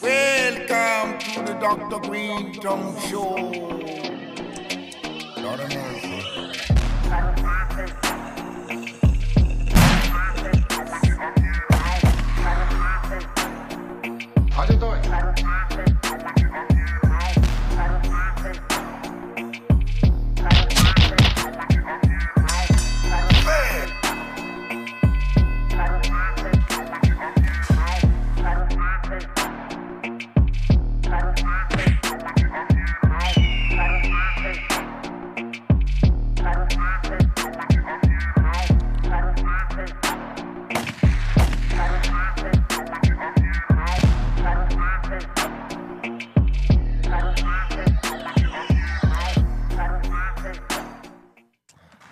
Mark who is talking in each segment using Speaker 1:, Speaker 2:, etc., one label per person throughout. Speaker 1: Welcome to the Dr. Green Tongue Show. Lord have mercy.
Speaker 2: How you doing?
Speaker 1: Man,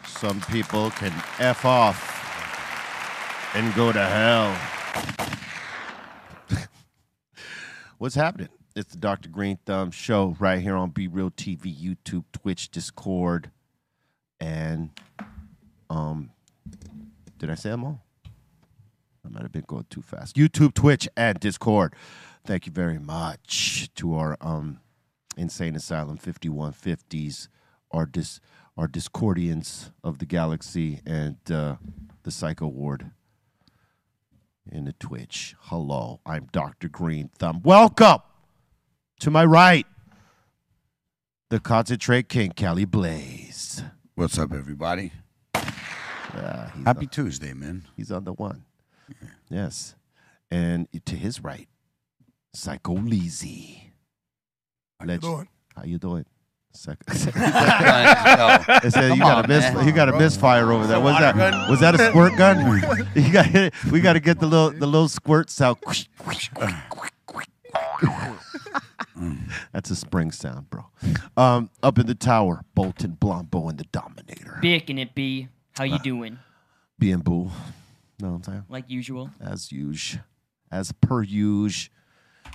Speaker 3: Some people can F off and go to hell. What's happening? It's the Dr. Green Thumb show right here on Be Real TV, YouTube, Twitch, Discord, and um did I say them all? I might have been going too fast. YouTube, Twitch, and Discord. Thank you very much to our um, Insane Asylum 5150s, our dis our Discordians of the Galaxy, and uh, the Psycho Ward in the Twitch. Hello, I'm Dr. Green Thumb. Welcome to my right, the Concentrate King, Cali Blaze.
Speaker 2: What's up, everybody?
Speaker 3: Ah, he's
Speaker 2: Happy Tuesday, man.
Speaker 3: He's on the one. Yes. And to his right, Psycho Leezy. How you doing? How you doing? Psycho.
Speaker 2: Yo,
Speaker 3: It said you got a
Speaker 2: on,
Speaker 3: mis-
Speaker 2: man.
Speaker 3: you got a misfire over there. What's that? Was that a squirt gun? you got we got to get the little the little squirt sound. That's a spring sound, bro. Um, up in the tower, Bolton, Blombo, and the Dominator.
Speaker 4: Bick and it be. How
Speaker 3: Uh.
Speaker 4: you doing?
Speaker 3: B and Boo. Know what I'm saying?
Speaker 4: Like usual.
Speaker 3: as usual, as per usual.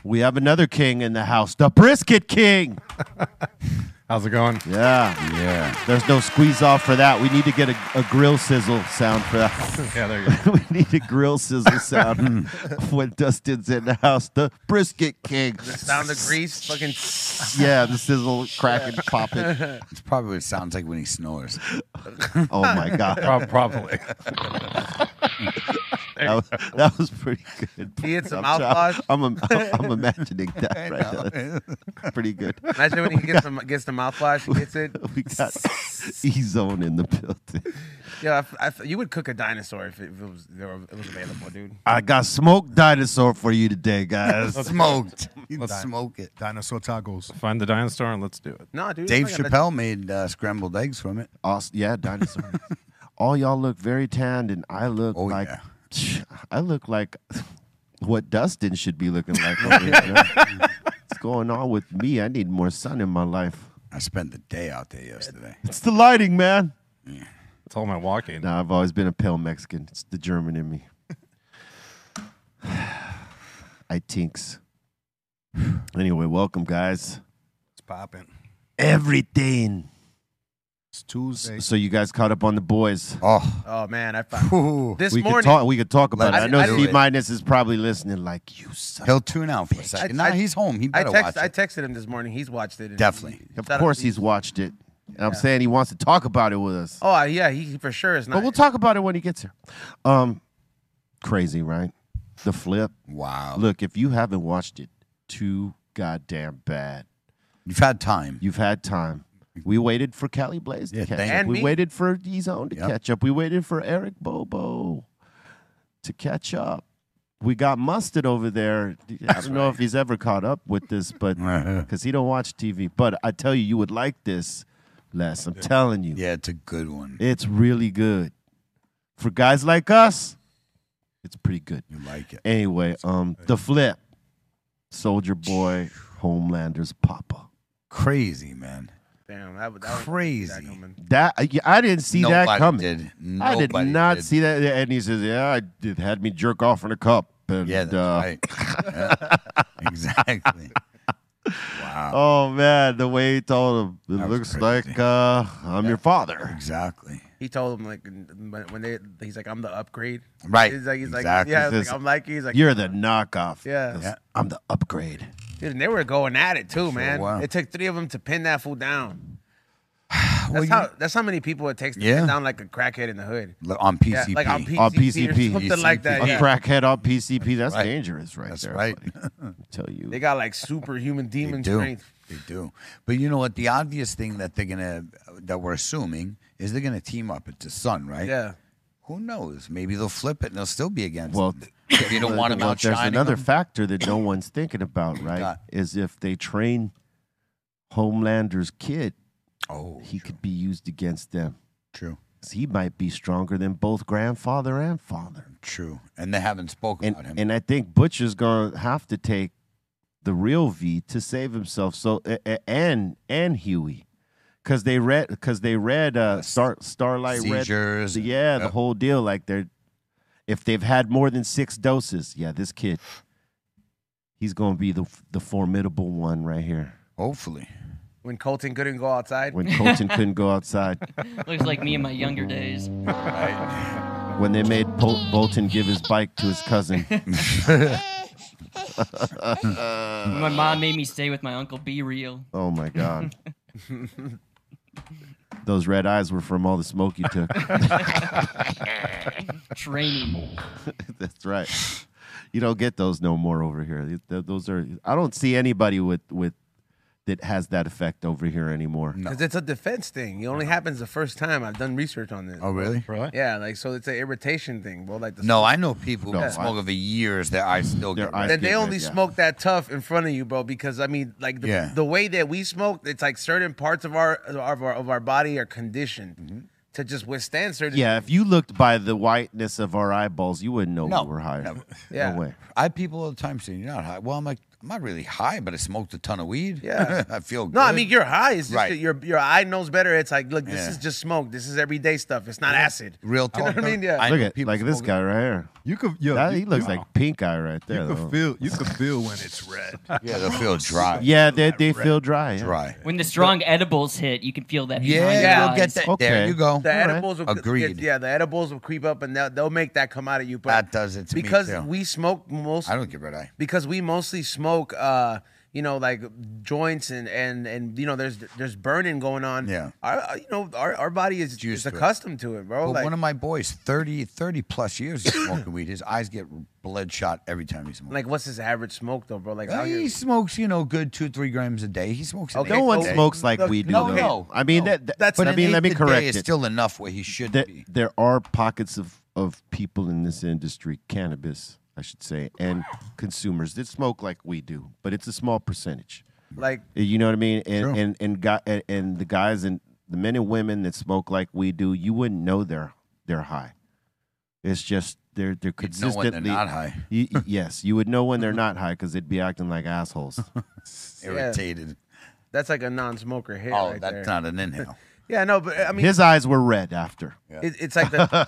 Speaker 3: We have another king in the house, the brisket king.
Speaker 5: How's it going?
Speaker 3: Yeah,
Speaker 2: yeah.
Speaker 3: there's no squeeze off for that. We need to get a, a grill sizzle sound for that.
Speaker 5: Yeah, there you go.
Speaker 3: we need a grill sizzle sound when Dustin's in the house, the brisket king.
Speaker 5: Sound of grease, fucking.
Speaker 3: Yeah, the sizzle cracking, popping.
Speaker 2: It's probably what it sounds like when he snores.
Speaker 3: Oh my god,
Speaker 5: Prob- probably.
Speaker 3: that was, that was pretty good.
Speaker 5: He had some
Speaker 3: I'm,
Speaker 5: mouthwash.
Speaker 3: I'm, I'm, I'm imagining that right now. That's pretty good.
Speaker 5: Imagine when he gets the gets the mouthwash, he gets it.
Speaker 3: We got E Zone in the building.
Speaker 5: Yeah, I f- I f- you would cook a dinosaur if it, if it was there, were- it was available, dude.
Speaker 3: I got smoked dinosaur for you today, guys.
Speaker 2: Smoked. He'd smoke it.
Speaker 6: Dinosaur tacos.
Speaker 7: Find the dinosaur and let's do it.
Speaker 5: No, dude.
Speaker 2: Dave
Speaker 5: it's like a-
Speaker 2: Chappelle made uh, scrambled eggs from it.
Speaker 3: Aus- yeah, dinosaur. All y'all look very tanned, and I look
Speaker 2: Oh,
Speaker 3: like
Speaker 2: yeah.
Speaker 3: I look like what Dustin should be looking like. over here, man. What's going on with me? I need more sun in my life.
Speaker 2: I spent the day out there yesterday.
Speaker 3: It's the lighting, man.
Speaker 7: It's all my walking.
Speaker 3: Nah, I've always been a pale Mexican. It's the German in me. I tinks. Anyway, welcome guys.
Speaker 6: It's popping.
Speaker 3: Everything.
Speaker 6: It's Tuesday.
Speaker 3: So you guys caught up on the boys.
Speaker 2: Oh,
Speaker 5: Oh man, I found
Speaker 6: Ooh.
Speaker 5: this
Speaker 3: we
Speaker 5: morning.
Speaker 3: could talk. We could talk about
Speaker 2: Let's
Speaker 3: it. I know
Speaker 5: do it.
Speaker 3: Steve Minus is probably listening. Like you, son.
Speaker 2: he'll tune out for a second.
Speaker 5: I-
Speaker 2: nah, he's home. He
Speaker 5: I
Speaker 2: better
Speaker 5: text,
Speaker 2: watch
Speaker 5: I
Speaker 2: it.
Speaker 5: texted him this morning. He's watched it. and-
Speaker 2: Definitely.
Speaker 3: of
Speaker 5: Shout out
Speaker 3: course,
Speaker 5: to-
Speaker 3: he's watched it, and I'm saying he wants to talk about it with us.
Speaker 5: Oh yeah, he for sure is not.
Speaker 3: but we'll talk about it when he gets here. Um, crazy, right? The flip.
Speaker 2: wow.
Speaker 3: Look, if you haven't watched it, too goddamn bad.
Speaker 2: You've had time.
Speaker 3: You've had time. We waited for Cali Blaze to
Speaker 2: Yeah,
Speaker 3: catch
Speaker 2: thank
Speaker 3: up.
Speaker 5: you.
Speaker 3: We
Speaker 5: And me.
Speaker 3: waited for D-Zone to
Speaker 2: Yep.
Speaker 3: catch up. We waited for Eric Bobo to catch up. We got Mustard over there. I don't know if he's ever caught up with this, but
Speaker 2: yeah,
Speaker 3: because he don't watch TV. But I tell you, you would like this, Les. I'm telling you,
Speaker 2: it's a good one.
Speaker 3: it's really good. For guys like us, it's pretty good.
Speaker 2: You like it.
Speaker 3: Anyway, um, the flip, Soldier Boy, Homelander's Papa.
Speaker 2: Crazy, man.
Speaker 5: Damn, that, was- that was
Speaker 2: Crazy.
Speaker 5: that coming.
Speaker 3: That I, I didn't see that
Speaker 2: Nobody
Speaker 3: coming.
Speaker 2: Did.
Speaker 3: I did
Speaker 2: Nobody
Speaker 3: not
Speaker 2: did.
Speaker 3: see that. And he says, "Yeah, I did, had me jerk off in a cup." And,
Speaker 2: Yeah, that's
Speaker 3: uh,
Speaker 2: right. Yeah, exactly. Wow.
Speaker 3: Oh man, the way he told him, it
Speaker 2: That was
Speaker 3: looks
Speaker 2: crazy.
Speaker 3: like uh, I'm your father.
Speaker 2: Exactly.
Speaker 5: He told him like when when they he's like I'm the upgrade.
Speaker 2: Right.
Speaker 5: He's like he's
Speaker 2: exactly.
Speaker 5: like yeah.
Speaker 3: This-
Speaker 5: Like, I'm like he's like
Speaker 3: You're the knockoff.
Speaker 5: Yeah.
Speaker 3: He goes,
Speaker 2: Yeah.
Speaker 3: I'm the upgrade.
Speaker 5: Dude, and they were going at it too, man.
Speaker 2: were.
Speaker 5: It took three of them to pin that fool down. That's
Speaker 2: Well, you-
Speaker 5: how that's how many people it takes to
Speaker 2: Yeah.
Speaker 5: pin down like a crackhead in the hood.
Speaker 2: Look, on
Speaker 5: Yeah,
Speaker 2: PCP.
Speaker 5: like on PCP,
Speaker 3: On
Speaker 5: or
Speaker 3: PCP.
Speaker 5: something like that.
Speaker 3: A
Speaker 5: Yeah.
Speaker 3: crackhead on PCP. That's,
Speaker 2: right.
Speaker 3: dangerous, right
Speaker 2: That's
Speaker 3: there.
Speaker 2: right.
Speaker 3: buddy. I tell you,
Speaker 5: They got like superhuman
Speaker 2: They
Speaker 5: demon
Speaker 2: do.
Speaker 5: strength.
Speaker 2: They do. But you know what? The obvious thing that they're gonna, that we're assuming, is they're gonna team up. It's the sun, right?
Speaker 5: Yeah.
Speaker 2: Who knows? Maybe they'll flip it and they'll still be against.
Speaker 3: Well,
Speaker 2: Well, if you don't want them
Speaker 3: Well,
Speaker 2: outshining
Speaker 3: There's another
Speaker 2: them.
Speaker 3: factor that no one's thinking about, right?
Speaker 2: Got-
Speaker 3: Is if they train Homelander's kid,
Speaker 2: oh,
Speaker 3: he could be used against them.
Speaker 2: true,
Speaker 3: 'Cause He might be stronger than both grandfather and father.
Speaker 2: true. And they haven't spoken
Speaker 3: And
Speaker 2: about him.
Speaker 3: and I think Butcher's gonna have to take the real V to save himself. So a- a- and and Huey, because they read because they read uh, Star Starlight Red
Speaker 2: Seizures. and-
Speaker 3: yeah, the
Speaker 2: Yep.
Speaker 3: whole deal. Like they're if they've had more than six doses, yeah, this kid, he's gonna be the the formidable one right here.
Speaker 2: Hopefully.
Speaker 5: When Colton couldn't go outside.
Speaker 3: When Colton couldn't go outside,
Speaker 4: Looks like me in my younger days.
Speaker 3: when they made Pol- Bolton give his bike to his cousin,
Speaker 4: my mom made me stay with my uncle. Be real.
Speaker 3: oh my god. Those red eyes were from all the smoke you took.
Speaker 4: Training.
Speaker 3: That's right. You don't get those no more over here. Th- th- Those are I don't see anybody with with that has that effect over here anymore.
Speaker 5: Because it's a defense thing. It only happens the first time. I've done research on this.
Speaker 2: Oh, really?
Speaker 6: Really?
Speaker 5: Yeah, like so it's an irritation thing. Well, like the
Speaker 2: No, I know people who
Speaker 3: No, I-
Speaker 2: have smoke for years. Their eyes still
Speaker 3: Their
Speaker 2: get red.
Speaker 3: eyes-
Speaker 5: that they
Speaker 3: Yeah,
Speaker 5: only
Speaker 3: yeah.
Speaker 5: smoke that tough in front of you, bro. Because I mean, like the,
Speaker 2: Yeah.
Speaker 5: the way that we smoke, it's like certain parts of our of our, of our body are conditioned to just withstand certain.
Speaker 3: Yeah, if you looked by the whiteness of our eyeballs, you wouldn't know
Speaker 2: No,
Speaker 3: we were high.
Speaker 2: never.
Speaker 5: Yeah.
Speaker 3: No way.
Speaker 2: I have people all the time saying you're not high. Well, I'm like I'm not really high, but I smoked a ton of weed.
Speaker 5: Yeah.
Speaker 2: I feel Oh, good.
Speaker 5: No, I mean you're high. It's just
Speaker 2: Right.
Speaker 5: that your your eye knows better. It's like, look, this
Speaker 2: Yeah.
Speaker 5: is just smoke. This is everyday stuff. It's not acid.
Speaker 2: real talk.
Speaker 5: You know what I mean? Yeah.
Speaker 3: Look
Speaker 2: know
Speaker 3: at
Speaker 2: people
Speaker 3: like this
Speaker 2: smoke-
Speaker 3: guy right here.
Speaker 6: You could. Yo,
Speaker 3: That-
Speaker 6: you-
Speaker 3: he looks
Speaker 6: you-
Speaker 3: like pink eye right there.
Speaker 6: You
Speaker 3: though.
Speaker 6: could feel. Oh, You could feel when it's red.
Speaker 2: Yeah, they feel dry.
Speaker 3: yeah, they they feel dry. yeah.
Speaker 2: dry.
Speaker 4: When the strong edibles hit, you can feel that.
Speaker 2: Yeah,
Speaker 4: behind your
Speaker 2: you'll get
Speaker 4: eyes.
Speaker 2: that.
Speaker 3: Okay.
Speaker 2: There you go.
Speaker 5: The
Speaker 3: All right.
Speaker 5: edibles will
Speaker 2: Agreed.
Speaker 5: Yeah, the edibles will creep up and they'll, they'll make that come out of you. But
Speaker 2: That does it to me,
Speaker 5: because
Speaker 2: too.
Speaker 5: we smoke most.
Speaker 2: I don't give a red eye.
Speaker 5: because we mostly smoke uh you know like joints and and and you know there's there's burning going on
Speaker 2: Yeah.
Speaker 5: our uh, you know our, our body is,
Speaker 2: used
Speaker 5: is
Speaker 2: to it.
Speaker 5: accustomed to it bro
Speaker 2: But
Speaker 5: like,
Speaker 2: one of my boys, 30, 30 plus years of smoking weed, his eyes get bloodshot every time he smokes.
Speaker 5: like what's his average smoke though bro like
Speaker 2: Uh,
Speaker 5: out here-
Speaker 2: he smokes, you know, good two, three grams a day. He smokes. an
Speaker 5: Okay,
Speaker 2: eighth
Speaker 3: No one
Speaker 2: a day.
Speaker 3: smokes like we do.
Speaker 2: No,
Speaker 3: though.
Speaker 2: no,
Speaker 3: I mean
Speaker 2: no.
Speaker 3: that, that-
Speaker 5: That's
Speaker 3: But
Speaker 2: an
Speaker 3: I mean, let
Speaker 2: eighth
Speaker 3: me
Speaker 2: a day
Speaker 3: correct
Speaker 2: is
Speaker 3: it.
Speaker 2: still enough where he should
Speaker 3: That-
Speaker 2: be.
Speaker 3: there are pockets of of people in this industry, cannabis, I should say, and consumers that smoke like we do, but it's a small percentage. Uh,
Speaker 5: like
Speaker 3: You know what I mean? And
Speaker 2: True.
Speaker 3: and and, guy, and and the guys and the men and women that smoke like we do, you wouldn't know they're they're high. It's just they're they're
Speaker 2: You'd know when
Speaker 3: consistently
Speaker 2: they're not high.
Speaker 3: You- you- yes, you would know when they're not high because they'd be acting like assholes.
Speaker 2: Irritated.
Speaker 5: that's like a non-smoker hit
Speaker 2: Oh,
Speaker 5: right
Speaker 2: that's
Speaker 5: there.
Speaker 2: not an inhale.
Speaker 5: Yeah, no, but I mean,
Speaker 3: His eyes were red after.
Speaker 5: it, it's like the,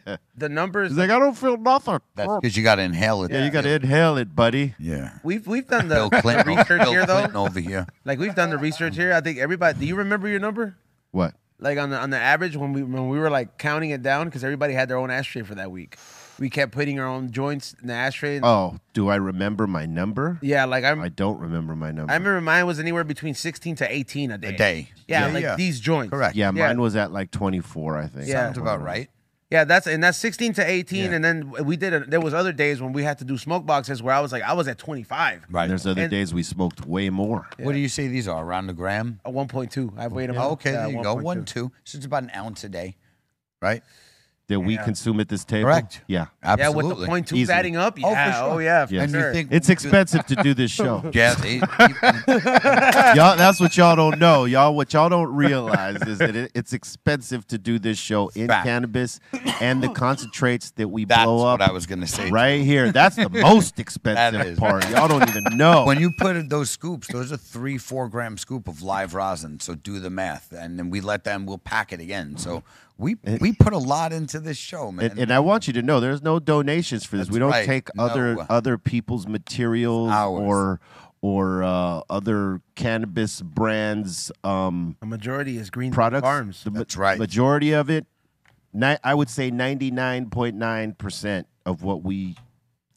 Speaker 3: yeah.
Speaker 5: the numbers.
Speaker 3: He's like, I don't feel nothing.
Speaker 2: That's because you got to inhale it.
Speaker 3: yeah, you got to inhale it, buddy.
Speaker 2: Yeah.
Speaker 5: We've we've done the,
Speaker 2: Bill Clinton,
Speaker 5: the research
Speaker 2: Bill
Speaker 5: here though.
Speaker 2: Clinton over here.
Speaker 5: Like we've done the research here. I think everybody. Do you remember your number?
Speaker 3: What?
Speaker 5: Like on the on the average when we when we were like counting it down because everybody had their own ashtray for that week. We kept putting our own joints in the ashtray.
Speaker 3: Oh, do I remember my number?
Speaker 5: yeah, like I'm.
Speaker 3: I
Speaker 5: I,
Speaker 3: don't remember my number.
Speaker 5: remember mine was anywhere between sixteen to eighteen a day.
Speaker 2: A day.
Speaker 5: Yeah,
Speaker 2: Yeah,
Speaker 5: like
Speaker 2: yeah.
Speaker 5: these joints.
Speaker 2: Correct.
Speaker 3: yeah,
Speaker 5: yeah.
Speaker 3: mine was at like 24, I think.
Speaker 5: Yeah.
Speaker 2: Sounds about right.
Speaker 5: Yeah, that's and that's sixteen to eighteen, and then we did. A, there was other days when we had to do smoke boxes where I was like I was at twenty five.
Speaker 3: And there's other
Speaker 5: And-
Speaker 3: days we smoked way more.
Speaker 2: What do you say these are? Around the gram?
Speaker 5: A one point two. I weighed them.
Speaker 2: Oh, okay, there you go. One, two. So it's about an ounce a day, right?
Speaker 3: Did we consume at this table?
Speaker 2: Correct.
Speaker 3: Yeah.
Speaker 5: Yeah,
Speaker 2: Absolutely.
Speaker 5: with the point twos
Speaker 3: Easily.
Speaker 5: adding up. Yeah.
Speaker 2: for
Speaker 5: Oh,
Speaker 2: sure.
Speaker 5: yeah. For
Speaker 3: Yeah.
Speaker 2: And
Speaker 5: sure.
Speaker 2: you think
Speaker 3: It's
Speaker 2: we do-
Speaker 3: expensive to do this show.
Speaker 2: Yeah, they, they-
Speaker 3: y'all, that's what y'all don't know. Y'all, what y'all don't realize is that it, it's expensive to do this show in
Speaker 2: Fact.
Speaker 3: cannabis and the concentrates that we
Speaker 2: that's
Speaker 3: blow up
Speaker 2: what I was gonna say.
Speaker 3: right here. That's the most expensive
Speaker 2: That is.
Speaker 3: part. Y'all don't even know.
Speaker 2: When you put those scoops, those are three, four gram scoop of live rosin. So do the math, and then we let them. We'll pack it again. So we we put a lot into this show, man.
Speaker 3: and, and I want you to know, there's no donations for this.
Speaker 2: That's
Speaker 3: we don't
Speaker 2: right.
Speaker 3: take
Speaker 2: No.
Speaker 3: other other people's materials
Speaker 2: Ours.
Speaker 3: or or uh, other cannabis brands um,
Speaker 5: A majority is green
Speaker 3: products.
Speaker 5: farms.
Speaker 3: The ma-
Speaker 2: That's right.
Speaker 3: Majority of it, ni- I would say 99.9 percent of what we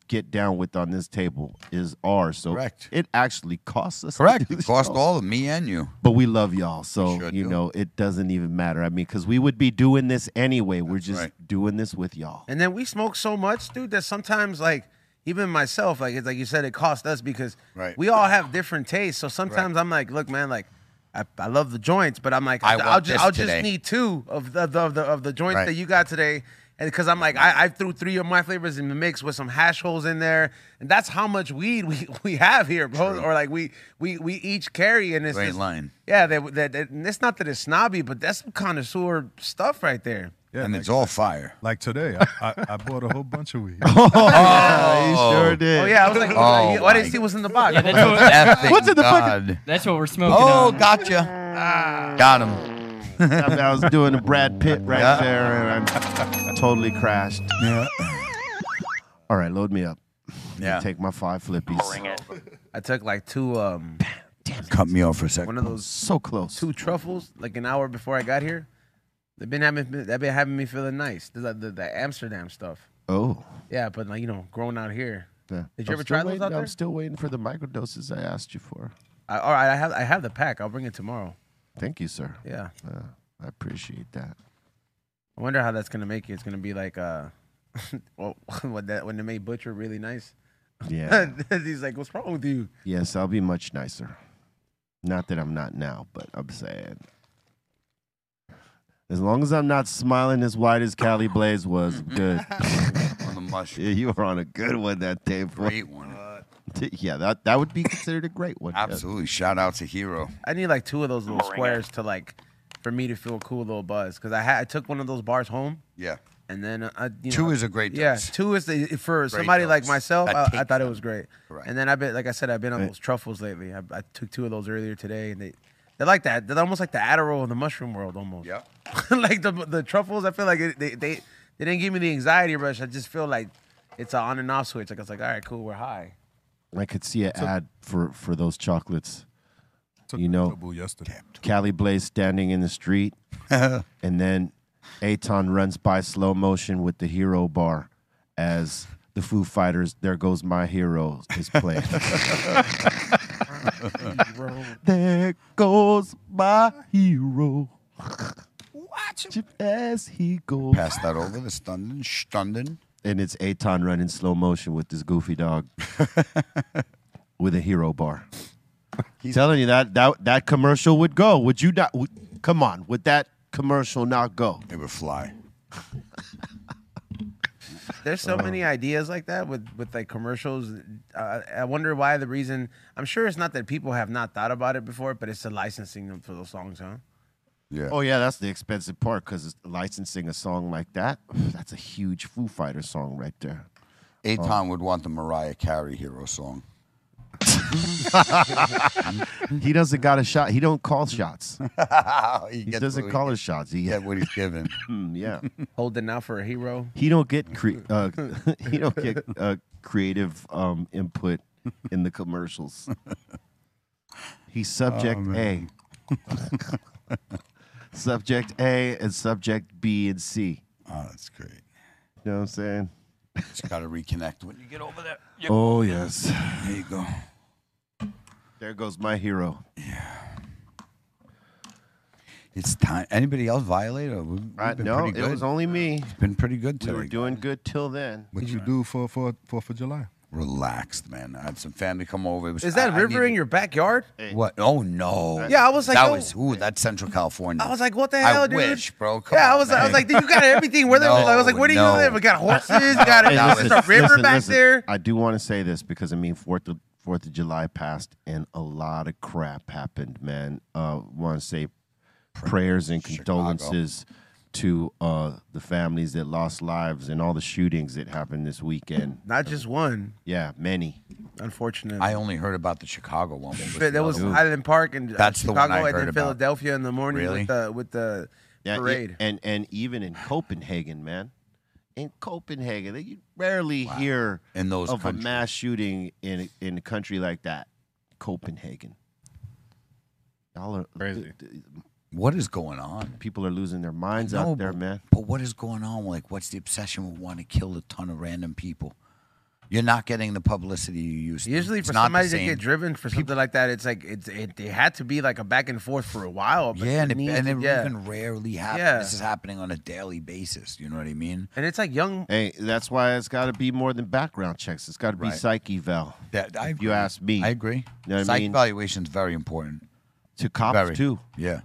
Speaker 3: get down with on this table is ours. So
Speaker 2: Correct.
Speaker 3: it actually costs us. to
Speaker 2: Correct.
Speaker 3: do
Speaker 2: It
Speaker 3: this
Speaker 2: cost
Speaker 3: show.
Speaker 2: all of me and you.
Speaker 3: But we love y'all, so
Speaker 2: sure
Speaker 3: you
Speaker 2: do.
Speaker 3: know it doesn't even matter. I mean, because we would be doing this anyway. We're just
Speaker 2: right.
Speaker 3: doing this with y'all.
Speaker 5: And then we smoke so much, dude, that sometimes like even myself, like it's like you said, it cost us because
Speaker 2: Right.
Speaker 5: we all have different tastes. So sometimes I'm like, look, man, like I, I love the joints, but I'm like,
Speaker 2: I
Speaker 5: I will
Speaker 2: want
Speaker 5: just
Speaker 2: this
Speaker 5: I'll
Speaker 2: today.
Speaker 5: just need two of the of the, of the, of the joints
Speaker 2: Right.
Speaker 5: that you got today. And because I'm like, I, I threw three of my flavors in the mix with some hash holes in there, and that's how much weed we, we have here, bro. Or like we we we each carry, and it's
Speaker 2: You ain't
Speaker 5: just-
Speaker 2: lying.
Speaker 5: Yeah, that, that, that and it's not that it's snobby, but that's some connoisseur stuff right there.
Speaker 6: Yeah,
Speaker 2: and
Speaker 6: like,
Speaker 2: it's all fire.
Speaker 6: like today, I, I, I bought a whole bunch of weed.
Speaker 3: Oh, you sure did.
Speaker 5: Oh yeah, I was like,
Speaker 2: Oh,
Speaker 5: why didn't
Speaker 2: my
Speaker 5: see what's in the box?
Speaker 4: Yeah, that's what,
Speaker 2: What's
Speaker 3: in the fucking-
Speaker 2: God.
Speaker 4: that's what we're smoking
Speaker 2: Oh,
Speaker 4: on.
Speaker 2: gotcha. Got him.
Speaker 3: I, mean, I was doing a Brad Pitt right
Speaker 2: Yeah.
Speaker 3: there, and I totally crashed.
Speaker 2: Yeah.
Speaker 3: All right, load me up.
Speaker 2: Yeah.
Speaker 3: Take my five flippies.
Speaker 5: I took like two um
Speaker 2: Cut me off for a second.
Speaker 5: one of those
Speaker 3: So close.
Speaker 5: two truffles like an hour before I got here. They've been having they've been having me feeling nice. The, the, the Amsterdam stuff.
Speaker 3: Oh.
Speaker 5: Yeah, but like you know, growing out here.
Speaker 3: Yeah.
Speaker 5: Did you ever
Speaker 3: still
Speaker 5: try those
Speaker 3: waiting-
Speaker 5: out there?
Speaker 3: I'm still waiting for the microdoses I asked you for.
Speaker 5: I, all right, I have I have the pack. I'll bring it tomorrow.
Speaker 3: Thank you, sir.
Speaker 5: Yeah.
Speaker 3: Uh, I appreciate that.
Speaker 5: I wonder how that's gonna make you. It's gonna be like uh, well, when that when they made Butcher really nice.
Speaker 3: Yeah.
Speaker 5: He's like, what's wrong with you?
Speaker 3: yes, I'll be much nicer. Not that I'm not now, but I'm saying. As long as I'm not smiling as wide as Cali Blaze was, good.
Speaker 2: On the mush.
Speaker 3: yeah, you were on a good one that day, bro.
Speaker 2: Great one.
Speaker 3: Yeah, that, that would be considered a great one. yes.
Speaker 2: Absolutely. Shout out to Hero.
Speaker 5: I need like two of those little squares to like, for me to feel cool little buzz. Cause I had I took one of those bars home.
Speaker 2: Yeah.
Speaker 5: And then uh, I, you
Speaker 2: Two
Speaker 5: know,
Speaker 2: is a great
Speaker 5: yeah.
Speaker 2: dose.
Speaker 5: Two is the for somebody like
Speaker 2: dose.
Speaker 5: myself.
Speaker 2: That
Speaker 5: I, I
Speaker 2: takes
Speaker 5: thought it was great.
Speaker 2: Correct.
Speaker 5: And then I've been like I said, I've been on those truffles lately. I, I took two of those earlier today, and they they're like that. They're almost like the Adderall in the mushroom world, almost.
Speaker 2: Yep.
Speaker 5: like the the truffles, I feel like it, they they they didn't give me the anxiety rush. I just feel like it's an on and off switch. Like it's like all right, cool, we're high.
Speaker 3: I could see an ad for for those chocolates.
Speaker 6: Took
Speaker 3: You know-
Speaker 6: a edible yesterday.
Speaker 3: Cali Blaze standing in the street, and then Aton runs by slow motion with the hero bar as the Foo Fighters "There Goes My Hero" is playing. there goes my hero. Watch him as he goes.
Speaker 2: Pass that over to Stunden. Stunden.
Speaker 3: And it's Aton running slow motion with this goofy dog with a hero bar. telling you that that that commercial would go. Would you not? Would, come on, would that commercial not go?
Speaker 2: It would fly.
Speaker 5: There's so many ideas like that with with like commercials. Uh, I wonder why the reason. I'm sure it's not that people have not thought about it before, but it's the licensing them for those songs, huh?
Speaker 2: Yeah.
Speaker 3: Oh yeah, that's the expensive part because licensing a song like that, that's a huge Foo Fighter song right there. Um,
Speaker 2: Aton would want the Mariah Carey Hero song.
Speaker 3: he doesn't got a shot. He don't call shots.
Speaker 2: he
Speaker 3: He
Speaker 2: gets
Speaker 3: doesn't
Speaker 2: what
Speaker 3: call
Speaker 2: he,
Speaker 3: his shots. He
Speaker 2: he get what he's given.
Speaker 5: Hmm.
Speaker 3: Mm, yeah.
Speaker 5: Holding out for a hero.
Speaker 3: He don't get cre- uh, he don't get uh, creative um, input in the commercials. He's subject A. subject A and subject B and C.
Speaker 1: Oh, that's great.
Speaker 3: You know what I'm saying?
Speaker 2: Just got to reconnect when you get over there.
Speaker 3: Oh yes.
Speaker 2: There you go.
Speaker 3: There goes my hero.
Speaker 2: It's time. Anybody else violate? Or we've, we've
Speaker 3: I,
Speaker 5: Uh,
Speaker 2: been
Speaker 3: no,
Speaker 2: pretty
Speaker 3: it
Speaker 2: good.
Speaker 3: was only me.
Speaker 2: been pretty good
Speaker 3: We
Speaker 2: today.
Speaker 3: were doing good till then.
Speaker 6: What you do for for Fourth of July?
Speaker 2: relaxed, man. I had some family come over. It was,
Speaker 5: Is that
Speaker 2: I- I
Speaker 5: river in
Speaker 2: needed-
Speaker 5: your backyard?
Speaker 2: What? Oh no.
Speaker 5: Yeah, I was like,
Speaker 2: that
Speaker 5: yo-
Speaker 2: was ooh, that's Central California.
Speaker 5: I was like, what the
Speaker 2: I
Speaker 5: hell, dude?
Speaker 2: wish, bro. Come
Speaker 5: yeah, I
Speaker 2: on,
Speaker 5: was. I
Speaker 2: man.
Speaker 5: was like, dude, you got everything. Where they
Speaker 2: No,
Speaker 5: I was like, where do you
Speaker 2: no.
Speaker 5: live? We got horses. Got
Speaker 3: Hey,
Speaker 5: a,
Speaker 3: listen,
Speaker 5: there's a river
Speaker 3: listen,
Speaker 5: back
Speaker 3: listen.
Speaker 5: there.
Speaker 3: I do want to say this because I mean Fourth of Fourth of July passed and a lot of crap happened, man. Uh want to say prayers and condolences to uh the families that lost lives and all the shootings that happened this weekend.
Speaker 5: Not just one,
Speaker 3: Yeah, many.
Speaker 5: unfortunately.
Speaker 2: I only heard about the Chicago one. What was
Speaker 5: But
Speaker 2: the
Speaker 5: there was
Speaker 2: other one?
Speaker 5: Highland Park and uh,
Speaker 2: That's the one
Speaker 5: Chicago
Speaker 2: I
Speaker 5: and
Speaker 2: heard
Speaker 5: then
Speaker 2: about.
Speaker 5: Philadelphia in the morning
Speaker 2: Really?
Speaker 5: with the with the
Speaker 3: Yeah, e-
Speaker 5: parade.
Speaker 3: and and even in Copenhagen, man. In Copenhagen, that you rarely hear
Speaker 2: In those
Speaker 3: of
Speaker 2: countries.
Speaker 3: a mass shooting in in a country like that, Copenhagen. Y'all are
Speaker 6: Crazy.
Speaker 3: th- th-
Speaker 2: What is going on?
Speaker 3: people are losing their minds
Speaker 2: No,
Speaker 3: out there,
Speaker 2: but-
Speaker 3: man.
Speaker 2: But what is going on? Like, what's the obsession with wanting to kill a ton of random people? You're not getting the publicity you used to.
Speaker 5: Usually,
Speaker 2: It's
Speaker 5: for
Speaker 2: not the
Speaker 5: somebody to get
Speaker 2: same.
Speaker 5: driven for something like that, it's like it's it, they had to be like a back and forth for a while. But
Speaker 2: Yeah, and it,
Speaker 5: needs-
Speaker 2: and it
Speaker 5: yeah.
Speaker 2: even rarely happens.
Speaker 5: Yeah.
Speaker 2: This is happening on a daily basis. You know what I mean?
Speaker 5: and it's like young.
Speaker 3: Hey, that's why it's got to be more than background checks. It's got to be
Speaker 2: Right.
Speaker 3: psyche eval.
Speaker 2: That I
Speaker 3: If you
Speaker 2: agree.
Speaker 3: ask me,
Speaker 2: I agree.
Speaker 3: You know what I
Speaker 2: Psych
Speaker 3: mean?
Speaker 2: evaluation is very important.
Speaker 3: to cops
Speaker 2: Very.
Speaker 3: too.
Speaker 2: Yeah.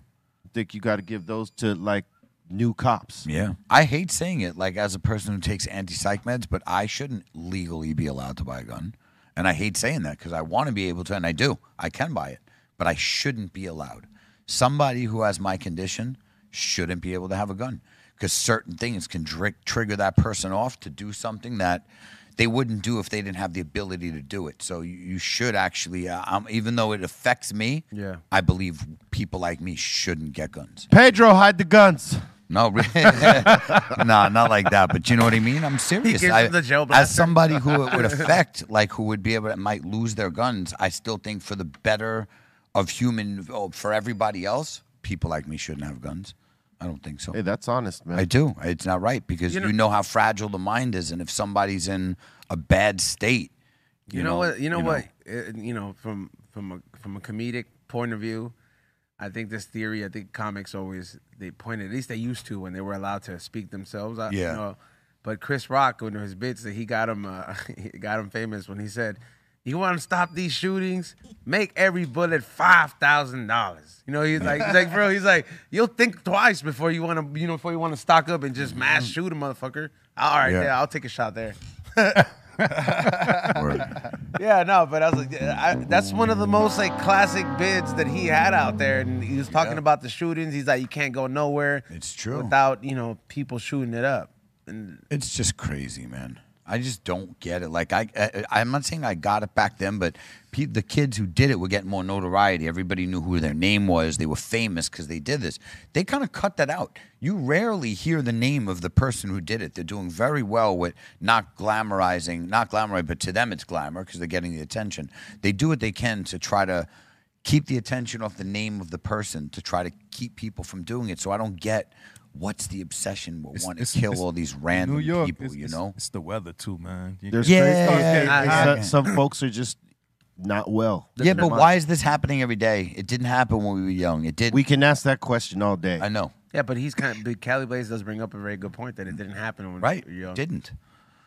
Speaker 3: I think you got to give those to like new cops.
Speaker 2: Yeah. I hate saying it, like as a person who takes anti psych meds, but I shouldn't legally be allowed to buy a gun. And I hate saying that because I want to be able to, and I do. I can buy it, but I shouldn't be allowed. Somebody who has my condition shouldn't be able to have a gun because certain things can dri- trigger that person off to do something that they wouldn't do if they didn't have the ability to do it. So you, you should actually, uh, um, even though it affects me,
Speaker 5: Yeah.
Speaker 2: I believe people like me shouldn't get guns.
Speaker 3: Pedro, hide the guns.
Speaker 2: No, re- no, not like that. But you know what I mean. I'm serious.
Speaker 5: gives
Speaker 2: I-
Speaker 5: him the jail
Speaker 2: as
Speaker 5: blaster.
Speaker 2: somebody who it would affect, like who would be able, that might lose their guns. I still think for the better of human, oh, for everybody else, people like me shouldn't have guns. I don't think so.
Speaker 3: Hey, that's honest, man.
Speaker 2: I do. It's not right because you
Speaker 5: You
Speaker 2: know,
Speaker 5: know-
Speaker 2: how fragile the mind is, and if somebody's in a bad state,
Speaker 5: You, know, what? You know what? uh, you know from from a from a comedic point of view, I think this theory. I think comics always they point at least they used to when they were allowed to speak themselves. I,
Speaker 2: Yeah.
Speaker 5: You know, but Chris Rock, one of his bits that he got him uh, he got him famous when he said, "You want to stop these shootings? Make every bullet five thousand dollars." You know, he's like, he's like, bro, he's like, you'll think twice before you want to, you know, before you want to stock up and just mass shoot a motherfucker. All right,
Speaker 2: Mm-hmm. Yeah.
Speaker 5: yeah, I'll take a shot there.
Speaker 2: Or-
Speaker 5: Yeah, no, but I was like, yeah, I, that's one of the most like classic bids that he had out there, and he was talking about the shootings. He's like, you can't go nowhere.
Speaker 2: It's true.
Speaker 5: without you know people shooting it up. And
Speaker 2: It's just crazy, man. I just don't get it. Like I, I I'm not saying I got it back then, but pe- the kids who did it were getting more notoriety. Everybody knew who their name was. They were famous because they did this. They kind of cut that out. You rarely hear the name of the person who did it. They're doing very well with not glamorizing, not glamorizing, but to them it's glamour because they're getting the attention. They do what they can to try to keep the attention off the name of the person to try to keep people from doing it. So I don't get what's the obsession with wanting to kill all these random
Speaker 6: New York,
Speaker 2: people,
Speaker 6: it's,
Speaker 2: you
Speaker 6: it's-
Speaker 2: know?
Speaker 6: It's the weather too, man. You-
Speaker 3: There's
Speaker 2: Yeah.
Speaker 3: crazy-
Speaker 2: Yeah.
Speaker 3: it's- it's-
Speaker 2: Yeah.
Speaker 3: uh, some folks are just not well.
Speaker 2: Yeah,
Speaker 3: They're
Speaker 2: but
Speaker 3: not-
Speaker 2: why is this happening every day? It didn't happen when we were young. It did.
Speaker 3: We can ask that question all day.
Speaker 2: I know,
Speaker 5: yeah, but he's kind of. But Cali Blaze does bring up a very good point that it didn't happen when
Speaker 2: right?
Speaker 5: you were young.
Speaker 2: Didn't.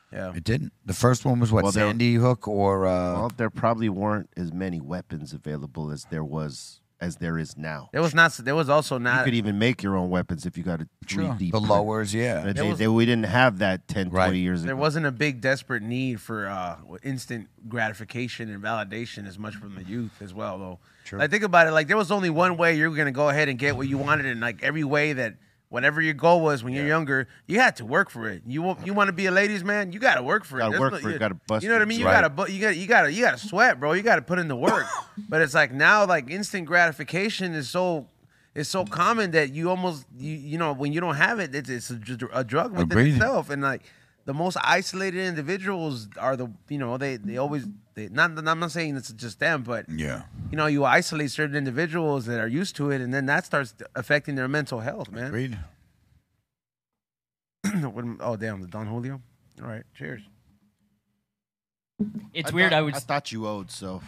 Speaker 5: yeah.
Speaker 2: It didn't. The first one was what
Speaker 3: Well, there-
Speaker 2: Sandy Hook or uh,
Speaker 3: Well, there probably weren't as many weapons available as there was as there is now.
Speaker 5: There was not. There was also
Speaker 3: You
Speaker 5: not.
Speaker 3: could even make your own weapons if you got a 3D
Speaker 2: the
Speaker 3: print.
Speaker 2: lowers. Yeah,
Speaker 3: They- they- we didn't have that 10,
Speaker 2: Right.
Speaker 3: 20 years ago.
Speaker 5: There wasn't a big desperate need for uh, instant gratification and validation as much from the youth as well, though. True. Like think about it. Like there was only one way you were gonna go ahead and get what you wanted, and like every way that whatever your goal was when you're younger, you had to work for it. You want you want to be a ladies man, you got to work for it.
Speaker 3: Gotta
Speaker 5: There's
Speaker 3: work
Speaker 5: no-
Speaker 3: for it,
Speaker 5: you-
Speaker 3: gotta bust
Speaker 5: You know what I mean?
Speaker 3: it.
Speaker 5: You
Speaker 3: Right.
Speaker 5: gotta bu- you got you got to you got to sweat, bro. You got to put in the work. but it's like now like instant gratification is so it's so common that you almost you you know when you don't have it, it's, it's a, dr- a drug within
Speaker 2: Agreed.
Speaker 5: itself, and like the most isolated individuals are the you know they they always they not I'm not saying it's just them, but
Speaker 2: Yeah.
Speaker 5: you know, you isolate certain individuals that are used to it, and then that starts affecting their mental health, man.
Speaker 2: Agreed.
Speaker 5: What am- oh, damn, the Don Julio. All right, cheers.
Speaker 4: It's weird.
Speaker 3: Thought,
Speaker 4: I would.
Speaker 3: I
Speaker 4: I,
Speaker 3: thought you owed, so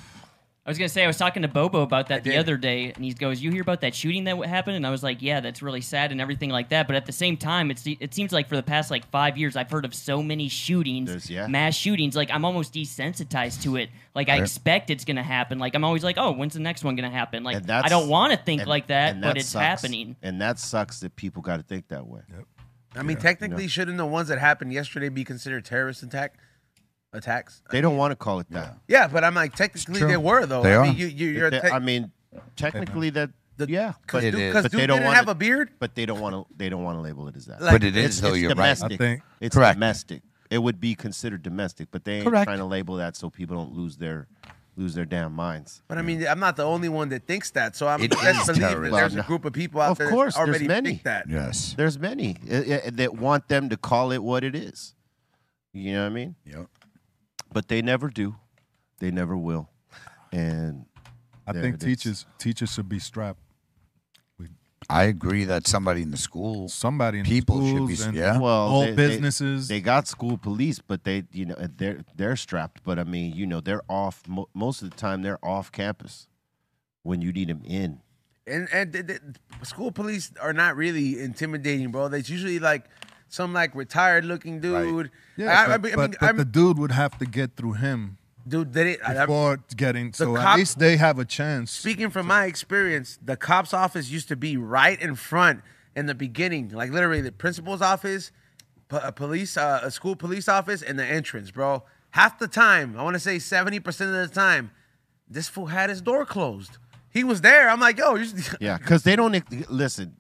Speaker 4: was gonna say I was talking to Bobo about that the
Speaker 5: did.
Speaker 4: other day, and he goes, "You hear about that shooting that w- happened?" And I was like, "Yeah, that's really sad and everything like that." But at the same time, it's it seems like for the past like five years, I've heard of so many shootings,
Speaker 3: There's- yeah.
Speaker 4: mass shootings. Like I'm almost desensitized to it. Like I expect it's gonna happen. Like I'm always like, "Oh, when's the next one gonna happen?" Like
Speaker 3: and that's,
Speaker 4: I don't want to think
Speaker 3: and-
Speaker 4: like that,
Speaker 3: and
Speaker 4: but it's
Speaker 3: sucks.
Speaker 4: happening.
Speaker 3: And that sucks that people got to think that way.
Speaker 5: I mean, technically, shouldn't the ones that happened yesterday be considered terrorist attack attacks?
Speaker 3: They don't want to call it that.
Speaker 5: Yeah, but I'm like, technically,
Speaker 2: true.
Speaker 5: they were though.
Speaker 2: They
Speaker 5: I
Speaker 2: are.
Speaker 5: mean, you, you, you're.
Speaker 3: They-
Speaker 5: te-
Speaker 3: I mean, technically that,
Speaker 5: The-
Speaker 3: yeah,
Speaker 5: Cause
Speaker 3: but,
Speaker 2: It
Speaker 5: dude,
Speaker 2: is.
Speaker 5: cause
Speaker 3: But
Speaker 5: dude
Speaker 3: they don't
Speaker 5: didn't
Speaker 3: wanna-
Speaker 5: have a beard.
Speaker 3: but they don't want to. They don't want to label it as that.
Speaker 5: Like-
Speaker 2: but it
Speaker 3: it's,
Speaker 2: is, though,
Speaker 3: it's
Speaker 2: you're
Speaker 3: domestic.
Speaker 2: right.
Speaker 6: I think-
Speaker 3: it's
Speaker 2: Correct.
Speaker 3: domestic. It would be considered domestic, but they ain't
Speaker 2: Correct.
Speaker 3: trying to label that so people don't lose their lose their damn minds.
Speaker 5: But I mean, I'm not the only one that thinks that. So I'm
Speaker 2: It
Speaker 5: let's
Speaker 2: is
Speaker 5: believe that
Speaker 2: terrorist.
Speaker 5: there's a
Speaker 3: Well,
Speaker 5: group of people out
Speaker 3: of
Speaker 5: there
Speaker 3: course,
Speaker 5: that
Speaker 3: there's
Speaker 5: already
Speaker 3: many.
Speaker 5: think that.
Speaker 2: Yes.
Speaker 3: There's many uh, uh, that want them to call it what it is. You know what I mean?
Speaker 2: Yep.
Speaker 3: But they never do. They never will. And
Speaker 6: I
Speaker 3: There
Speaker 6: think
Speaker 3: it is.
Speaker 6: teachers teachers should be strapped.
Speaker 2: I agree that somebody in the school.
Speaker 6: Somebody in
Speaker 2: People
Speaker 6: the
Speaker 2: should be-
Speaker 6: schools and
Speaker 2: yeah.
Speaker 3: well,
Speaker 6: all
Speaker 3: they- they-
Speaker 6: businesses.
Speaker 3: They got school police, but they, you know, they're they're strapped. But I mean, you know, they're off mo- most of the time. They're off campus when you need them in.
Speaker 5: And and the, the school police are not really intimidating, bro. That's usually like some like retired looking dude.
Speaker 6: yeah,
Speaker 5: I, I mean,
Speaker 6: but,
Speaker 5: I
Speaker 6: but-
Speaker 5: mean,
Speaker 6: but
Speaker 5: I'm-
Speaker 6: the dude would have to get through him
Speaker 5: dude, did it. I, I'm
Speaker 6: before getting. So
Speaker 5: cop-
Speaker 6: at least they have a chance.
Speaker 5: speaking from my experience. The cops' office used to be right in front in the beginning, like literally the principal's office, po- a police, uh, a school police office, and the entrance, bro. Half the time, I want to say seventy percent of the time, this fool had his door closed. He was there. I'm like, yo, you just,
Speaker 3: Yeah, because they don't ex- listen.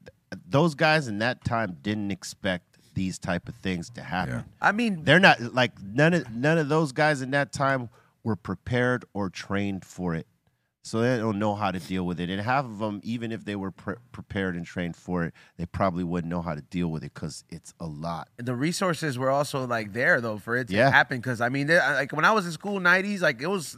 Speaker 3: Those guys in that time didn't expect these type of things to happen.
Speaker 5: I mean,
Speaker 3: They're not like none of none of those guys in that time were prepared or trained for it, so they don't know how to deal with it. And half of them, even if they were pre- prepared and trained for it, they probably wouldn't know how to deal with it because it's a lot.
Speaker 5: the resources were also like there though for it to
Speaker 3: Yeah.
Speaker 5: happen because i mean there- like when i was in school 90s like it was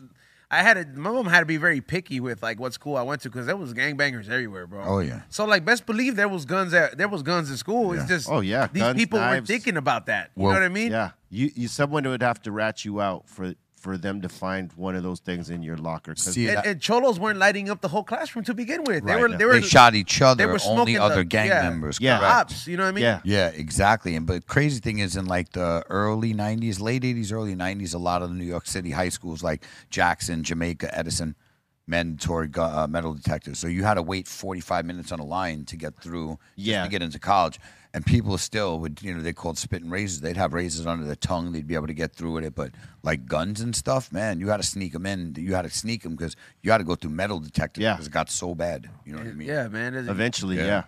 Speaker 5: i had to my mom had to be very picky with like what school i went to because there was gangbangers everywhere bro
Speaker 2: Oh, yeah.
Speaker 5: so like best believe there was guns at there was guns in school it's just
Speaker 3: Oh, yeah.
Speaker 5: these
Speaker 3: Guns,
Speaker 5: people were
Speaker 3: knives.
Speaker 5: thinking about that you
Speaker 2: Well,
Speaker 5: know what i mean
Speaker 3: Yeah, you, you someone would have to rat you out for for them to find one of those things in your locker. 'cause
Speaker 2: See,
Speaker 5: and,
Speaker 2: that-
Speaker 5: and cholos weren't lighting up the whole classroom to begin with
Speaker 2: right.
Speaker 5: they were they were
Speaker 2: shot each
Speaker 5: they
Speaker 2: other.
Speaker 5: were
Speaker 2: only
Speaker 5: smoking
Speaker 2: other
Speaker 5: the-
Speaker 2: gang
Speaker 5: yeah,
Speaker 2: members.
Speaker 3: Yeah.
Speaker 2: Correct.
Speaker 5: cops you know what i mean
Speaker 3: yeah,
Speaker 2: Yeah, exactly. And but crazy thing is, in like the early '90s, late '80s, early '90s, a lot of the New York City high schools, like Jackson, Jamaica, Edison, mandatory gu- uh, metal detectors. So you had to wait 45 minutes on a line to get through, just
Speaker 3: Yeah.
Speaker 2: to get into college. And people still would, you know, they called spitting razors. They'd have razors under their tongue. They'd be able to get through with it. But like guns and stuff, man, you had to sneak them in. You had to sneak them because you had to go through metal detectors
Speaker 3: Yeah.
Speaker 2: because it got so bad. You know what I mean?
Speaker 5: yeah man It's-
Speaker 3: eventually,
Speaker 2: Yeah.
Speaker 3: yeah.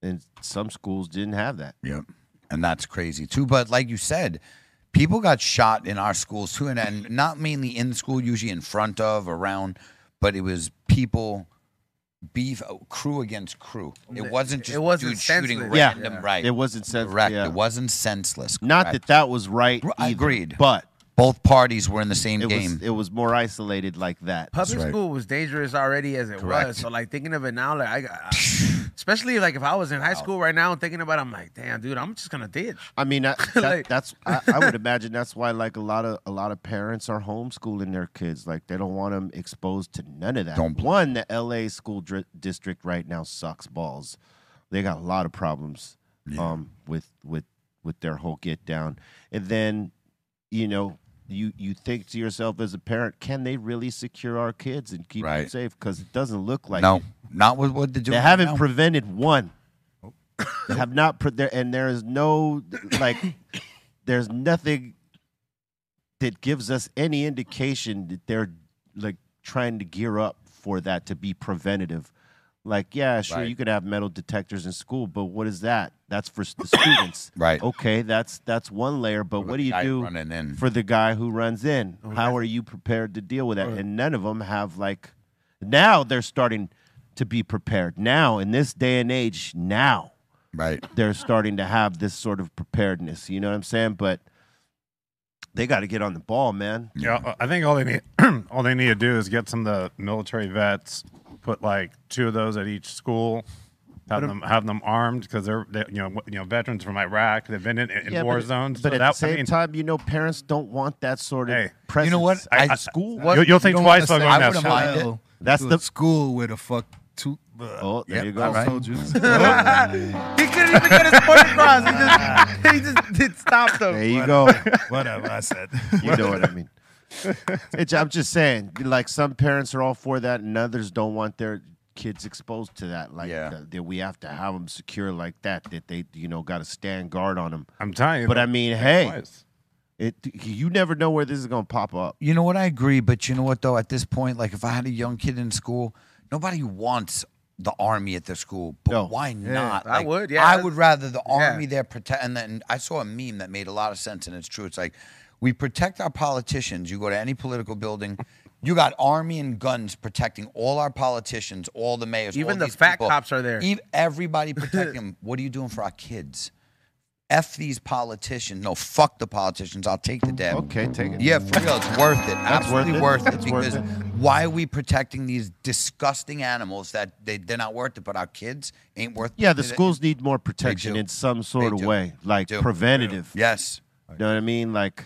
Speaker 3: And some schools didn't have that.
Speaker 2: Yep. And that's crazy too. But like you said, people got shot in our schools too, and, and not mainly in school, usually in front of, around, but it was people beef crew against crew. It wasn't just
Speaker 5: It wasn't
Speaker 2: dude shooting
Speaker 5: senseless.
Speaker 3: Yeah.
Speaker 2: random right.
Speaker 3: It wasn't sense.
Speaker 2: correct.
Speaker 3: yeah.
Speaker 2: It wasn't senseless.
Speaker 3: Not
Speaker 2: correct.
Speaker 3: that that was right.
Speaker 2: R-
Speaker 3: Either,
Speaker 2: agreed.
Speaker 3: But
Speaker 2: both parties were in the same
Speaker 3: it
Speaker 2: game.
Speaker 3: was it was more isolated like that.
Speaker 5: Public
Speaker 2: right.
Speaker 5: school was dangerous already as it
Speaker 2: Correct.
Speaker 5: was. So like thinking of it now, like I, I especially like if I was in high school right now and thinking about, it, I'm like, damn, dude, I'm just gonna ditch.
Speaker 3: I mean, I, that,
Speaker 5: Like-
Speaker 3: that's I, I would imagine that's why like a lot of a lot of parents are homeschooling their kids. Like they don't want them exposed to none of that.
Speaker 2: Don't blame
Speaker 3: One, the L.A. school dri- district right now sucks balls. They got a lot of problems um, with with with their whole get down. And then you know you you think to yourself as a parent, can they really secure our kids and keep them
Speaker 2: Right.
Speaker 3: safe? Because it doesn't look like
Speaker 2: no,
Speaker 3: it.
Speaker 2: not with what they're doing.
Speaker 3: They haven't
Speaker 2: now.
Speaker 3: prevented one.
Speaker 2: Oh.
Speaker 3: They have not pre- there, and there is no like, there's nothing that gives us any indication that they're like trying to gear up for that to be preventative. Like, yeah, sure,
Speaker 2: Right.
Speaker 3: you could have metal detectors in school, but what is that? That's for s- the students.
Speaker 2: Right.
Speaker 3: Okay, that's that's one layer, but what do you
Speaker 2: guy
Speaker 3: do
Speaker 2: running in.
Speaker 3: for the guy who runs in? How are you prepared to deal with that? And none of them have like now they're starting to be prepared. Now in this day and age, now
Speaker 2: Right.
Speaker 3: they're starting to have this sort of preparedness. You know what I'm saying? But they got to get on the ball, man.
Speaker 7: Yeah, I think all they need all they need to do is get some of the military vets, put like two of those at each school, have them have them armed because they're they, you know you know veterans from Iraq they've been in, in
Speaker 3: Yeah,
Speaker 7: war
Speaker 3: but-
Speaker 7: zones.
Speaker 3: But
Speaker 7: so
Speaker 3: at
Speaker 7: that,
Speaker 3: the same
Speaker 7: I mean,
Speaker 3: time, you know, parents don't want that sort of
Speaker 7: Hey. You know
Speaker 3: presence.
Speaker 2: You know what?
Speaker 7: I-
Speaker 2: I,
Speaker 7: I-
Speaker 2: school.
Speaker 7: you'll, you'll think
Speaker 6: don't
Speaker 7: twice
Speaker 6: wanna
Speaker 7: about going
Speaker 6: send
Speaker 2: I
Speaker 7: that.
Speaker 2: wouldn't
Speaker 7: shot.
Speaker 2: mind it.
Speaker 6: child
Speaker 3: That's
Speaker 6: to
Speaker 3: the-
Speaker 6: a school with a fuck tooth.
Speaker 3: Oh, there you go. Oh,
Speaker 6: I
Speaker 2: right.
Speaker 6: told you.
Speaker 5: He couldn't even get his point across. He just, he just it stopped him.
Speaker 3: There you go.
Speaker 6: Whatever I said.
Speaker 3: You know what I mean. It's- I'm just saying, like some parents are all for that, and others don't want their kids exposed to that. Like
Speaker 2: Yeah.
Speaker 3: that- that, we have to have them secure like that. That they, you know, got to stand guard on them.
Speaker 7: I'm telling you.
Speaker 3: But I
Speaker 7: like,
Speaker 3: mean,
Speaker 7: think
Speaker 3: hey,
Speaker 7: twice.
Speaker 3: it you never know where this is gonna pop up.
Speaker 2: You know what? I agree, but you know what though? At this point, like if I had a young kid in school, nobody wants the army at their school. But
Speaker 3: No.
Speaker 2: why not?
Speaker 5: I
Speaker 2: Like,
Speaker 5: would, yeah.
Speaker 2: I would rather the
Speaker 5: Yeah.
Speaker 2: army there protect. And then I saw a meme that made a lot of sense, and it's true. It's like we protect our politicians. You go to any political building. You got army and guns protecting all our politicians, all the mayors,
Speaker 5: Even
Speaker 2: all
Speaker 5: the
Speaker 2: these
Speaker 5: fat
Speaker 2: people.
Speaker 5: cops are there.
Speaker 2: Ev- everybody protecting them. What are you doing for our kids? F these politicians. No, fuck the politicians. I'll take the dead.
Speaker 3: Okay, take it.
Speaker 2: Yeah, for real, it's worth it. Absolutely
Speaker 3: worth
Speaker 2: worth
Speaker 3: it.
Speaker 2: it.
Speaker 3: It's worth
Speaker 2: because
Speaker 3: it.
Speaker 2: why are we protecting these disgusting animals that they they're not worth it, but our kids ain't worth
Speaker 3: Yeah, the
Speaker 2: it?
Speaker 3: schools need more protection
Speaker 2: do.
Speaker 3: in some sort
Speaker 2: They
Speaker 3: of
Speaker 2: do.
Speaker 3: way, like
Speaker 2: do.
Speaker 3: preventative.
Speaker 2: Yes,
Speaker 3: You know what I mean? Like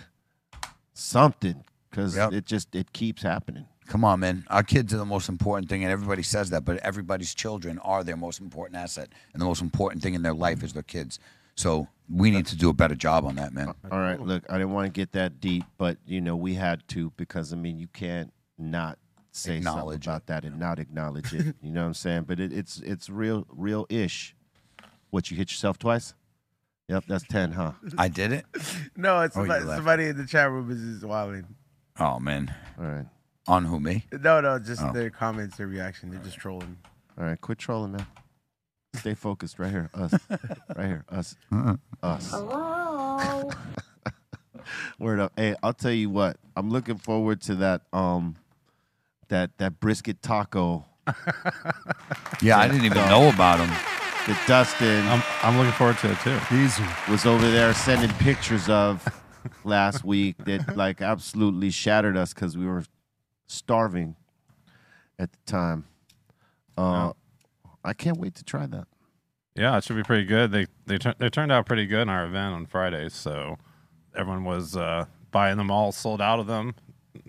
Speaker 3: something, because
Speaker 2: Yep.
Speaker 3: it just it keeps happening.
Speaker 2: come on, man. Our kids are the most important thing, and everybody says that, but everybody's children are their most important asset, and the most important thing in their life is their kids. So we need to do a better job on that, man.
Speaker 3: All right, look, I didn't want to get that deep, but you know we had to because I mean you can't not say something
Speaker 2: Acknowledge
Speaker 3: about that and not acknowledge it. You know what I'm saying? But it, it's it's real real ish. What you hit yourself twice? Yep, that's ten, huh?
Speaker 2: I did it.
Speaker 5: No, it's
Speaker 2: Oh, you
Speaker 5: somebody,
Speaker 2: left.
Speaker 5: somebody in the chat room is just wilding.
Speaker 2: Oh man,
Speaker 3: All right,
Speaker 2: on who me?
Speaker 5: No, no, just
Speaker 2: Oh.
Speaker 5: their comments, their reaction. They're just trolling.
Speaker 3: all right, quit trolling, man. Stay focused, right here, us, right here, us, us. Word up. Hey, I'll tell you what. I'm looking forward to that um that that brisket taco
Speaker 2: Yeah, I didn't even know about him.
Speaker 3: that Dustin
Speaker 7: I'm I'm looking forward to it too.
Speaker 6: Easy.
Speaker 3: was over there sending pictures of last week that like absolutely shattered us because we were starving at the time. Uh, I can't wait to try that.
Speaker 7: Yeah, it should be pretty good. They they tur- they turned out pretty good in our event on Friday, so everyone was uh, buying them all, sold out of them,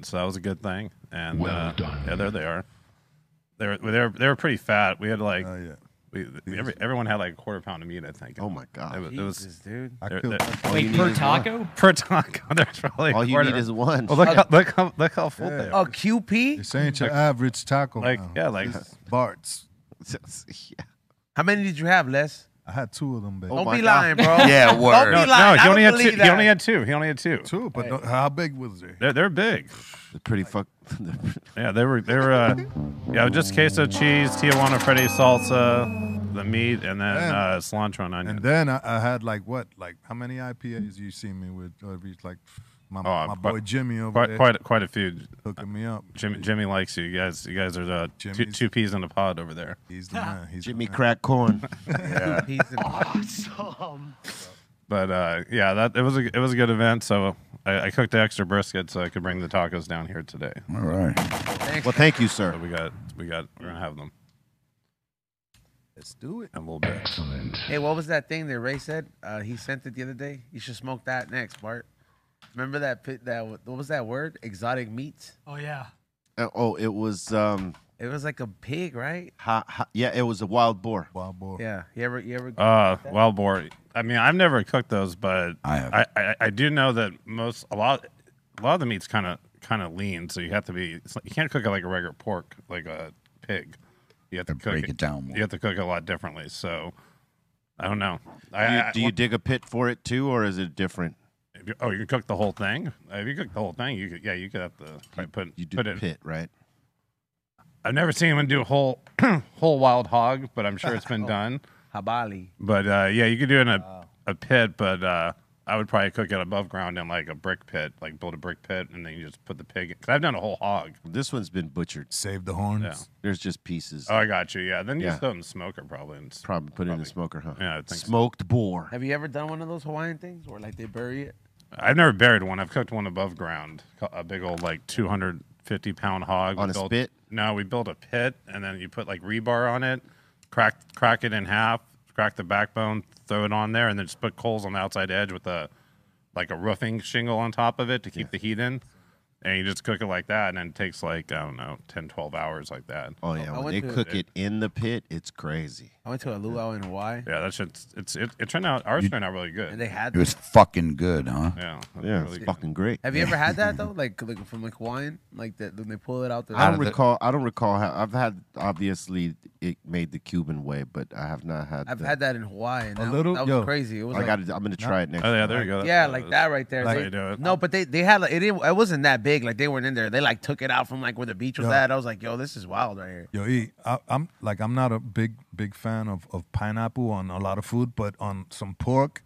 Speaker 7: so that was a good thing. And uh, yeah, there they are. They were they were, they were pretty fat. We had like
Speaker 6: Oh, yeah.
Speaker 7: we, we- every, everyone had like a quarter pound of meat, I think.
Speaker 3: Oh my
Speaker 7: It
Speaker 3: god!
Speaker 7: was, it was
Speaker 5: Jesus, dude.
Speaker 6: I
Speaker 7: They're-
Speaker 6: killed
Speaker 7: they're-
Speaker 6: that.
Speaker 3: you
Speaker 4: Wait,
Speaker 3: need
Speaker 4: per
Speaker 3: is one.
Speaker 4: taco?
Speaker 7: per taco. There's probably a
Speaker 3: All you
Speaker 7: quarter.
Speaker 3: need is one.
Speaker 7: Well, look how look how look how full they
Speaker 5: Oh,
Speaker 7: are.
Speaker 5: QP?
Speaker 6: This ain't your average taco.
Speaker 7: Like
Speaker 6: now.
Speaker 7: yeah, like
Speaker 6: This is Bart's.
Speaker 3: Yeah.
Speaker 5: How many did you have, Les?
Speaker 6: I had two of them, baby.
Speaker 3: Oh
Speaker 5: Don't
Speaker 3: my
Speaker 5: be
Speaker 3: God.
Speaker 5: lying, bro.
Speaker 2: Yeah,
Speaker 5: Don't be
Speaker 2: word.
Speaker 7: no, no.
Speaker 5: lying. I
Speaker 7: He only
Speaker 5: don't
Speaker 7: had two.
Speaker 5: believe
Speaker 7: He only
Speaker 5: that.
Speaker 7: had two. He only had two.
Speaker 6: Two, but don't- how big was they?
Speaker 7: They're they're big.
Speaker 3: They're pretty fuck.
Speaker 7: Yeah, they were they were uh, yeah, just queso cheese, Tijuana Freddy salsa, the meat, and then
Speaker 6: Damn.
Speaker 7: uh, cilantro and onion.
Speaker 6: And then I, I had like what? Like how many IPAs you see me with? uh, Every like my,
Speaker 7: Oh,
Speaker 6: my
Speaker 7: quite-
Speaker 6: boy Jimmy over
Speaker 7: quite
Speaker 6: there
Speaker 7: quite quite a few.
Speaker 6: hooking me up.
Speaker 7: Jimmy Jimmy likes you. You guys you guys are the two,
Speaker 6: Jimmy's-
Speaker 7: two peas in a pod over there.
Speaker 6: He's the man. He's the
Speaker 3: Jimmy
Speaker 6: man.
Speaker 3: crack corn.
Speaker 5: He's in-
Speaker 7: But uh, yeah, that it was a it was a good event. So I, I cooked the extra brisket so I could bring the tacos down here today.
Speaker 2: All right.
Speaker 3: Well, thank you,
Speaker 7: So
Speaker 3: sir.
Speaker 7: we got we got we're gonna have them
Speaker 6: Let's do it.
Speaker 7: in a little bit.
Speaker 5: hey, what was that thing that Ray said? Uh, he sent it the other day. You should smoke that next, Bart. Remember that pit? That what was that word? Exotic meats.
Speaker 8: Oh yeah.
Speaker 3: Uh, oh, it was um,
Speaker 5: It was like a pig, right?
Speaker 3: ha, ha, yeah, it was a wild boar.
Speaker 6: Wild boy.
Speaker 5: Yeah. You ever? You ever?
Speaker 7: Uh, wild boar. I mean, I've never cooked those, but
Speaker 2: I have.
Speaker 7: I, I, I do know that most a lot a lot of the meat's kind of kind of lean, so you have to be it's like, you can't cook it like a regular pork, like a pig. You have to
Speaker 2: Gotta
Speaker 7: cook
Speaker 2: break it down more.
Speaker 7: You have to cook it a lot differently. So I don't know.
Speaker 3: Do you,
Speaker 7: I,
Speaker 3: do you dig a pit for it too, or is it different?
Speaker 7: I, oh, you can cook the whole thing. If you cook the whole thing, you could yeah, you could have to probably put
Speaker 3: You do
Speaker 7: put it.
Speaker 3: pit, right?
Speaker 7: I've never seen anyone do a whole whole wild hog, but I'm sure it's been done.
Speaker 5: Habali.
Speaker 7: But uh, yeah, you could do it in a, a pit, but uh, I would probably cook it above ground in like a brick pit, like build a brick pit, and then you just put the pig. in- Cause I've done a whole hog.
Speaker 3: This one's been butchered.
Speaker 6: Save the horns.
Speaker 7: Yeah.
Speaker 3: There's just pieces.
Speaker 7: Oh, I got you. Yeah, then you
Speaker 3: Yeah.
Speaker 7: just throw it in the smoker probably. And s-
Speaker 3: probably put it in the smoker, huh?
Speaker 7: Yeah, I think so.
Speaker 3: Smoked boar.
Speaker 5: Have you ever done one of those Hawaiian things where like they bury it?
Speaker 7: I've never buried one. I've cooked one above ground, co- a big old like 250 pound hog We
Speaker 3: On a spit?
Speaker 7: No, we built a pit, and then you put like rebar on it, crack crack it in half, crack the backbone, throw it on there, and then just put coals on the outside edge with a like a roofing shingle on top of it to keep the heat in. And you just cook it like that, and then it takes like I don't know, 10, 12 hours like that.
Speaker 3: Oh yeah,
Speaker 5: I
Speaker 3: when
Speaker 5: went
Speaker 3: they
Speaker 5: to-
Speaker 3: cook it in the pit, it's crazy.
Speaker 5: I went to a luau in Hawaii
Speaker 7: Yeah, that shit's it's it, it turned out ours turned out really good.
Speaker 5: and they had.
Speaker 2: It was fucking good, huh?
Speaker 7: yeah, that's
Speaker 3: Yeah,
Speaker 7: really
Speaker 3: it's
Speaker 7: good.
Speaker 3: fucking great.
Speaker 5: Have you ever had that though? Like, like from like Hawaiian, like that when they pull it out the.
Speaker 3: I don't
Speaker 2: of the-
Speaker 3: recall. I don't recall how I've had. Obviously, it made the Cuban way, but I have not had.
Speaker 5: I've
Speaker 3: the-
Speaker 5: had that in Hawaii. And
Speaker 6: A
Speaker 5: that,
Speaker 6: little-
Speaker 5: that was
Speaker 6: yo,
Speaker 5: crazy. It was
Speaker 3: I
Speaker 5: like,
Speaker 3: got. to I'm gonna try it next.
Speaker 7: Oh yeah,
Speaker 3: time.
Speaker 7: there you go. That's-
Speaker 5: yeah, like that right there.
Speaker 7: That's
Speaker 5: They-
Speaker 7: how you do it.
Speaker 5: No, but they they had like, it. didn't- It wasn't that big. Like they weren't in there. They like took it out from like where the beach was
Speaker 6: Yeah.
Speaker 5: at. I was like, yo, this is wild right here.
Speaker 6: Yo, E, I, I'm like I'm not a big big fan of, of pineapple on a lot of food, but on some pork,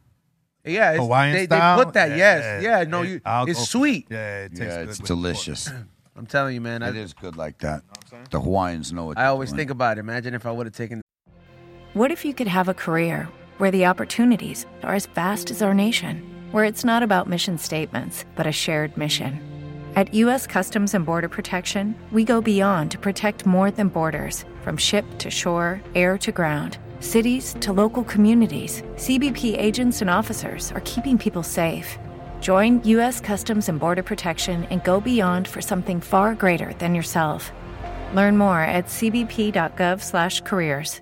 Speaker 5: Yeah, it's,
Speaker 6: Hawaiian
Speaker 5: they,
Speaker 6: style.
Speaker 5: they put that. yes, yeah, no,
Speaker 6: it-
Speaker 5: you,
Speaker 6: I'll
Speaker 5: it's
Speaker 6: go for
Speaker 5: sweet.
Speaker 6: That. Yeah, it tastes
Speaker 2: Yeah,
Speaker 6: good
Speaker 2: it's
Speaker 6: with pork.
Speaker 2: delicious.
Speaker 5: I'm telling you, man.
Speaker 2: It
Speaker 5: I,
Speaker 2: is good like that. The Hawaiians know it.
Speaker 5: I always think about it. Imagine if I would have taken
Speaker 9: What if you could have a career where the opportunities are as vast as our nation, where it's not about mission statements, but a shared mission? At U.S. Customs and Border Protection, we go beyond to protect more than borders from ship to shore, air to ground, cities to local communities. CBP agents and officers are keeping people safe. Join U.S. Customs and Border Protection and go beyond for something far greater than yourself. Learn more at cbp.gov/careers.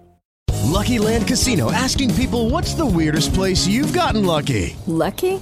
Speaker 8: Lucky Land Casino asking people what's the weirdest place you've gotten lucky?
Speaker 10: Lucky?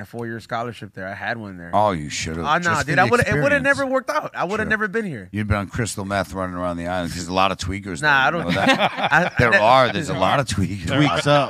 Speaker 5: a four-year scholarship there, I had one there.
Speaker 2: Oh, you should have.
Speaker 5: Oh, no, dude, I would it would have never worked out. I would have never been here.
Speaker 2: You'd been on crystal meth running around the island. There's a lot of tweakers.
Speaker 5: Nah, I
Speaker 2: there, you
Speaker 5: don't-
Speaker 2: know that?
Speaker 5: I,
Speaker 2: there
Speaker 5: that-
Speaker 2: are. There's a lot of tweakers.
Speaker 3: Tweaks up.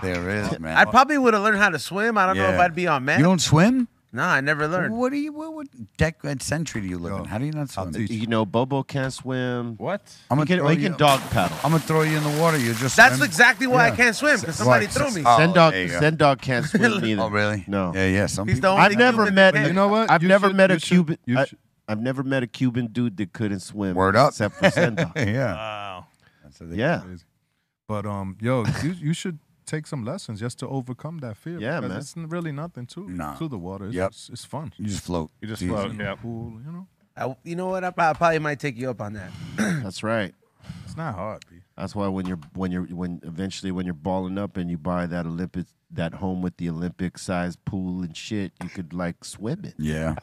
Speaker 2: There is, man.
Speaker 5: I probably would have learned how to swim. I don't know if
Speaker 2: Yeah.
Speaker 5: I'd be on man.
Speaker 2: You don't swim?
Speaker 5: No, I never learned.
Speaker 2: What are you? What, what deck and century do you live in? How do you not
Speaker 6: I'll
Speaker 2: swim?
Speaker 6: teach
Speaker 3: You know, Bobo can't swim.
Speaker 7: What?
Speaker 2: I'm
Speaker 3: He
Speaker 2: gonna
Speaker 3: can,
Speaker 2: throw
Speaker 3: he
Speaker 2: you-
Speaker 3: can dog paddle.
Speaker 2: I'm gonna throw you in the water. You just.
Speaker 5: That's
Speaker 2: swim.
Speaker 5: exactly why I
Speaker 2: Yeah.
Speaker 5: can't swim because
Speaker 2: S-
Speaker 5: somebody
Speaker 2: right,
Speaker 5: threw me.
Speaker 2: oh,
Speaker 3: Send dog.
Speaker 2: there you go.
Speaker 3: Send dog can't swim either.
Speaker 2: Oh, really?
Speaker 3: No.
Speaker 2: Yeah, yeah. Some
Speaker 5: He's the
Speaker 2: people.
Speaker 5: only
Speaker 3: I've
Speaker 5: thing that
Speaker 3: never
Speaker 5: can-
Speaker 3: met.
Speaker 5: You
Speaker 6: know what?
Speaker 3: I've
Speaker 6: You
Speaker 3: never
Speaker 6: should-
Speaker 3: met a
Speaker 6: you should-
Speaker 3: Cuban.
Speaker 6: you
Speaker 3: I,
Speaker 6: should-
Speaker 3: have never met a Cuban dude that couldn't swim.
Speaker 2: Word up.
Speaker 3: Except for send dog.
Speaker 2: yeah.
Speaker 7: Wow.
Speaker 2: That's what they-
Speaker 3: yeah.
Speaker 6: Crazy. But um, yo, you, you should take some lessons just to overcome that fear.
Speaker 3: Yeah,
Speaker 6: because
Speaker 3: man.
Speaker 6: It's n- really nothing to
Speaker 2: Nah.
Speaker 6: to the water. It's,
Speaker 2: Yep.
Speaker 6: it's, it's fun.
Speaker 2: You just float.
Speaker 7: You just
Speaker 2: It's easy.
Speaker 7: float. Yep.
Speaker 6: Pool, you know,
Speaker 5: I- you know what? I prob- probably might take you up on that.
Speaker 3: That's right.
Speaker 6: it's not hard. B.
Speaker 3: That's why when you're when you're when eventually when you're balling up and you buy that Olympic that home with the Olympic sized pool and shit, you could like swim it.
Speaker 2: Yeah.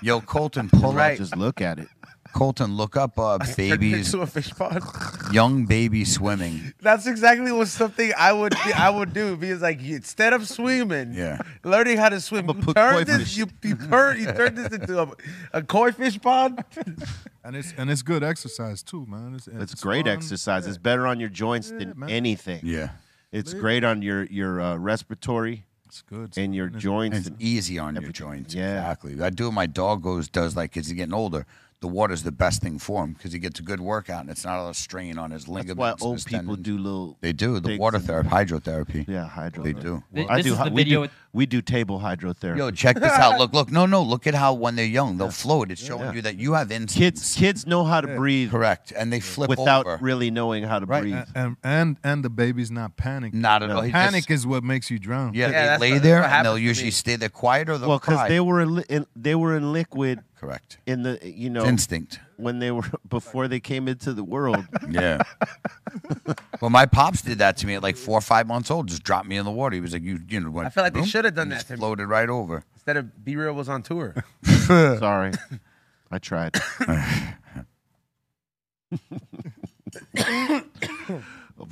Speaker 2: Yo, Colton, pull
Speaker 3: Right.
Speaker 2: up.
Speaker 3: Just look at it.
Speaker 2: Colton, look up uh, babies,
Speaker 5: to a fish pond.
Speaker 2: young baby swimming.
Speaker 5: That's exactly what something I would I would do because like you- instead of swimming,
Speaker 2: Yeah.
Speaker 5: learning how to swim,
Speaker 3: I'm a
Speaker 5: you
Speaker 3: put koi
Speaker 5: turn this
Speaker 3: fish.
Speaker 5: you you turn you turn this into a, a koi fish pond.
Speaker 6: And it's and it's good exercise too, man. It's,
Speaker 3: It's, great
Speaker 6: fun.
Speaker 3: exercise.
Speaker 6: Yeah.
Speaker 3: It's better on your joints than
Speaker 6: man.
Speaker 3: anything.
Speaker 2: Yeah.
Speaker 3: It's great on your your uh, respiratory
Speaker 6: It's good.
Speaker 3: and your
Speaker 6: It's-
Speaker 3: joints.
Speaker 2: And it's
Speaker 3: and-
Speaker 2: easy on your
Speaker 3: Everything.
Speaker 2: joints.
Speaker 3: Yeah.
Speaker 2: Exactly. I do what my dog goes does like as he's getting older. The water's the best thing for him because he gets a good workout and it's not a lot of strain on his
Speaker 3: that's
Speaker 2: ligaments.
Speaker 3: why
Speaker 2: and
Speaker 3: old
Speaker 2: his
Speaker 3: people
Speaker 2: tendons.
Speaker 3: do little.
Speaker 2: They do the
Speaker 3: things
Speaker 2: water
Speaker 3: and-
Speaker 2: therapy, hydrotherapy.
Speaker 3: Yeah, hydro.
Speaker 2: They do.
Speaker 4: Th-
Speaker 3: I
Speaker 4: this
Speaker 3: do.
Speaker 4: is
Speaker 3: hy-
Speaker 4: the
Speaker 3: we
Speaker 4: video
Speaker 3: do.
Speaker 4: with-
Speaker 3: We do table hydrotherapy.
Speaker 2: Yo, check this out. Look, look. No, no. Look at how when they're young, they'll float. It's showing
Speaker 3: Yeah.
Speaker 2: you that you have instincts.
Speaker 3: kids, kids know how to breathe
Speaker 2: Correct. And they flip
Speaker 3: without
Speaker 2: over.
Speaker 3: really knowing how to
Speaker 2: Right.
Speaker 3: breathe.
Speaker 6: and and and the baby's not panicking.
Speaker 2: Not at all. He
Speaker 6: Panic
Speaker 2: just-
Speaker 6: is what makes you drown.
Speaker 2: yeah,
Speaker 5: Yeah,
Speaker 2: they
Speaker 5: that's
Speaker 2: lay
Speaker 5: what-
Speaker 2: there
Speaker 5: that's what
Speaker 2: and they'll
Speaker 5: happens to
Speaker 2: usually
Speaker 5: me.
Speaker 2: stay there quiet or they'll
Speaker 3: well,
Speaker 2: cry.
Speaker 3: because they were in, li- in, they were in liquid
Speaker 2: Correct.
Speaker 3: in the you know
Speaker 2: It's instinct.
Speaker 3: when they were before they came into the world.
Speaker 2: Yeah. well, my pops did that to me at like four or five months old. Just dropped me in the water. He was like, "You, you know what?"
Speaker 5: I feel like they should have done that
Speaker 2: Just
Speaker 5: to me
Speaker 2: floated right over.
Speaker 5: instead of B real was on tour.
Speaker 3: Sorry, I tried.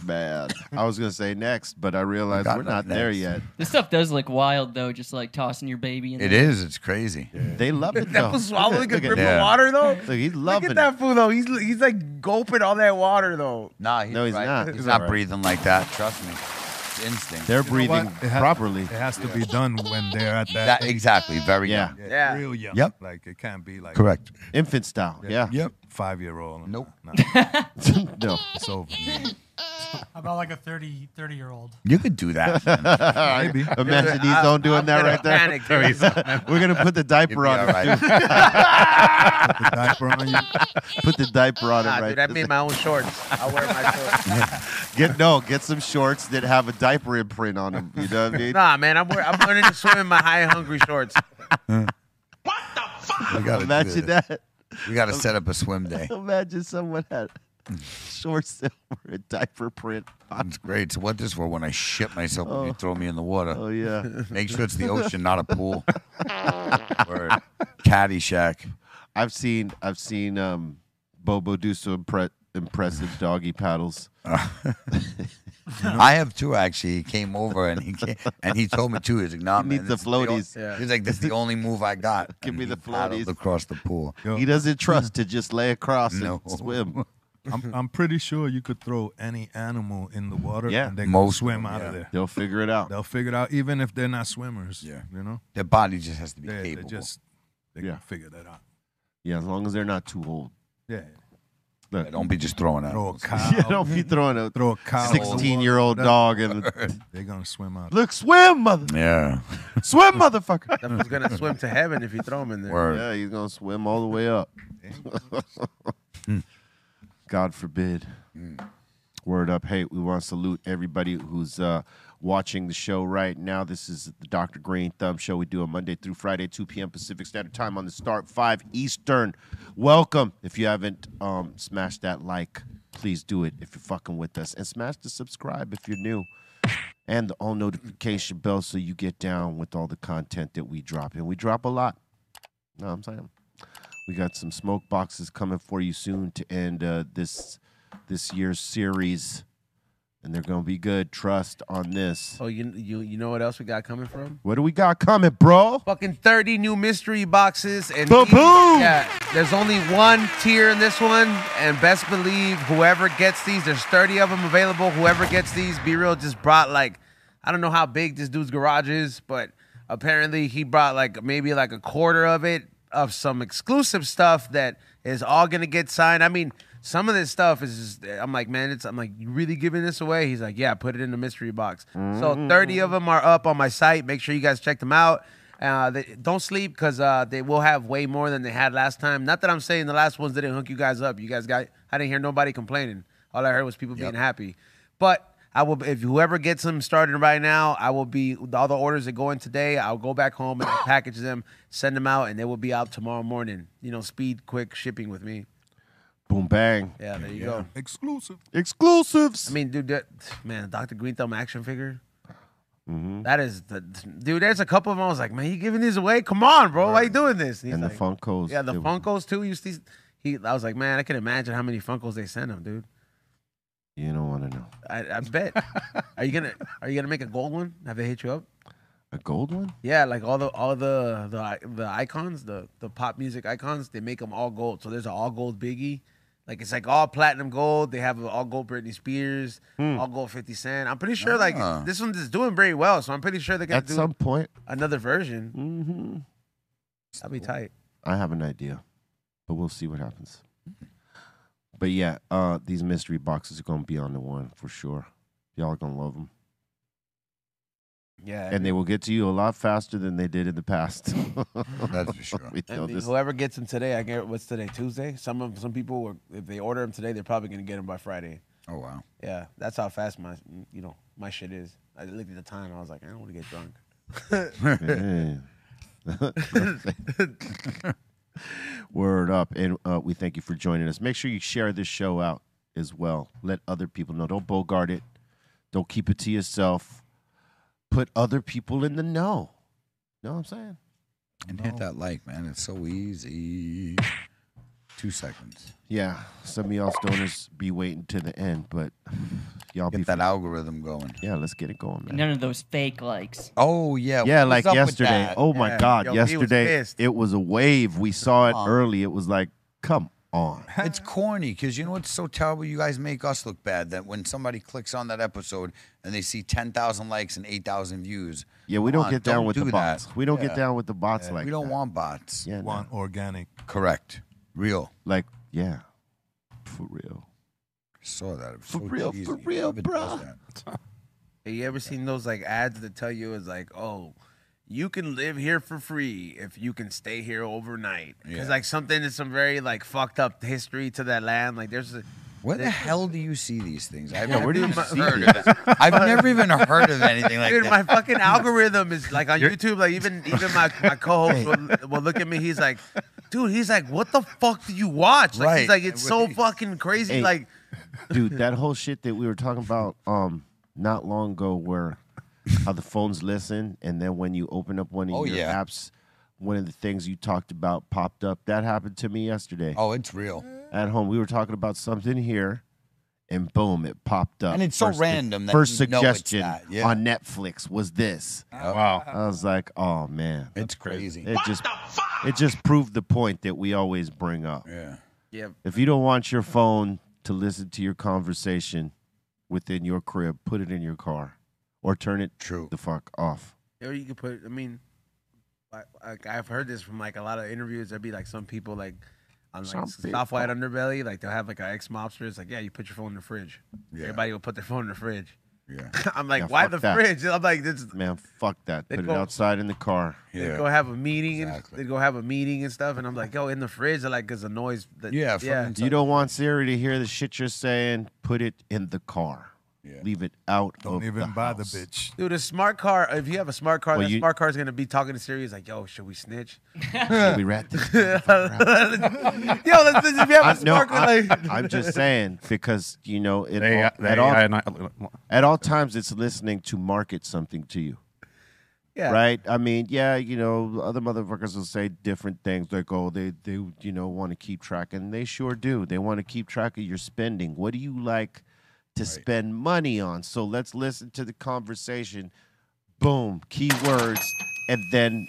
Speaker 3: bad. Oh, I was gonna say next, but I realized
Speaker 2: got
Speaker 3: we're not
Speaker 2: nothing
Speaker 3: there
Speaker 2: next.
Speaker 3: yet.
Speaker 4: This stuff does look wild though, just like tossing your baby in
Speaker 2: It
Speaker 4: there.
Speaker 2: is. It's crazy.
Speaker 3: They love
Speaker 5: That fool swallowing a drip of water though.
Speaker 3: Look, he's
Speaker 5: Look
Speaker 3: loving
Speaker 5: at that fool though. He's he's like gulping all that water though.
Speaker 2: Nah, he's
Speaker 3: No, he's
Speaker 2: right.
Speaker 3: not.
Speaker 2: He's
Speaker 3: He's
Speaker 2: not
Speaker 3: right.
Speaker 2: breathing like that. Trust me. It's instinct.
Speaker 3: They're breathing properly.
Speaker 6: It has to be done when they're at that.
Speaker 2: That-
Speaker 6: age.
Speaker 2: exactly. Very
Speaker 3: Yeah.
Speaker 6: Yeah,
Speaker 5: Yeah.
Speaker 6: Real young.
Speaker 2: Yep.
Speaker 6: Like it can't be like
Speaker 2: Correct.
Speaker 3: Infant style. Yeah.
Speaker 2: Yep.
Speaker 6: five year old.
Speaker 2: Nope.
Speaker 3: no.
Speaker 6: It's over.
Speaker 11: How about like a 30, 30 year old?
Speaker 2: You could do that. man.
Speaker 6: Maybe.
Speaker 3: Imagine he's on doing that right there. We're gonna put the diaper
Speaker 2: You'd be
Speaker 3: on him.
Speaker 2: all
Speaker 3: dude.
Speaker 6: Put the diaper on you.
Speaker 3: Put the diaper on him
Speaker 5: Nah,
Speaker 3: right
Speaker 5: dude, I made my own shorts. I wear my shorts.
Speaker 3: Get no, get some shorts that have a diaper imprint on them. You know what I mean?
Speaker 5: Nah, man, I'm wear, I'm learning to swim in my high and hungry shorts.
Speaker 2: We gotta do
Speaker 3: Imagine
Speaker 2: this.
Speaker 3: that.
Speaker 2: We got to set up a swim day.
Speaker 3: Imagine someone had shorts that were a diaper print. on.
Speaker 2: It's Mm, great. So what this for when I shit myself when you
Speaker 3: Oh.
Speaker 2: throw me in the water?
Speaker 3: Oh yeah.
Speaker 2: Make sure it's the ocean, not a pool. or Caddyshack.
Speaker 3: I've seen I've seen um, Bobo do some impre- impressive doggy paddles.
Speaker 2: I have two actually. He came over and he came, and he told me too. He's like, "Nah,
Speaker 3: He
Speaker 2: man,
Speaker 3: needs the
Speaker 2: this is o-
Speaker 3: floaties.
Speaker 5: Yeah.
Speaker 2: He's like, "This is the only move I got."
Speaker 3: Give
Speaker 2: And
Speaker 3: me the
Speaker 2: he paddled
Speaker 3: floaties.
Speaker 2: across the pool.
Speaker 3: He doesn't trust to just lay across
Speaker 2: No.
Speaker 3: and swim.
Speaker 6: I'm, I'm pretty sure you could throw any animal in the water
Speaker 3: Yeah.
Speaker 6: and they can
Speaker 2: Most of
Speaker 6: swim
Speaker 2: them,
Speaker 6: out of
Speaker 2: yeah.
Speaker 6: there.
Speaker 3: They'll figure it out.
Speaker 6: They'll figure it out, even if they're not swimmers.
Speaker 2: Yeah.
Speaker 6: You know?
Speaker 2: Their body just has to be
Speaker 6: They, they
Speaker 2: capable.
Speaker 6: just they
Speaker 3: Yeah.
Speaker 6: can figure that out.
Speaker 3: Yeah, as long as they're not too old.
Speaker 6: Yeah.
Speaker 3: Look,
Speaker 2: Yeah, don't be just throwing out.
Speaker 6: Throw a cow.
Speaker 3: yeah, don't be throwing a
Speaker 6: throw a cow. in the water.
Speaker 3: 16 year old dog and
Speaker 6: They're gonna swim out.
Speaker 3: look, swim, mother,
Speaker 2: Yeah.
Speaker 3: swim, motherfucker.
Speaker 5: That fool's gonna swim to heaven if you throw him in there.
Speaker 2: Word.
Speaker 3: Yeah, he's gonna swim all the way up. God forbid. Mm. Word up. Hey, we want to salute everybody who's uh, watching the show right now. This is the Dr. Green Thumb Show. We do it Monday through Friday, 2 p.m. Pacific Standard Time on the Start 5 Eastern. Welcome. If you haven't um, smashed that like, please do it if you're fucking with us. And smash the subscribe if you're new. And the all notification bell so you get down with all the content that we drop. And we drop a lot. No, I'm saying we got some smoke boxes coming for you soon to end uh, this this year's series, and they're gonna be good. Trust on this.
Speaker 5: Oh, you you you know what else we got coming from?
Speaker 3: What do we got coming, bro?
Speaker 5: Fucking 30 new mystery boxes and
Speaker 3: Boom,
Speaker 5: these-
Speaker 3: boom.
Speaker 5: Yeah, there's only one tier in this one, and best believe whoever gets these, there's 30 of them available. Whoever gets these, Be Real just brought like I don't know how big this dude's garage is, but apparently he brought like maybe like a quarter of it of some exclusive stuff that is all gonna get signed. I mean, some of this stuff is just I'm like, man, it's I'm like, you really giving this away? He's like, yeah, put it in the mystery box. So 30
Speaker 3: Mm-hmm.
Speaker 5: of them are up on my site. Make sure you guys check them out. Uh, they, don't sleep because uh, they will have way more than they had last time. Not that I'm saying the last ones didn't hook you guys up. You guys got I didn't hear nobody complaining. All I heard was people being happy. But I will if whoever gets them started right now, I will be all the orders that go in today. I'll go back home and package them, send them out, and they will be out tomorrow morning. You know, speed, quick shipping with me.
Speaker 3: Boom bang.
Speaker 5: Yeah, there you go.
Speaker 6: Exclusive.
Speaker 3: Exclusives.
Speaker 5: I mean, dude, that, man, Dr. Green Thumb action figure.
Speaker 3: Mm-hmm.
Speaker 5: That is the dude. There's a couple of them. I was like, man, you giving these away? Come on, bro. Why you doing this? he's
Speaker 3: and the
Speaker 5: like-
Speaker 3: Funkos.
Speaker 5: Yeah, the
Speaker 3: They-
Speaker 5: Funkos too. You see, he. I was like, man, I can imagine how many Funkos they send him, dude.
Speaker 3: You don't want to know
Speaker 5: I, I bet. are you gonna Are you gonna make a gold one? Have they hit you up?
Speaker 3: a gold one.
Speaker 5: Yeah, like all the all the the the icons, the the pop music icons, they make them all gold. So there's an all gold Biggie. Like it's like all platinum gold. They have all gold Britney Spears,
Speaker 3: Hmm.
Speaker 5: all gold 50 Cent. I'm pretty sure
Speaker 2: Ah.
Speaker 5: like this one is doing very well. So I'm pretty sure they're gonna
Speaker 3: At
Speaker 5: do
Speaker 3: some point,
Speaker 5: another version.
Speaker 3: hmm
Speaker 5: That'd be tight.
Speaker 3: I have an idea, but we'll see what happens.
Speaker 5: Mm-hmm.
Speaker 3: But yeah, uh, these mystery boxes are gonna be on the one for sure. Y'all are gonna love them.
Speaker 5: Yeah.
Speaker 3: and they will get to you a lot faster than they did in the past.
Speaker 2: That's for sure.
Speaker 3: We know
Speaker 5: And
Speaker 3: this-
Speaker 5: whoever gets them today, I get what's today Tuesday. Some of some people, were, if they order them today, they're probably gonna get them by Friday.
Speaker 2: Oh wow.
Speaker 5: Yeah, that's how fast my you know my shit is. I looked at the time. I was like, I don't want to get drunk.
Speaker 3: Oh, Yeah. Word up, and uh, we thank you for joining us. Make sure you share this show out as well. Let other people know. Don't bogart it. Don't keep it to yourself. Put other people in the know. Know what I'm saying?
Speaker 2: And hit that like, man. It's so easy. Two seconds.
Speaker 3: Yeah, some of y'all stoners be waiting to the end, but y'all
Speaker 2: get
Speaker 3: be
Speaker 2: that algorithm going.
Speaker 3: Yeah, let's get it going, man.
Speaker 4: None of those fake likes.
Speaker 2: Oh yeah,
Speaker 3: Yeah, like yesterday. Oh my God, yesterday
Speaker 2: pissed. Uh-huh.
Speaker 3: it was a wave. We saw it
Speaker 2: Come on.
Speaker 3: early. It was like, come on.
Speaker 2: it's corny because you know what's so terrible? You guys make us look bad. That when somebody clicks on that episode and they see ten thousand likes and eight thousand views.
Speaker 3: Yeah, we
Speaker 2: come
Speaker 3: don't
Speaker 2: on,
Speaker 3: get down with
Speaker 2: do
Speaker 3: the
Speaker 2: that.
Speaker 3: bots. We don't
Speaker 2: Yeah.
Speaker 3: get down with the bots like
Speaker 2: we don't
Speaker 3: that.
Speaker 2: want bots.
Speaker 3: Yeah,
Speaker 6: Want organic.
Speaker 2: Correct. Real.
Speaker 3: Like yeah, for real.
Speaker 2: Saw that. It was
Speaker 5: For
Speaker 2: so
Speaker 5: real,
Speaker 2: cheesy.
Speaker 5: for real,
Speaker 2: Whoever does
Speaker 5: bruh.
Speaker 2: that.
Speaker 5: Have you ever seen those like ads that tell you it's like, oh, you can live here for free if you can stay here overnight? Because
Speaker 2: Yeah.
Speaker 5: like something is some very like fucked up history to that land. Like there's a,
Speaker 2: Where the hell do you see these things? I've
Speaker 5: Yeah,
Speaker 2: never
Speaker 5: where do you
Speaker 2: even
Speaker 5: see
Speaker 2: heard
Speaker 5: these?
Speaker 2: of it. I've never even heard of anything like
Speaker 5: Dude,
Speaker 2: that.
Speaker 5: my fucking algorithm is like on YouTube. Like even even my, my co-host will, will look at me. He's like, dude. He's like, what the fuck do you watch? Like he's
Speaker 3: Right.
Speaker 5: like, it's so fucking crazy.
Speaker 3: Hey,
Speaker 5: Like
Speaker 3: dude, that whole shit that we were talking about um not long ago, where how the phones listen, and then when you open up one of
Speaker 2: Oh,
Speaker 3: your
Speaker 2: yeah.
Speaker 3: apps, one of the things you talked about popped up. That happened to me yesterday.
Speaker 2: Oh, it's real.
Speaker 3: At home, we were talking about something here, and boom, it popped up.
Speaker 2: And it's so
Speaker 3: First-
Speaker 2: random that
Speaker 3: first
Speaker 2: you know it's
Speaker 3: suggestion
Speaker 2: that, yeah.
Speaker 3: on Netflix was this.
Speaker 7: Wow,
Speaker 3: I was like, oh man,
Speaker 2: it's crazy.
Speaker 3: It just it just proved the point that we always bring up.
Speaker 2: Yeah.
Speaker 5: Yeah.
Speaker 3: If you don't want your phone to listen to your conversation within your crib, put it in your car or turn it
Speaker 2: True.
Speaker 3: the fuck off.
Speaker 5: Or you could put. I mean, I- like I've heard this from like a lot of interviews. There'd be like some people like on
Speaker 3: Some
Speaker 5: like
Speaker 3: people.
Speaker 5: soft white underbelly. Like they'll have like an ex mobster. It's like, yeah, you put your phone in the fridge.
Speaker 3: Yeah.
Speaker 5: Everybody will put their phone in the fridge.
Speaker 2: Yeah.
Speaker 5: I'm like,
Speaker 3: Yeah,
Speaker 5: why
Speaker 3: fuck
Speaker 5: the
Speaker 3: that.
Speaker 5: fridge? I'm like, this.
Speaker 3: Man, fuck that.
Speaker 5: They
Speaker 3: Put it
Speaker 5: go-
Speaker 3: outside in the car.
Speaker 5: They go have a meeting and they go have a meeting and stuff. And I'm like, yo, in the fridge, they're like, cause the noise. That, yeah.
Speaker 3: You don't want Siri to hear the shit you're saying, put it in the car. Leave it out Don't of
Speaker 6: even
Speaker 3: the
Speaker 6: buy the
Speaker 3: house.
Speaker 6: bitch.
Speaker 5: Dude, a smart car. If you have a smart car,
Speaker 3: Well,
Speaker 5: that
Speaker 3: you-
Speaker 5: smart car is gonna be talking to Siri. It's like, yo, should we snitch?
Speaker 3: Should we rat this
Speaker 5: yo, let's, if you have a
Speaker 3: I'm- no,
Speaker 5: smart car,
Speaker 3: I-
Speaker 5: like,
Speaker 3: I'm just saying because you know it
Speaker 7: They-
Speaker 3: all-
Speaker 7: they-
Speaker 3: at all
Speaker 7: I- I-
Speaker 3: at all times it's listening to market something to you.
Speaker 5: Yeah.
Speaker 3: Right. I mean, yeah, you know, other motherfuckers will say different things. Like, oh, they they you know want to keep track, and they sure do. They want to keep track of your spending. What do you like to spend money on? So let's listen to the conversation. Boom, keywords, and then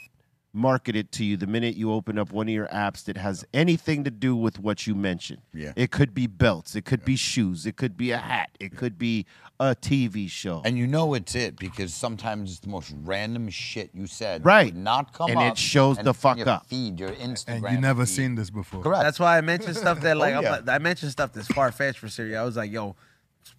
Speaker 3: market it to you the minute you open up one of your apps that has anything to do with what you mentioned.
Speaker 2: Yeah.
Speaker 3: It could be belts, it could be shoes, it could be a hat, it could be a TV show.
Speaker 2: And you know it's it because sometimes it's the most random shit you said.
Speaker 3: Right.
Speaker 2: Would not come
Speaker 3: And it
Speaker 2: up
Speaker 3: shows
Speaker 2: and
Speaker 3: the
Speaker 2: it's in
Speaker 3: fuck
Speaker 2: your
Speaker 3: up.
Speaker 2: Feed your Instagram.
Speaker 6: And you never seen this before.
Speaker 2: Correct.
Speaker 5: That's why I mentioned stuff that
Speaker 2: Oh,
Speaker 5: like,
Speaker 2: yeah.
Speaker 5: I'm, like- I mentioned stuff that's far fetched for Syria. I was like, yo,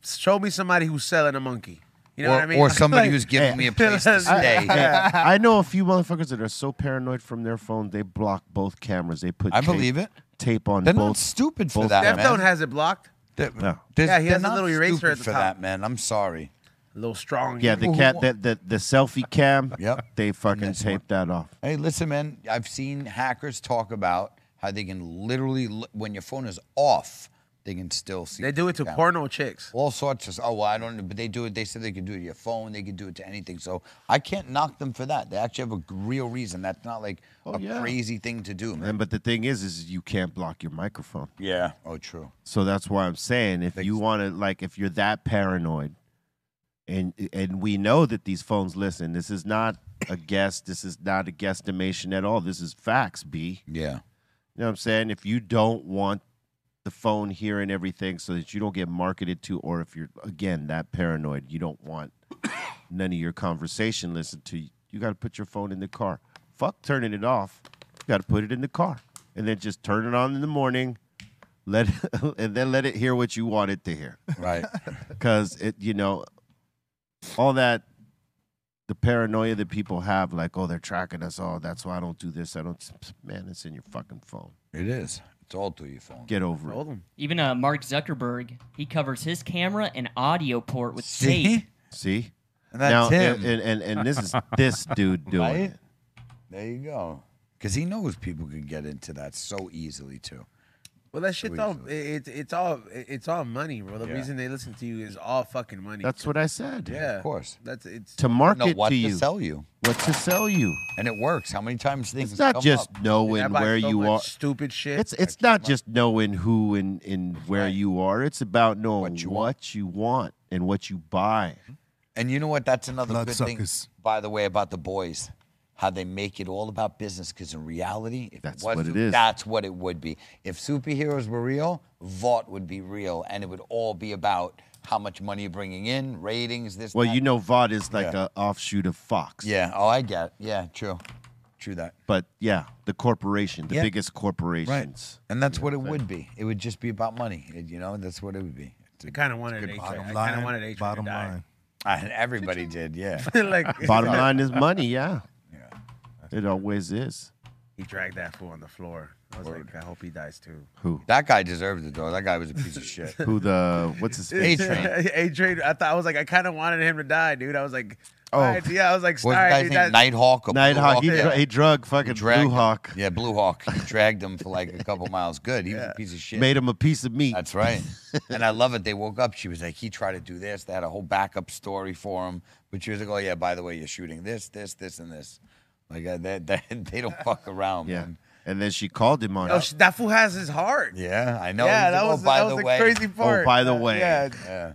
Speaker 5: show me somebody who's selling a monkey. You know
Speaker 2: Or-
Speaker 5: what I mean?
Speaker 2: or somebody
Speaker 5: Like-
Speaker 2: who's giving me a place to stay.
Speaker 5: Yeah.
Speaker 3: I know a few motherfuckers that are so paranoid from their phone they block both cameras. They put
Speaker 2: I
Speaker 3: tape,
Speaker 2: believe it.
Speaker 3: tape on
Speaker 2: They're
Speaker 3: both.
Speaker 2: not stupid for
Speaker 3: both
Speaker 2: that,
Speaker 3: cameras.
Speaker 2: man.
Speaker 5: Steph has it blocked.
Speaker 2: They're-
Speaker 3: No.
Speaker 2: they're-
Speaker 5: Yeah, he
Speaker 2: they're
Speaker 5: has a
Speaker 2: not
Speaker 5: little eraser
Speaker 2: stupid
Speaker 5: at the
Speaker 2: for
Speaker 5: top.
Speaker 2: that, man. I'm sorry.
Speaker 5: A little strong.
Speaker 3: Yeah, the cat that the, the selfie cam.
Speaker 2: Yep.
Speaker 3: They fucking taped that off.
Speaker 2: Hey, listen, man. I've seen hackers talk about how they can literally, li- when your phone is off, they can still see.
Speaker 5: They do it to
Speaker 2: porn.
Speaker 5: porno chicks.
Speaker 2: All sorts of. Oh well, I don't. know, But they do it. They said they could do it to your phone. They could do it to anything. So I can't knock them for that. They actually have a g- real reason. That's not like a
Speaker 3: yeah.
Speaker 2: crazy thing to do, man.
Speaker 3: And but the thing is, is you can't block your microphone.
Speaker 2: Yeah. Oh, true.
Speaker 3: So that's why I'm saying if you want to, like, if you're that paranoid, and and we know that these phones listen. This is not a guess. This is not a guesstimation at all. This is facts, B.
Speaker 2: Yeah.
Speaker 3: You know what I'm saying? If you don't want the phone hearing everything so that you don't get marketed to, or if you're again that paranoid, you don't want none of your conversation listened to. You got to put your phone in the car. Fuck turning it off. You got to put it in the car, and then just turn it on in the morning. Let and then let it hear what you want it to hear.
Speaker 2: Right.
Speaker 3: Because it, you know, all that the paranoia that people have, like, oh, they're tracking us. Oh, that's why I don't do this. I don't. Man, it's in your fucking phone.
Speaker 2: It is. It's all through your phone.
Speaker 3: Get over it.
Speaker 4: Even uh, Mark Zuckerberg, he covers his camera and audio port with tape.
Speaker 3: See.
Speaker 2: And that's
Speaker 3: now,
Speaker 2: him.
Speaker 3: And, and and this is this dude doing
Speaker 2: Right?
Speaker 3: it.
Speaker 2: There you go. Because he knows people could get into that so easily too.
Speaker 5: Well, that shit's all it, it's all it's all money, bro. The
Speaker 3: Yeah.
Speaker 5: reason they listen to you is all fucking money.
Speaker 3: That's what I said.
Speaker 5: Yeah, of course. That's it's
Speaker 3: To market
Speaker 5: No, what
Speaker 3: to
Speaker 5: to
Speaker 3: you,
Speaker 5: sell
Speaker 2: you,
Speaker 3: what to sell you,
Speaker 2: and it works. How many times things
Speaker 3: It's not
Speaker 2: come
Speaker 3: just
Speaker 2: up?
Speaker 3: knowing
Speaker 2: And I buy
Speaker 3: where
Speaker 2: so
Speaker 3: you
Speaker 2: much
Speaker 3: are.
Speaker 5: stupid shit.
Speaker 3: It's it's not just knowing who and and where you are. It's about knowing what you, want and what you buy.
Speaker 2: And you know what? That's another good
Speaker 3: Bloodsuckers.
Speaker 2: thing, by the way, about the boys. How they make it all about business, because in reality, if
Speaker 3: That's
Speaker 2: was,
Speaker 3: what it is.
Speaker 2: That's what it would be. If superheroes were real, Vought would be real, and it would all be about how much money you're bringing in, ratings, this.
Speaker 3: Well,
Speaker 2: that.
Speaker 3: you know, VOD is like
Speaker 2: Yeah.
Speaker 3: a offshoot of Fox.
Speaker 2: Yeah. Oh, I get. it. Yeah. True. True that.
Speaker 3: But yeah, the corporation, the
Speaker 2: Yeah.
Speaker 3: biggest corporations.
Speaker 2: And that's what it would be. It would just be about money. It- you know, that's what it would be. It's a-
Speaker 5: I kind of
Speaker 2: it's a
Speaker 5: wanted
Speaker 2: good
Speaker 5: H.
Speaker 2: point.
Speaker 5: I kind of wanted H.
Speaker 2: Bottom
Speaker 5: to die.
Speaker 2: line. I- everybody did. Yeah.
Speaker 5: Like-
Speaker 3: Bottom line is money. Yeah. It always is.
Speaker 5: He dragged that fool on the floor. I was like, I hope he dies too.
Speaker 3: Who?
Speaker 2: That guy deserved it though. That guy was a piece of shit.
Speaker 3: Who the what's his
Speaker 2: A train.
Speaker 5: A-Train. I thought I was like, I kind of wanted him to die, dude. I was like,
Speaker 2: Oh.
Speaker 5: oh yeah, I was like,
Speaker 2: What's the
Speaker 5: sorry,
Speaker 2: guy's
Speaker 5: dude,
Speaker 2: name?
Speaker 5: that-
Speaker 2: Nighthawk or Blue Hawk?
Speaker 3: Nighthawk. He, dr- he drug fucking
Speaker 2: dragged
Speaker 3: Blue
Speaker 2: him.
Speaker 3: Hawk.
Speaker 2: Yeah, Blue Hawk. He dragged him for like a couple miles. Good. He was a piece of shit.
Speaker 3: Made him a piece of meat.
Speaker 2: That's right. and I love it. They woke up. She was like, he tried to do this. They had a whole backup story for him. But she was like, oh yeah, by the way, you're shooting this, this, this, and this. Like uh, that, that, they don't fuck around.
Speaker 3: Yeah.
Speaker 2: man.
Speaker 3: And then she called him on.
Speaker 5: Oh, sh- that fool has his heart.
Speaker 2: Yeah, I know.
Speaker 5: Yeah,
Speaker 2: He's
Speaker 5: that
Speaker 2: like,
Speaker 5: was
Speaker 2: oh, by
Speaker 5: that was
Speaker 2: the
Speaker 5: the
Speaker 2: way.
Speaker 5: crazy part.
Speaker 3: Oh, by the
Speaker 5: Uh,
Speaker 3: way.
Speaker 5: yeah,
Speaker 2: Yeah,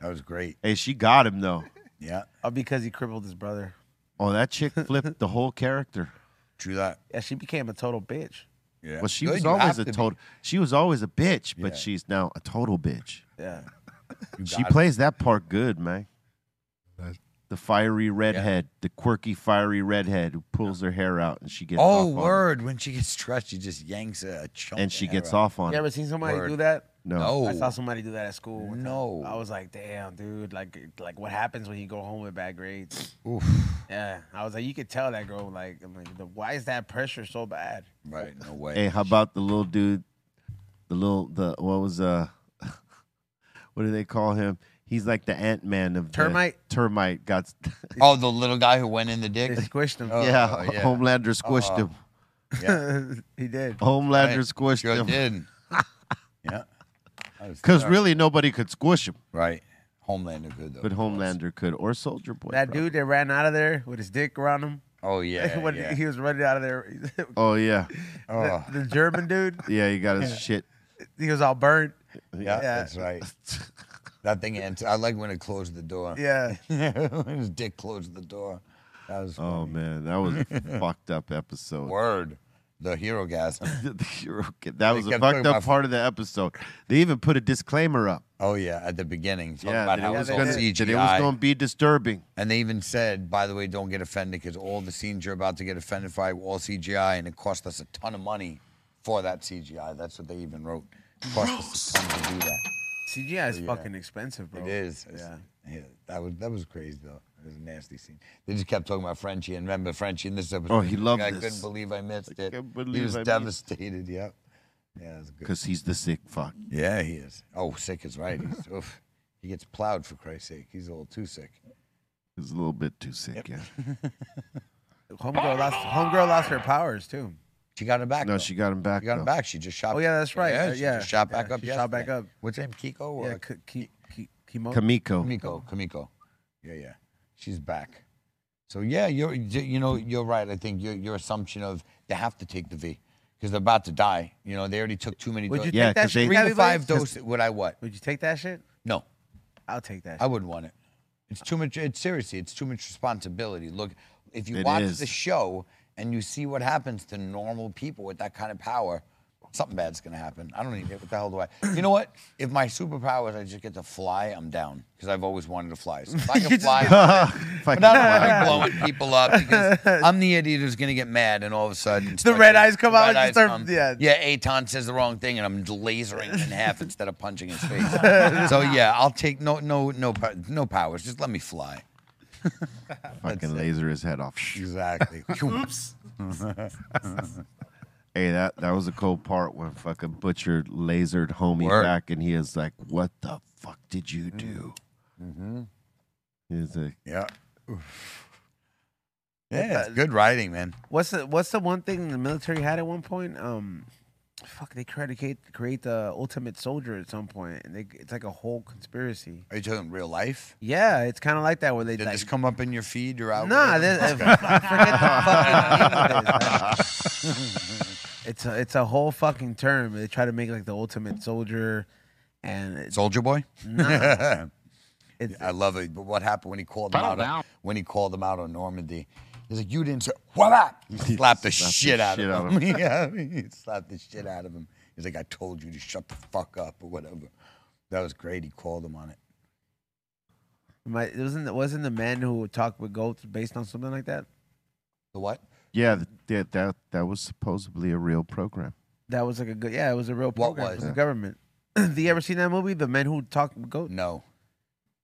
Speaker 2: that was great.
Speaker 3: Hey, she got him though.
Speaker 2: Yeah.
Speaker 5: Oh, because he crippled his brother.
Speaker 3: Oh, that chick flipped the whole character.
Speaker 2: True that.
Speaker 5: Yeah, she became a total bitch.
Speaker 2: Yeah.
Speaker 3: Well, she
Speaker 5: Good,
Speaker 3: was
Speaker 5: you
Speaker 3: always
Speaker 5: have
Speaker 3: a
Speaker 5: to be.
Speaker 3: total. She was always a bitch, but
Speaker 5: Yeah.
Speaker 3: she's now a total bitch.
Speaker 5: Yeah.
Speaker 3: She plays that part good, man. The fiery redhead, the quirky fiery redhead who pulls her hair out and she gets
Speaker 2: oh,
Speaker 3: off on it.
Speaker 2: word. When she gets stressed, she just yanks a, a chunk.
Speaker 3: And she
Speaker 2: of
Speaker 3: gets
Speaker 2: hair out.
Speaker 3: off on
Speaker 5: You ever
Speaker 3: it.
Speaker 5: seen somebody
Speaker 2: Word.
Speaker 5: do that?
Speaker 3: No.
Speaker 5: I saw somebody do that at school. one time.
Speaker 2: Oh. No.
Speaker 5: I was like, damn, dude. Like, like what happens when you go home with bad grades?
Speaker 2: Oof.
Speaker 5: Yeah. I was like, you could tell that girl. Like, I'm like, the- why is that pressure so bad?
Speaker 2: Right. No way.
Speaker 3: Hey, how about the little dude? The little the what was uh what do they call him? He's like the Ant Man of the-
Speaker 2: Termite?
Speaker 3: termite got
Speaker 2: Oh, the little guy who went in the dick.
Speaker 5: They squished him.
Speaker 3: yeah, Homelander squished
Speaker 2: Oh,
Speaker 3: him.
Speaker 5: he did.
Speaker 3: Homelander
Speaker 2: Right.
Speaker 3: squished
Speaker 2: Sure
Speaker 3: him.
Speaker 2: did. yeah.
Speaker 3: Because really nobody could squish him.
Speaker 2: Right. Homelander could though.
Speaker 3: But Homelander could. Or Soldier Boy.
Speaker 5: that
Speaker 3: probably.
Speaker 5: dude that ran out of there with his dick around him.
Speaker 2: Oh yeah.
Speaker 5: when
Speaker 2: yeah. Oh.
Speaker 5: he was running out of there,
Speaker 3: Oh yeah.
Speaker 5: the, the German dude,
Speaker 3: Yeah, he got his shit.
Speaker 5: he was all burnt.
Speaker 2: Yeah, that's right. That thing ends. I like when it closed the door.
Speaker 5: Yeah.
Speaker 2: when his dick closed the door. That was
Speaker 3: Oh man, that was a fucked up episode.
Speaker 2: word. The hero gasm.
Speaker 3: the hero That
Speaker 2: They
Speaker 3: was a
Speaker 2: kept
Speaker 3: fucked
Speaker 2: talking
Speaker 3: up
Speaker 2: about-
Speaker 3: part of the episode. They even put a disclaimer up.
Speaker 2: Oh yeah, at the beginning, talking
Speaker 3: Yeah,
Speaker 2: about
Speaker 3: that
Speaker 2: how
Speaker 3: it
Speaker 2: it's
Speaker 3: was
Speaker 2: all
Speaker 3: gonna-
Speaker 2: CGI.
Speaker 3: that it was gonna be disturbing.
Speaker 2: And they even said, by the way, don't get offended because all the scenes you're about to get offended by were all CGI, and it cost us a ton of money for that CGI. That's what they even wrote. It cost us a ton to do that.
Speaker 5: CGI is
Speaker 2: Yeah.
Speaker 5: fucking expensive, bro.
Speaker 2: It is.
Speaker 5: Yeah.
Speaker 2: Yeah. That was that was crazy though. It was a nasty scene. They just kept talking about Frenchie and remember Frenchie in this episode.
Speaker 3: Oh, he loved
Speaker 2: I
Speaker 3: this.
Speaker 2: couldn't believe I missed it. he
Speaker 3: believe
Speaker 2: was
Speaker 3: I missed-
Speaker 2: devastated. Yep. Yeah, it was good.
Speaker 3: Because he's the sick fuck.
Speaker 2: Yeah, he is. Oh, sick is right. He's, oof. He gets plowed for Christ's sake. He's a little too sick.
Speaker 3: He's a little bit too sick, yeah.
Speaker 5: Homegirl lost. Homegirl lost her powers too.
Speaker 2: She got him back.
Speaker 3: No, she got him back.
Speaker 2: She got him
Speaker 3: though.
Speaker 2: back. She just shot.
Speaker 5: Oh yeah, that's right.
Speaker 2: Yeah,
Speaker 5: Uh,
Speaker 2: she
Speaker 5: yeah.
Speaker 2: just shot back
Speaker 5: Yeah,
Speaker 2: up.
Speaker 5: she shot back
Speaker 2: yesterday.
Speaker 5: up.
Speaker 2: What's her name? Kiko.
Speaker 5: Yeah,
Speaker 2: uh,
Speaker 5: K- Ki- Ki- Kimo.
Speaker 3: Kamiko.
Speaker 2: Kamiko. Kamiko. Yeah, yeah. She's back. So yeah, you're you know you're right. I think your your assumption of they have to take the V because they're about to die. You know they already took too many.
Speaker 5: Would
Speaker 2: doses.
Speaker 5: you take Yeah, that 'cause shit,
Speaker 2: three to
Speaker 5: Gabby
Speaker 2: five
Speaker 5: Blaze?
Speaker 2: doses? Would I what?
Speaker 5: Would you take that shit?
Speaker 2: No,
Speaker 5: I'll take that.
Speaker 2: I
Speaker 5: Shit.
Speaker 2: wouldn't want it. It's too much. It's seriously, it's too much responsibility. Look, if you
Speaker 3: It
Speaker 2: watch
Speaker 3: is.
Speaker 2: the show and you see what happens to normal people with that kind of power, something bad's gonna happen. I don't even get what the hell do I. You know what? If my superpower is I just get to fly, I'm down because I've always wanted to fly. So if I can fly,
Speaker 3: If I
Speaker 2: but I
Speaker 3: could-
Speaker 2: don't want to be blowing people up because I'm the idiot who's gonna get mad and all of a sudden
Speaker 5: The red eyes come out and you start-
Speaker 2: yeah
Speaker 5: yeah.
Speaker 2: um, yeah Aton says the wrong thing and I'm lasering him in half instead of punching his face. so yeah, I'll take no no no pow- no powers. Just let me fly.
Speaker 3: fucking laser his head off.
Speaker 2: Exactly. Oops. Mm-hmm.
Speaker 3: Hey, that that was a cold part when fucking Butcher lasered homie
Speaker 2: Word.
Speaker 3: back, and he is like, "What the fuck did you do?"
Speaker 2: Mm.
Speaker 3: He's like,
Speaker 2: yeah. Yeah, it's good writing, man.
Speaker 5: What's the What's the one thing the military had at one point? Um, fuck, they create create the ultimate soldier at some point, and they, it's like a whole conspiracy.
Speaker 2: Are you talking real life?
Speaker 5: Yeah, it's kind of like that where they
Speaker 2: Did
Speaker 5: like,
Speaker 2: this come up in your feed or out?
Speaker 5: Nah, this,
Speaker 2: Okay.
Speaker 5: forget the fucking name of this. It's a, it's a whole fucking term. They try to make like the ultimate soldier, and it-
Speaker 2: Soldier Boy.
Speaker 5: Nah.
Speaker 2: I love it. But what happened when he called them
Speaker 5: Settle
Speaker 2: out? On, when he called them out on Normandy, he's like, "You didn't say what up." He slapped the
Speaker 1: Slapped the
Speaker 2: shit out
Speaker 1: shit
Speaker 2: of
Speaker 1: out
Speaker 2: him.
Speaker 1: of him.
Speaker 2: yeah, he slapped the shit out of him. He's like, "I told you to shut the fuck up" or whatever. That was great. He called him on it.
Speaker 5: my, it wasn't the- wasn't the man who would talk with goats based on something like that.
Speaker 2: The what?
Speaker 3: Yeah, th- that that that was supposedly a real program.
Speaker 5: That was like a good. Yeah, it was a real program. What
Speaker 3: was
Speaker 5: was? The
Speaker 3: it?
Speaker 5: government. Do you ever seen that movie, The Men Who Talk with Goats?
Speaker 2: No.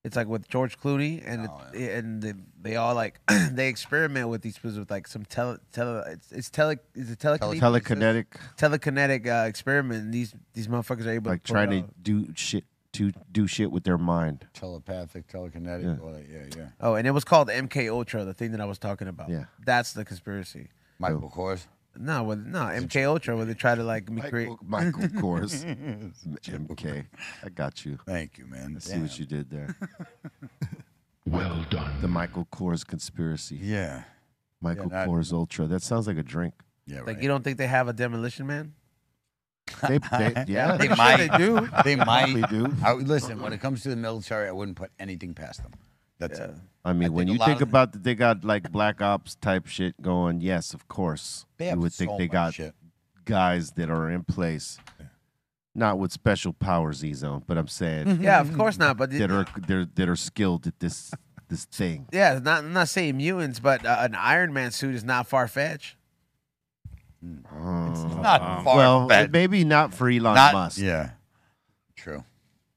Speaker 5: It's like with George Clooney, and
Speaker 3: Oh,
Speaker 5: it, and they, they all like they experiment with these foods with like some tele tele it's, it's tele is it telekinetic
Speaker 3: Telekinetic.
Speaker 5: telekinetic uh, experiment. And these these motherfuckers are able
Speaker 3: Like
Speaker 5: to pull it
Speaker 3: trying to
Speaker 2: uh,
Speaker 5: off.
Speaker 3: do shit to do shit with their mind.
Speaker 2: Telepathic, telekinetic.
Speaker 3: Yeah.
Speaker 2: all that. yeah, yeah.
Speaker 5: Oh, and it was called MK Ultra, the thing that I was talking about.
Speaker 3: Yeah.
Speaker 5: that's the conspiracy.
Speaker 2: Michael Kors.
Speaker 5: No, with no MK Ultra, where they try to like
Speaker 3: Michael-
Speaker 5: create
Speaker 3: Michael Kors. MK. I got you.
Speaker 2: Thank you, man.
Speaker 3: I see what
Speaker 2: Damn.
Speaker 3: you did there. well done. The Michael Kors conspiracy.
Speaker 2: Yeah.
Speaker 3: Michael
Speaker 5: Yeah, that-
Speaker 3: Kors Ultra. That sounds like a drink.
Speaker 2: Yeah,
Speaker 5: Like you don't think they have a demolition man?
Speaker 3: They, they, yeah,
Speaker 5: They might. They do.
Speaker 2: They might.
Speaker 3: Probably do.
Speaker 2: I, would- listen, when it comes to the military, I wouldn't put anything past them. That's it.
Speaker 3: I mean, when
Speaker 2: think a
Speaker 3: you
Speaker 2: lot
Speaker 3: think
Speaker 2: of-
Speaker 3: about that, they got like black ops type shit going. Yes, of course.
Speaker 2: They have
Speaker 3: you would think
Speaker 2: so
Speaker 3: they
Speaker 2: much
Speaker 3: got
Speaker 2: shit.
Speaker 3: guys that are in place, not with special powers, E zone, but I'm saying,
Speaker 5: Yeah, of course not, but the-
Speaker 3: that are they're, that are skilled at this this thing.
Speaker 5: Yeah, not I'm not saying mutants, but uh, an Iron Man suit is not far fetched.
Speaker 2: Mm.
Speaker 3: it's Um,
Speaker 5: not
Speaker 3: well,
Speaker 5: far-fetched.
Speaker 3: maybe not for Elon
Speaker 5: Not-
Speaker 3: Musk.
Speaker 2: Yeah, true.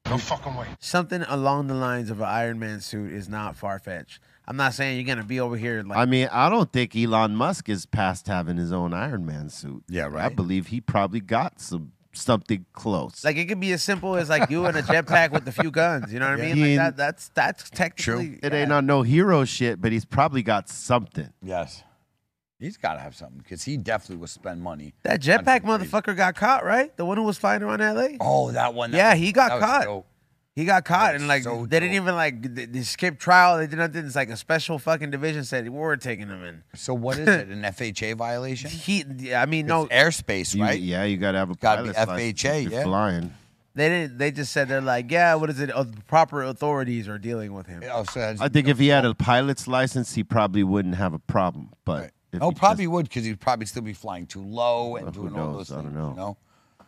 Speaker 5: No fucking way. Something along the lines of an Iron Man suit is not far fetched. I'm not saying you're gonna be over here like
Speaker 3: I mean, I don't think Elon Musk is past having his own Iron Man suit.
Speaker 2: Yeah,
Speaker 3: I believe he probably got some something close.
Speaker 5: like it could be as simple as like you in a jetpack with a few guns. You know what I
Speaker 3: Yeah.
Speaker 5: mean? Like
Speaker 3: Yeah.
Speaker 5: that, that's that's technically
Speaker 3: It ain't on no hero shit, but he's probably got something.
Speaker 2: Yes. He's got to have something because he definitely will spend money.
Speaker 5: that jetpack motherfucker got caught, right? The one who was flying around L.A.
Speaker 2: Oh, that one. that
Speaker 5: yeah,
Speaker 2: was-
Speaker 5: he got
Speaker 2: that was
Speaker 5: caught.
Speaker 2: dope.
Speaker 5: He got caught and like they didn't even like they, they skipped trial. They did nothing. It's like a special fucking division said we're taking him in.
Speaker 2: So what is it? An FHA violation?
Speaker 5: He, yeah, I mean, no
Speaker 2: It's airspace,
Speaker 3: You-
Speaker 2: right?
Speaker 3: yeah, you got to have a
Speaker 2: Gotta be
Speaker 3: pilot's license if
Speaker 2: FHA,
Speaker 3: you're
Speaker 2: yeah.
Speaker 3: flying.
Speaker 5: They didn't. They just said they're like, yeah, what is it? Uh, proper authorities are dealing with him.
Speaker 2: Oh, so that's-
Speaker 3: I think if he had a pilot's license, he probably wouldn't have a problem. But if
Speaker 2: oh,
Speaker 3: he
Speaker 2: probably would because he'd probably still be flying too low and
Speaker 3: Well, who
Speaker 2: doing all
Speaker 3: knows?
Speaker 2: those
Speaker 3: I
Speaker 2: things.
Speaker 3: don't know.
Speaker 2: You know?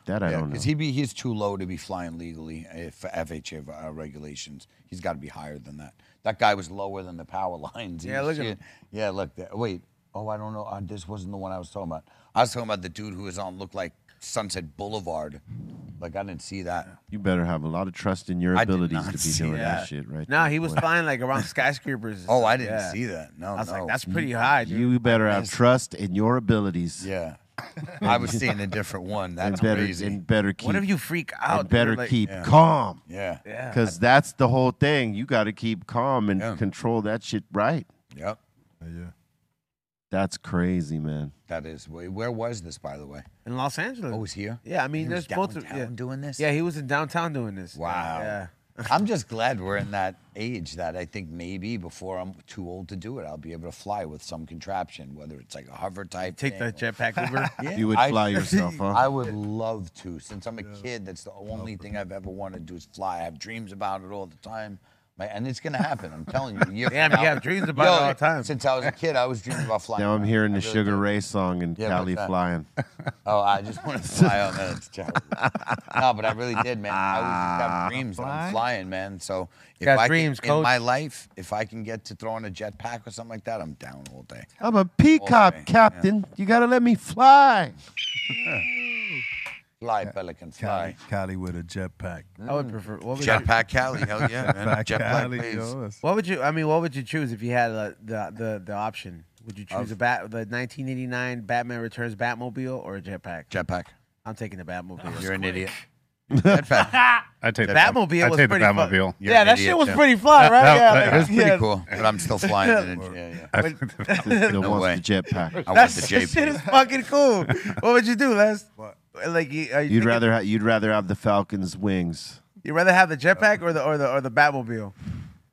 Speaker 3: that I don't know.
Speaker 2: Because he'd be he's too low to be flying legally uh, for FHA uh, regulations. He's got to be higher than that. That guy was lower than the power lines. He
Speaker 5: Yeah,
Speaker 2: was
Speaker 5: look at
Speaker 2: shit. Yeah, look. There. Wait. Oh, I don't know. Uh, this wasn't the one I was talking about. I was talking about the dude who was on looked like Sunset Boulevard. Like I didn't see that.
Speaker 3: you better have a lot of trust in your
Speaker 2: I did
Speaker 3: abilities
Speaker 2: not
Speaker 3: to be
Speaker 2: see
Speaker 3: doing that,
Speaker 2: that.
Speaker 3: shit, right?
Speaker 5: No,
Speaker 3: there,
Speaker 5: he was
Speaker 3: boy.
Speaker 5: flying like around skyscrapers. and
Speaker 2: Oh,
Speaker 5: stuff.
Speaker 2: I didn't
Speaker 5: Yeah.
Speaker 2: see that. No,
Speaker 5: I was
Speaker 2: no. Mm.
Speaker 5: like, that's pretty
Speaker 3: You-
Speaker 5: high, dude.
Speaker 3: You better have trust in your abilities.
Speaker 2: Yeah, I was seeing a different one. That's
Speaker 3: and better,
Speaker 2: crazy.
Speaker 3: And better keep.
Speaker 5: What if you freak out?
Speaker 3: And
Speaker 5: dude?
Speaker 3: better
Speaker 5: Like-
Speaker 3: keep
Speaker 5: Yeah.
Speaker 3: calm.
Speaker 2: Yeah.
Speaker 5: Yeah.
Speaker 3: Because that's the whole thing. You got to keep calm and control that shit right.
Speaker 2: Yep.
Speaker 6: Yeah.
Speaker 3: That's crazy, man.
Speaker 2: That is. Wait, Where was this, by the way?
Speaker 5: in Los Angeles.
Speaker 2: Oh, it was here.
Speaker 5: Yeah, I mean,
Speaker 2: He
Speaker 5: there's
Speaker 2: was
Speaker 5: both. of-
Speaker 2: downtown
Speaker 5: yeah.
Speaker 2: doing this.
Speaker 5: Yeah, he was in downtown doing this.
Speaker 2: Wow.
Speaker 5: Yeah.
Speaker 2: I'm just glad we're in that age that I think maybe before I'm too old to do it, I'll be able to fly with some contraption, whether it's like a hover type.
Speaker 5: Take
Speaker 2: thing
Speaker 5: that jetpack Uber.
Speaker 2: Yeah,
Speaker 3: You would
Speaker 2: I-
Speaker 3: fly yourself, huh?
Speaker 2: I would love to. Since I'm a kid, that's the only thing I've ever wanted to do is fly. I have dreams about it all the time. My, and it's gonna happen. I'm telling you. a year from
Speaker 5: Damn, you
Speaker 2: now-
Speaker 5: have dreams about it all the time.
Speaker 2: Since I was a kid, I was dreaming about flying.
Speaker 3: Now I'm
Speaker 2: around.
Speaker 3: hearing
Speaker 2: I
Speaker 3: the
Speaker 2: really
Speaker 3: Sugar
Speaker 2: do.
Speaker 3: Ray song and
Speaker 2: Yeah,
Speaker 3: Cali
Speaker 2: what's that?
Speaker 3: flying.
Speaker 2: Oh, I just want to fly on that. It's terrible. No, but I really did, man. I always just have dreams that I'm flying, man. So if
Speaker 5: Got
Speaker 2: I can-
Speaker 5: dreams,
Speaker 2: in
Speaker 5: coach.
Speaker 2: my life, if I can get to throw in a jetpack or something like that, I'm down all day.
Speaker 3: I'm a peacock,
Speaker 2: Okay, yeah.
Speaker 3: Captain. You got to let me fly.
Speaker 2: Fly, pelican, fly.
Speaker 6: Cali, Cali with a jetpack.
Speaker 5: I would prefer. What would
Speaker 2: Jetpack Cali, hell yeah, man.
Speaker 6: Jetpack
Speaker 2: Jetpack,
Speaker 6: Cali,
Speaker 2: please.
Speaker 6: yo, that's-
Speaker 5: What would you? I mean, what would you choose if you had uh, the the the option? Would you choose
Speaker 2: Of-
Speaker 5: a bat, the 1989 Batman Returns Batmobile or a jetpack?
Speaker 2: Jetpack.
Speaker 5: I'm taking the Batmobile.
Speaker 2: You're an idiot. Jetpack.
Speaker 7: I take the
Speaker 5: Batmobile
Speaker 7: I
Speaker 5: was
Speaker 7: take the
Speaker 5: pretty fun.
Speaker 7: Batmobile.
Speaker 5: Yeah, that shit was pretty fly, right?
Speaker 7: That,
Speaker 5: Yeah,
Speaker 7: that-
Speaker 5: like-
Speaker 7: that was pretty
Speaker 5: yeah.
Speaker 7: cool,
Speaker 2: but I'm still flying in it. Yeah, yeah.
Speaker 7: I took the Batmobile.
Speaker 3: Still wants the jetpack.
Speaker 2: I
Speaker 5: That
Speaker 2: want the
Speaker 5: shit
Speaker 2: JP.
Speaker 5: is fucking cool. what would you do, Les?
Speaker 6: What?
Speaker 5: Like you, are you
Speaker 3: You'd
Speaker 5: thinking-
Speaker 3: rather ha- you'd rather have the Falcons wings.
Speaker 5: You'd rather have the jetpack or the or the or the Batmobile.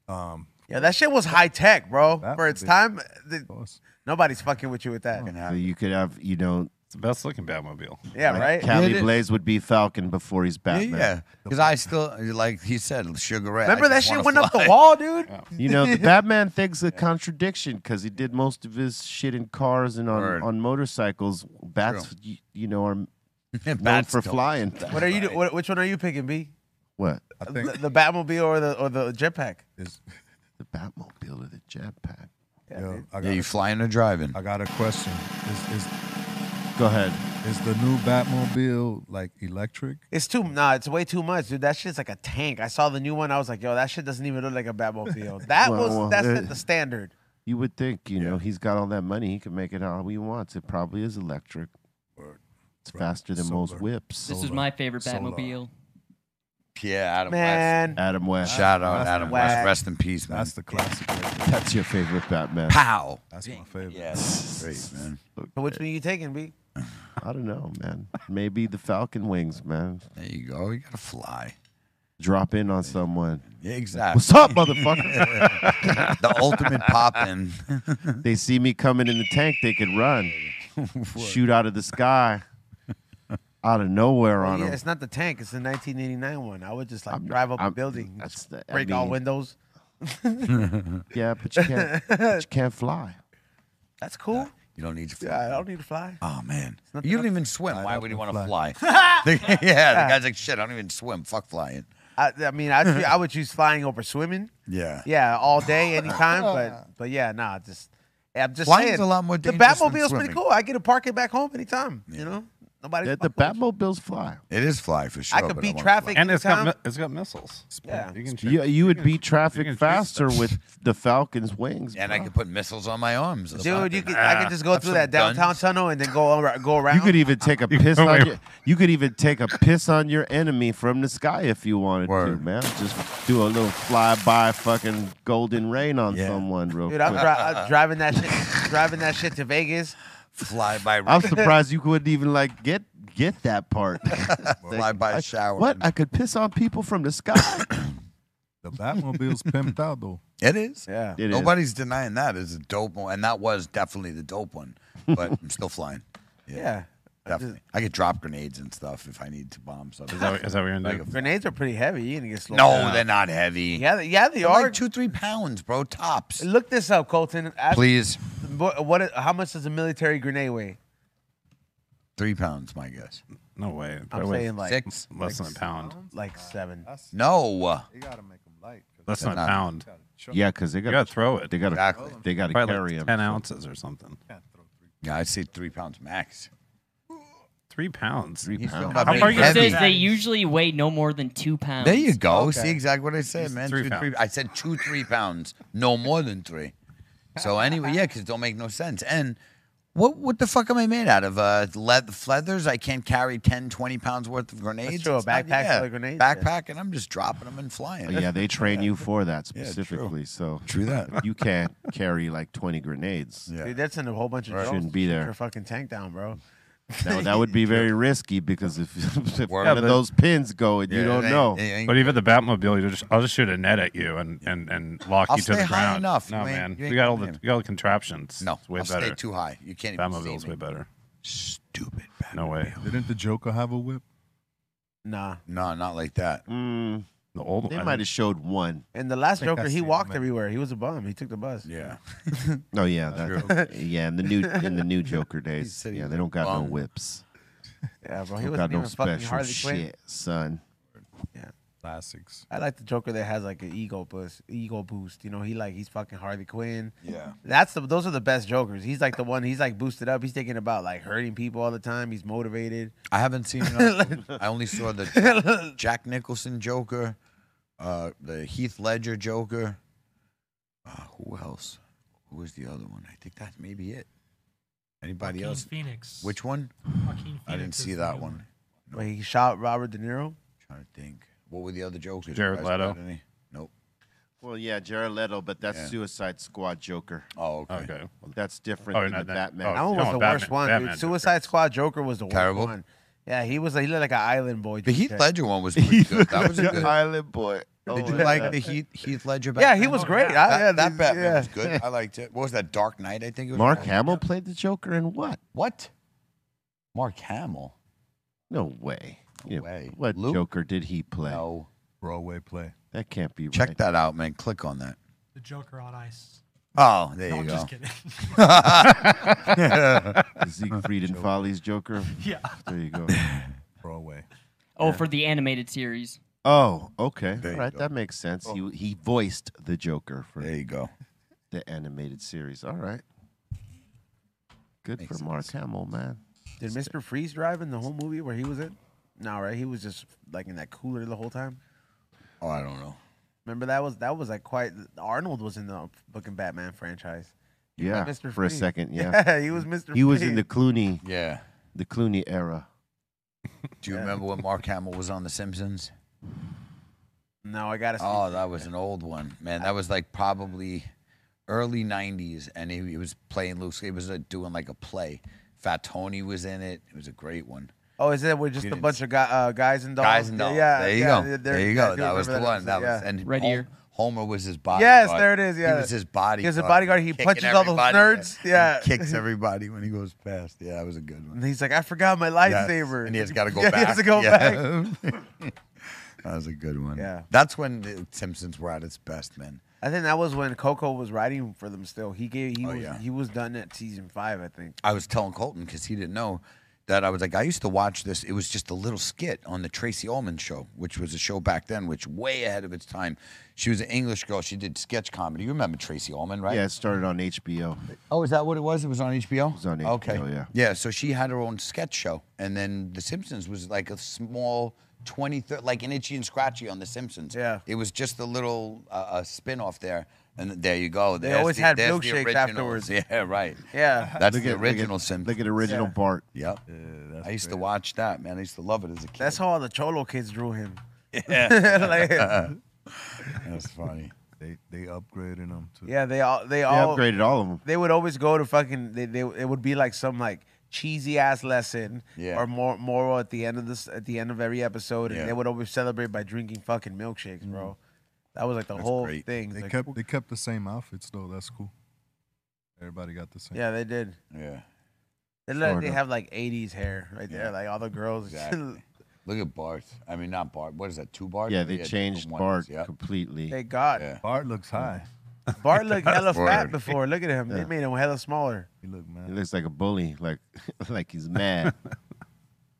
Speaker 5: Um. Yeah, that shit was high tech, bro. For its time, the- nobody's fucking with you with that.
Speaker 3: So you could have you know
Speaker 7: it's the best looking Batmobile.
Speaker 5: Yeah, right? Yeah,
Speaker 3: Cali
Speaker 5: it is.
Speaker 3: Blaze would be Falcon before he's Batman.
Speaker 2: Yeah, because I still like he said, sugar ray. I
Speaker 5: Remember that
Speaker 2: just
Speaker 5: shit
Speaker 2: wanna
Speaker 5: went up the
Speaker 2: fly.
Speaker 5: wall, dude.
Speaker 3: You know, the Batman thing's a contradiction because he did most of his shit in cars and on, on motorcycles. Bats, you, you know, are known
Speaker 5: Bats
Speaker 3: for
Speaker 5: don't-
Speaker 3: flying.
Speaker 5: What are you? do- What, which one are you picking, B?
Speaker 3: What?
Speaker 5: the, the Batmobile or the or the jetpack?
Speaker 3: The Batmobile or the jetpack?
Speaker 6: Yo, I
Speaker 2: Yeah, you flying or driving?
Speaker 6: I got a question. Is, is
Speaker 3: Go ahead.
Speaker 6: Is the new Batmobile like electric?
Speaker 5: It's too nah. It's way too much, dude. That shit's like a tank. I saw the new one. I was like, yo, that shit doesn't even look like a Batmobile. That
Speaker 3: Well,
Speaker 5: was
Speaker 3: well,
Speaker 5: that's
Speaker 3: it-
Speaker 5: the standard.
Speaker 3: You would think, you know, he's got all that money. He can make it how he wants. It probably is electric. It's faster than most whips.
Speaker 4: This is my favorite Batmobile.
Speaker 2: Yeah, Adam
Speaker 4: Man.
Speaker 2: West.
Speaker 3: Adam West.
Speaker 2: Shout out
Speaker 3: That's
Speaker 2: Adam
Speaker 3: whack.
Speaker 2: West. Rest in peace, man. That's
Speaker 6: the classic.
Speaker 3: That's your favorite Batman.
Speaker 2: Pow.
Speaker 6: That's my favorite.
Speaker 2: Yeah, that's great, man.
Speaker 5: So which one you taking, B?
Speaker 3: I don't know, man. Maybe the Falcon wings, man.
Speaker 2: There you go. You gotta fly.
Speaker 3: Drop in on someone.
Speaker 2: Yeah, exactly.
Speaker 3: What's up, motherfucker?
Speaker 2: The ultimate pop-in.
Speaker 3: they see me coming in the tank, they could run, shoot out of the sky, out of nowhere on
Speaker 5: yeah,
Speaker 3: them.
Speaker 5: it's not the tank. It's the 1989 one. I would just like drive up a
Speaker 3: I'm-
Speaker 5: building,
Speaker 3: that's the- I
Speaker 5: break all
Speaker 3: mean-
Speaker 5: windows.
Speaker 3: yeah, but you can't. but you can't fly.
Speaker 5: That's cool.
Speaker 2: You don't need to fly.
Speaker 5: Yeah, I don't need to fly.
Speaker 2: Oh man, you don't even swim. Why would you want to fly? yeah,
Speaker 5: Yeah.
Speaker 2: the guy's like, shit. I don't even swim. Fuck flying.
Speaker 5: I, I mean, I I would choose flying over swimming.
Speaker 2: Yeah.
Speaker 5: Yeah, all day, anytime. but but yeah, nah, just I'm just
Speaker 2: Flying's
Speaker 5: saying.
Speaker 2: a lot more
Speaker 5: the
Speaker 2: dangerous than
Speaker 5: Batmobile's pretty
Speaker 2: swimming.
Speaker 5: cool. I get to park it back home anytime. You know, nobody.
Speaker 3: The, the Batmobiles fly.
Speaker 2: It is fly for sure.
Speaker 5: I could
Speaker 2: but
Speaker 5: beat
Speaker 2: wanna
Speaker 5: traffic
Speaker 7: And it's got
Speaker 5: anytime.
Speaker 7: mi- it's got missiles.
Speaker 5: Yeah.
Speaker 7: You can shoot-
Speaker 3: You, you would beat traffic
Speaker 7: can shoot
Speaker 3: faster with the Falcon's wings.
Speaker 2: And I could put missiles on my arms. or
Speaker 5: Dude,
Speaker 2: something.
Speaker 5: you could, I could just go
Speaker 2: Ah, Have
Speaker 5: through
Speaker 2: some
Speaker 5: that
Speaker 2: guns.
Speaker 5: downtown tunnel and then go ar- go around.
Speaker 3: You could even take a piss
Speaker 5: wait,
Speaker 3: on
Speaker 5: wait.
Speaker 3: your, you could even take a piss on your enemy from the sky if you wanted to, man. Just do a little flyby fucking golden rain on someone real
Speaker 5: Dude,
Speaker 3: quick.
Speaker 5: I'm, dri- I'm driving that shit, driving that shit to Vegas.
Speaker 2: Fly by.
Speaker 3: I'm surprised you couldn't even like get get that part.
Speaker 2: Fly by a shower.
Speaker 3: what? I could piss on people from the sky.
Speaker 6: The Batmobile's pimped out though.
Speaker 2: It is.
Speaker 5: Yeah.
Speaker 3: It is.
Speaker 2: Nobody's denying that. It's a dope one, and that was definitely the dope one. But I'm still flying.
Speaker 5: Yeah.
Speaker 2: Definitely. I could drop grenades and stuff if I need to bomb something.
Speaker 7: Is that- is that what you're gonna do?
Speaker 5: Grenades are pretty heavy. You gonna get slow.
Speaker 2: No, they're not heavy.
Speaker 5: Yeah, they- yeah, they
Speaker 2: They're
Speaker 5: are
Speaker 2: like two, three pounds, bro. Tops.
Speaker 5: Look this up, Colton. Ask-
Speaker 2: Please.
Speaker 5: What, what? is- How much does a military grenade weigh?
Speaker 2: Three pounds, my guess.
Speaker 7: No way.
Speaker 5: I'm
Speaker 7: Probably
Speaker 5: saying like
Speaker 2: six.
Speaker 7: Less than a pound.
Speaker 5: like seven.
Speaker 2: No.
Speaker 6: You gotta make them light.
Speaker 7: Less than a
Speaker 2: Nah.
Speaker 7: pound.
Speaker 3: yeah, because they
Speaker 7: You
Speaker 3: got
Speaker 7: gotta throw it.
Speaker 3: They got to
Speaker 2: Exactly.
Speaker 3: they got to
Speaker 7: Probably like
Speaker 3: carry them.
Speaker 7: Ten ounces or something.
Speaker 2: Yeah, I'd say three pounds max.
Speaker 7: Three pounds. Three
Speaker 2: pounds.
Speaker 7: How far you
Speaker 4: It says
Speaker 7: gonna
Speaker 4: they usually weigh no more than two pounds.
Speaker 2: There you go.
Speaker 4: Okay.
Speaker 2: See exactly what I said,
Speaker 4: It's
Speaker 2: man.
Speaker 4: three
Speaker 2: two, three. I said two, three pounds, no more than three. So anyway, yeah, because it don't make no sense. And what what the fuck am I made out of? Uh, leather, feathers? I can't carry 10, 20 pounds worth of grenades.
Speaker 5: true, a
Speaker 2: It's not-
Speaker 5: backpack's
Speaker 2: yeah,
Speaker 5: full of grenades, yeah.
Speaker 2: Backpack, and I'm just dropping them and flying.
Speaker 3: Oh, yeah, they train you for that
Speaker 2: Yeah, true.
Speaker 3: specifically. so
Speaker 2: True that.
Speaker 3: you can't carry like twenty grenades.
Speaker 5: Dude, that's in a whole bunch of
Speaker 3: Right.
Speaker 5: drones.
Speaker 3: Shouldn't be there.
Speaker 5: Your fucking tank down, bro.
Speaker 3: Now, that would be very risky because if, if one
Speaker 7: Yeah,
Speaker 3: of
Speaker 7: but-
Speaker 3: those pins go and you don't know,
Speaker 7: But even the Batmobile, you just I'll just shoot a net at you and and, and lock
Speaker 2: I'll
Speaker 7: you to the
Speaker 2: stay high
Speaker 7: ground.
Speaker 2: enough.
Speaker 7: No
Speaker 2: You ain't-
Speaker 7: man,
Speaker 2: you
Speaker 7: we
Speaker 2: ain't
Speaker 7: got all the
Speaker 2: coming
Speaker 7: we got all the contraptions. No, it's way
Speaker 2: I'll stay
Speaker 7: better.
Speaker 2: too high. You can't even see
Speaker 7: Batmobile's
Speaker 2: me.
Speaker 7: way better.
Speaker 2: Stupid.
Speaker 7: No way.
Speaker 6: Didn't the Joker have a whip?
Speaker 5: Nah.
Speaker 2: No, not like that.
Speaker 3: Mm,
Speaker 7: the old
Speaker 3: they
Speaker 7: one.
Speaker 3: might have showed one.
Speaker 5: And the last
Speaker 7: Think
Speaker 5: Joker,
Speaker 7: that's
Speaker 5: he
Speaker 7: the
Speaker 5: walked
Speaker 7: limit.
Speaker 5: everywhere. He was a bum. He took the bus.
Speaker 2: Yeah.
Speaker 3: Oh yeah, that, yeah. In the new in the new Joker days,
Speaker 5: said he
Speaker 3: yeah,
Speaker 5: was
Speaker 3: they
Speaker 5: a
Speaker 3: don't got no
Speaker 5: bum.
Speaker 3: whips.
Speaker 5: Yeah, bro. He
Speaker 3: Don't
Speaker 5: wasn't
Speaker 3: got no
Speaker 5: even fucking
Speaker 3: special
Speaker 5: Harley Quinn.
Speaker 3: shit, son.
Speaker 6: Classics.
Speaker 5: I like the Joker that has like an ego boost. Ego boost. You know, he like he's fucking Harley Quinn.
Speaker 2: Yeah.
Speaker 5: That's the those are the best Jokers. He's like the one. He's like boosted up. He's thinking about like hurting people all the time. He's motivated.
Speaker 2: I haven't seen. Enough. I only saw the Jack Nicholson Joker, uh, the Heath Ledger Joker. Uh, who else? Who was the other one? I think that's maybe it. Anybody
Speaker 11: Joaquin
Speaker 2: else?
Speaker 11: Phoenix.
Speaker 2: Which one?
Speaker 11: Joaquin
Speaker 2: I didn't
Speaker 11: Phoenix
Speaker 2: see
Speaker 11: is
Speaker 2: that
Speaker 11: the
Speaker 2: one.
Speaker 5: Wait, he shot Robert De Niro.
Speaker 2: trying to think. What were the other Jokers?
Speaker 7: Jared
Speaker 2: You guys got
Speaker 7: Leto.
Speaker 2: any? Nope.
Speaker 3: Well, yeah, Jared Leto, but that's
Speaker 2: Yeah.
Speaker 3: Suicide Squad Joker.
Speaker 2: Oh, okay.
Speaker 7: Okay.
Speaker 3: That's different
Speaker 7: Oh,
Speaker 3: than
Speaker 7: not
Speaker 3: the
Speaker 7: that-
Speaker 3: Batman.
Speaker 7: oh,
Speaker 5: That one
Speaker 7: you
Speaker 5: was
Speaker 7: want
Speaker 5: the
Speaker 7: Batman-
Speaker 5: worst one,
Speaker 7: Batman
Speaker 5: dude.
Speaker 7: Joker.
Speaker 5: Suicide Squad Joker was the worst
Speaker 2: Terrible.
Speaker 5: one. Yeah, he was. He looked like an island boy.
Speaker 2: The Heath Ledger one was pretty good. That was a good
Speaker 3: Island Boy.
Speaker 2: Did
Speaker 5: Oh,
Speaker 2: you
Speaker 5: yeah.
Speaker 2: like the Heath Heath Ledger?
Speaker 5: Yeah, he
Speaker 2: Batman?
Speaker 5: was great. I- yeah,
Speaker 2: That, that
Speaker 5: these-
Speaker 2: Batman was
Speaker 5: yeah.
Speaker 2: good. I liked it. What was that? Dark Knight, I think it was.
Speaker 3: Mark
Speaker 2: called.
Speaker 3: Hamill played the Joker in what?
Speaker 2: What? Mark Hamill.
Speaker 3: No way.
Speaker 2: No way.
Speaker 3: What
Speaker 2: Luke?
Speaker 3: Joker did he play?
Speaker 2: No.
Speaker 6: Broadway play.
Speaker 3: That can't be right.
Speaker 2: Check that out, man. Click on that.
Speaker 11: The Joker on ice.
Speaker 2: Oh, there
Speaker 11: No,
Speaker 2: you
Speaker 11: I'm
Speaker 2: go.
Speaker 11: just kidding.
Speaker 3: Siegfried and Follies Joker.
Speaker 11: Yeah.
Speaker 3: There you go.
Speaker 6: Broadway.
Speaker 4: Oh, for the animated series.
Speaker 3: Oh, okay.
Speaker 4: There
Speaker 3: All
Speaker 4: you
Speaker 3: right,
Speaker 4: go.
Speaker 3: that makes sense.
Speaker 4: Oh.
Speaker 3: He he voiced the Joker for
Speaker 2: There you go.
Speaker 3: the animated series. All right. Good for Mark Hamill, man.
Speaker 5: Did Mr. Freeze drive in the whole movie where he was in? No, right? He was just like in that cooler the whole time.
Speaker 2: Oh, I don't know.
Speaker 5: Remember that was that was like quite. Arnold was in the fucking Batman franchise. He was
Speaker 3: Yeah,
Speaker 5: Mr.
Speaker 3: for a
Speaker 5: Freeze.
Speaker 3: second, yeah.
Speaker 5: he was Mr.
Speaker 3: He was
Speaker 5: Freeze.
Speaker 3: in the Clooney.
Speaker 2: Yeah.
Speaker 3: The Clooney era.
Speaker 2: Do you remember when Mark Hamill was on The Simpsons?
Speaker 5: No, I gotta.
Speaker 2: Oh, that was an old one, man. That was like probably early '90s, and he, he was playing Luke. He was uh, doing like a play. Fat Tony was in it. It was a great one.
Speaker 5: Oh, is it with just
Speaker 2: You
Speaker 5: a
Speaker 2: didn't
Speaker 5: bunch of guy, uh, guys and dolls?
Speaker 2: Guys and dolls.
Speaker 5: Yeah,
Speaker 2: there you
Speaker 5: yeah,
Speaker 2: go.
Speaker 5: they're-
Speaker 2: There you
Speaker 5: I
Speaker 2: go.
Speaker 5: do
Speaker 2: That was the
Speaker 5: remember
Speaker 2: one. That
Speaker 5: episode,
Speaker 2: was and
Speaker 5: yeah.
Speaker 2: Hol- Homer was his bodyguard.
Speaker 5: Yes, there it is. Yeah,
Speaker 2: he was his
Speaker 5: He was
Speaker 2: bodyguard.
Speaker 5: a bodyguard. He
Speaker 2: kicking
Speaker 5: punches all those
Speaker 2: everybody.
Speaker 5: nerds. Yeah,
Speaker 2: He kicks everybody when he goes past. Yeah, that was a good one.
Speaker 5: And he's like, I forgot my
Speaker 2: Yes.
Speaker 5: lightsaber.
Speaker 2: And he has got to go
Speaker 5: Yeah,
Speaker 2: back.
Speaker 5: He has to go
Speaker 2: Yeah.
Speaker 5: back.
Speaker 2: that was a good one.
Speaker 5: Yeah.
Speaker 2: That's when the Simpsons were at its best, man.
Speaker 5: I think that was when Coco was writing for them. Still, he gave he
Speaker 2: Oh,
Speaker 5: was
Speaker 2: yeah.
Speaker 5: he was done at season five, I think.
Speaker 2: I was telling Colton because he didn't know that I was like, I used to watch this. It was just a little skit on the Tracy Ullman show, which was a show back then, which way ahead of its time. She was an English girl. She did sketch comedy. You remember Tracy Ullman, right?
Speaker 3: Yeah, it started on HBO.
Speaker 2: Oh, is that what it was? It was on HBO. It
Speaker 3: was on HBO.
Speaker 2: Okay.
Speaker 3: Yeah.
Speaker 2: Yeah. So she had her own sketch show, and then The Simpsons was like a small 20, 30, like an itchy and scratchy on The Simpsons. Yeah. It was just a little uh, uh, spin off there. And there you go.
Speaker 5: They
Speaker 2: There's
Speaker 5: always
Speaker 2: the-
Speaker 5: had
Speaker 2: there's the
Speaker 5: milkshakes
Speaker 2: originals.
Speaker 5: afterwards.
Speaker 2: Yeah, right.
Speaker 5: Yeah.
Speaker 2: That's
Speaker 3: Look
Speaker 2: the
Speaker 3: at- look at-
Speaker 2: original Simpsons.
Speaker 3: look at original
Speaker 5: Uh-huh. Yeah.
Speaker 3: Bart.
Speaker 2: Yep. I used to watch that, man. I used to love it as a kid.
Speaker 5: That's how all the Cholo kids drew him. Like-
Speaker 2: That's funny.
Speaker 6: They they upgraded them to
Speaker 5: yeah, they all they,
Speaker 6: They
Speaker 5: all
Speaker 6: upgraded all of 'em.
Speaker 5: They would always go to fucking. They, they it would be like some like cheesy ass lesson
Speaker 2: Yeah.
Speaker 5: or more moral at the end of this at the end of every episode, and
Speaker 6: Yeah.
Speaker 5: they would always celebrate by drinking fucking milkshakes, bro. That was like the
Speaker 6: Mm-hmm. That's
Speaker 5: whole
Speaker 6: great.
Speaker 5: thing.
Speaker 6: They
Speaker 5: Like,
Speaker 6: kept they kept the same outfits though. That's cool. Everybody got the same.
Speaker 5: Yeah, they did.
Speaker 2: Yeah.
Speaker 5: They, let,
Speaker 6: Sort
Speaker 5: they
Speaker 6: of.
Speaker 5: have like '80s hair right
Speaker 2: Yeah.
Speaker 5: there, like all the girls.
Speaker 2: Exactly. Look at Bart. I mean, not Bart. What is that? Two Bart?
Speaker 3: Yeah, they changed Bart completely.
Speaker 5: Thank God.
Speaker 6: Bart looks high.
Speaker 5: Bart looked hella fat
Speaker 3: Word.
Speaker 5: before. Look at him. They
Speaker 3: Yeah.
Speaker 5: made him hella smaller.
Speaker 6: He looked mad.
Speaker 3: He looks like a bully, like like he's mad.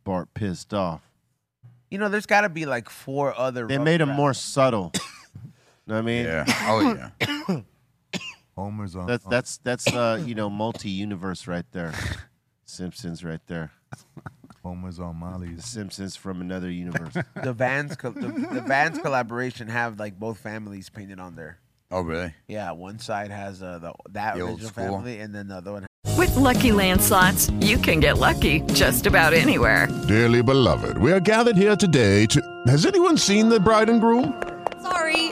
Speaker 3: Bart pissed off.
Speaker 5: You know, there's got to be like four other.
Speaker 3: They
Speaker 5: rough
Speaker 3: made him
Speaker 5: rap-
Speaker 3: more subtle. know what I mean?
Speaker 2: Yeah. Oh yeah.
Speaker 6: Homer's on.
Speaker 3: That's that's that's uh you know multi-universe right there. Simpsons right there.
Speaker 6: Homer's on Molly's.
Speaker 3: The Simpsons from another universe.
Speaker 5: The Vans, co- the, the Vans collaboration have like both families painted on there.
Speaker 2: Oh really?
Speaker 5: Yeah, one side has uh, the that
Speaker 2: The old
Speaker 5: original
Speaker 2: school.
Speaker 5: family, and then the other one.
Speaker 12: With Lucky Land slots, you can get lucky just about anywhere.
Speaker 13: Dearly beloved, we are gathered here today to. Has anyone seen the bride and groom?
Speaker 14: Sorry,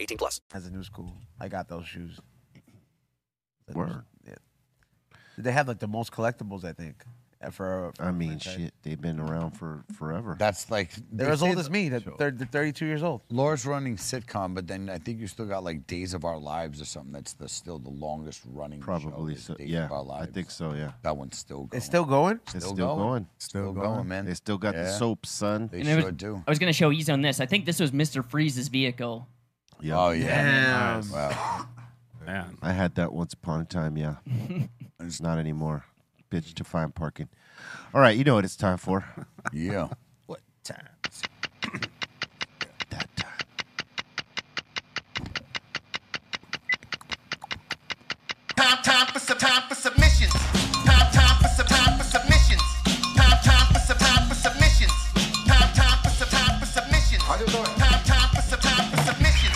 Speaker 15: 18 plus.
Speaker 5: Has a new school. I got those shoes.
Speaker 3: Word.
Speaker 5: They have like the most collectibles, I think. uh, For, for
Speaker 3: I mean,
Speaker 5: franchise.
Speaker 3: shit, they've been around for forever.
Speaker 2: That's like
Speaker 5: They're as old as me. They're, they're, they're 32 years old.
Speaker 2: Laura's running sitcom, but then I think you still got like Days of Our Lives or something. That's the still the longest running.
Speaker 3: Probably
Speaker 2: show, is
Speaker 3: so.
Speaker 2: Days
Speaker 3: Yeah,
Speaker 2: of Our Lives.
Speaker 3: I think so. Yeah.
Speaker 2: That one's still going.
Speaker 5: It's still going.
Speaker 3: It's still, going.
Speaker 2: Still going, man.
Speaker 3: They still got the
Speaker 2: Yeah.
Speaker 3: soap, son.
Speaker 2: They
Speaker 4: And it was-
Speaker 2: sure do.
Speaker 4: I was going to show ease on this. I think this was Mr. Freeze's vehicle.
Speaker 2: Oh yeah.
Speaker 4: Damn.
Speaker 2: Wow.
Speaker 7: man.
Speaker 3: I had that once upon a time, yeah. it's not anymore. Bitch to find parking. All right, you know what it's time for.
Speaker 2: Yeah.
Speaker 3: what time?
Speaker 1: Time, time for some time for submissions. Time, time for some time for submissions. Time, time for some time for submissions. Time, time for some time for submissions. Time, time for some time for submissions.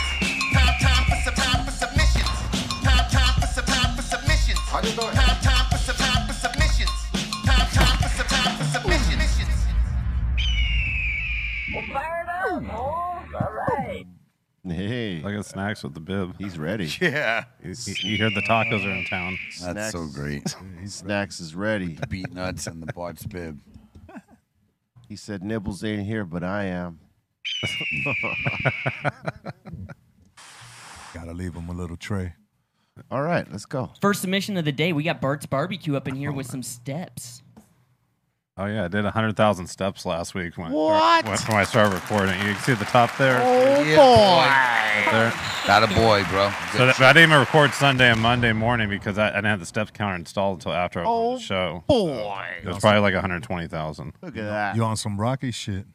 Speaker 1: Time, time for some time for submissions. Time, time for some time for submissions. Time, time for some time for submissions. Time, time for some time for submissions.
Speaker 3: Oh, Hey.
Speaker 7: Look at Snacks with the bib.
Speaker 3: He's ready.
Speaker 2: Yeah.
Speaker 7: You, you hear the tacos are in town.
Speaker 2: That's so great.
Speaker 3: Snacks is ready. The
Speaker 2: beat nuts and the botch bib.
Speaker 3: He said, Nibbles ain't here, but I am.
Speaker 6: Gotta leave him a little tray.
Speaker 3: All right, let's go.
Speaker 4: First submission of the day, we got Bart's barbecue up in here with some steps.
Speaker 7: Oh yeah, I did hundred thousand steps last week when
Speaker 4: What?
Speaker 7: when, when I started recording. You can see at the top there.
Speaker 4: Oh,
Speaker 2: Yeah,
Speaker 4: boy.
Speaker 7: There.
Speaker 2: That a boy, bro.
Speaker 7: So that, but I didn't even record Sunday and Monday morning because I, I didn't have the steps counter installed until after I oh, the show.
Speaker 3: Boy.
Speaker 7: It was probably like 120,000.
Speaker 3: Look at that.
Speaker 6: You on some rocky shit.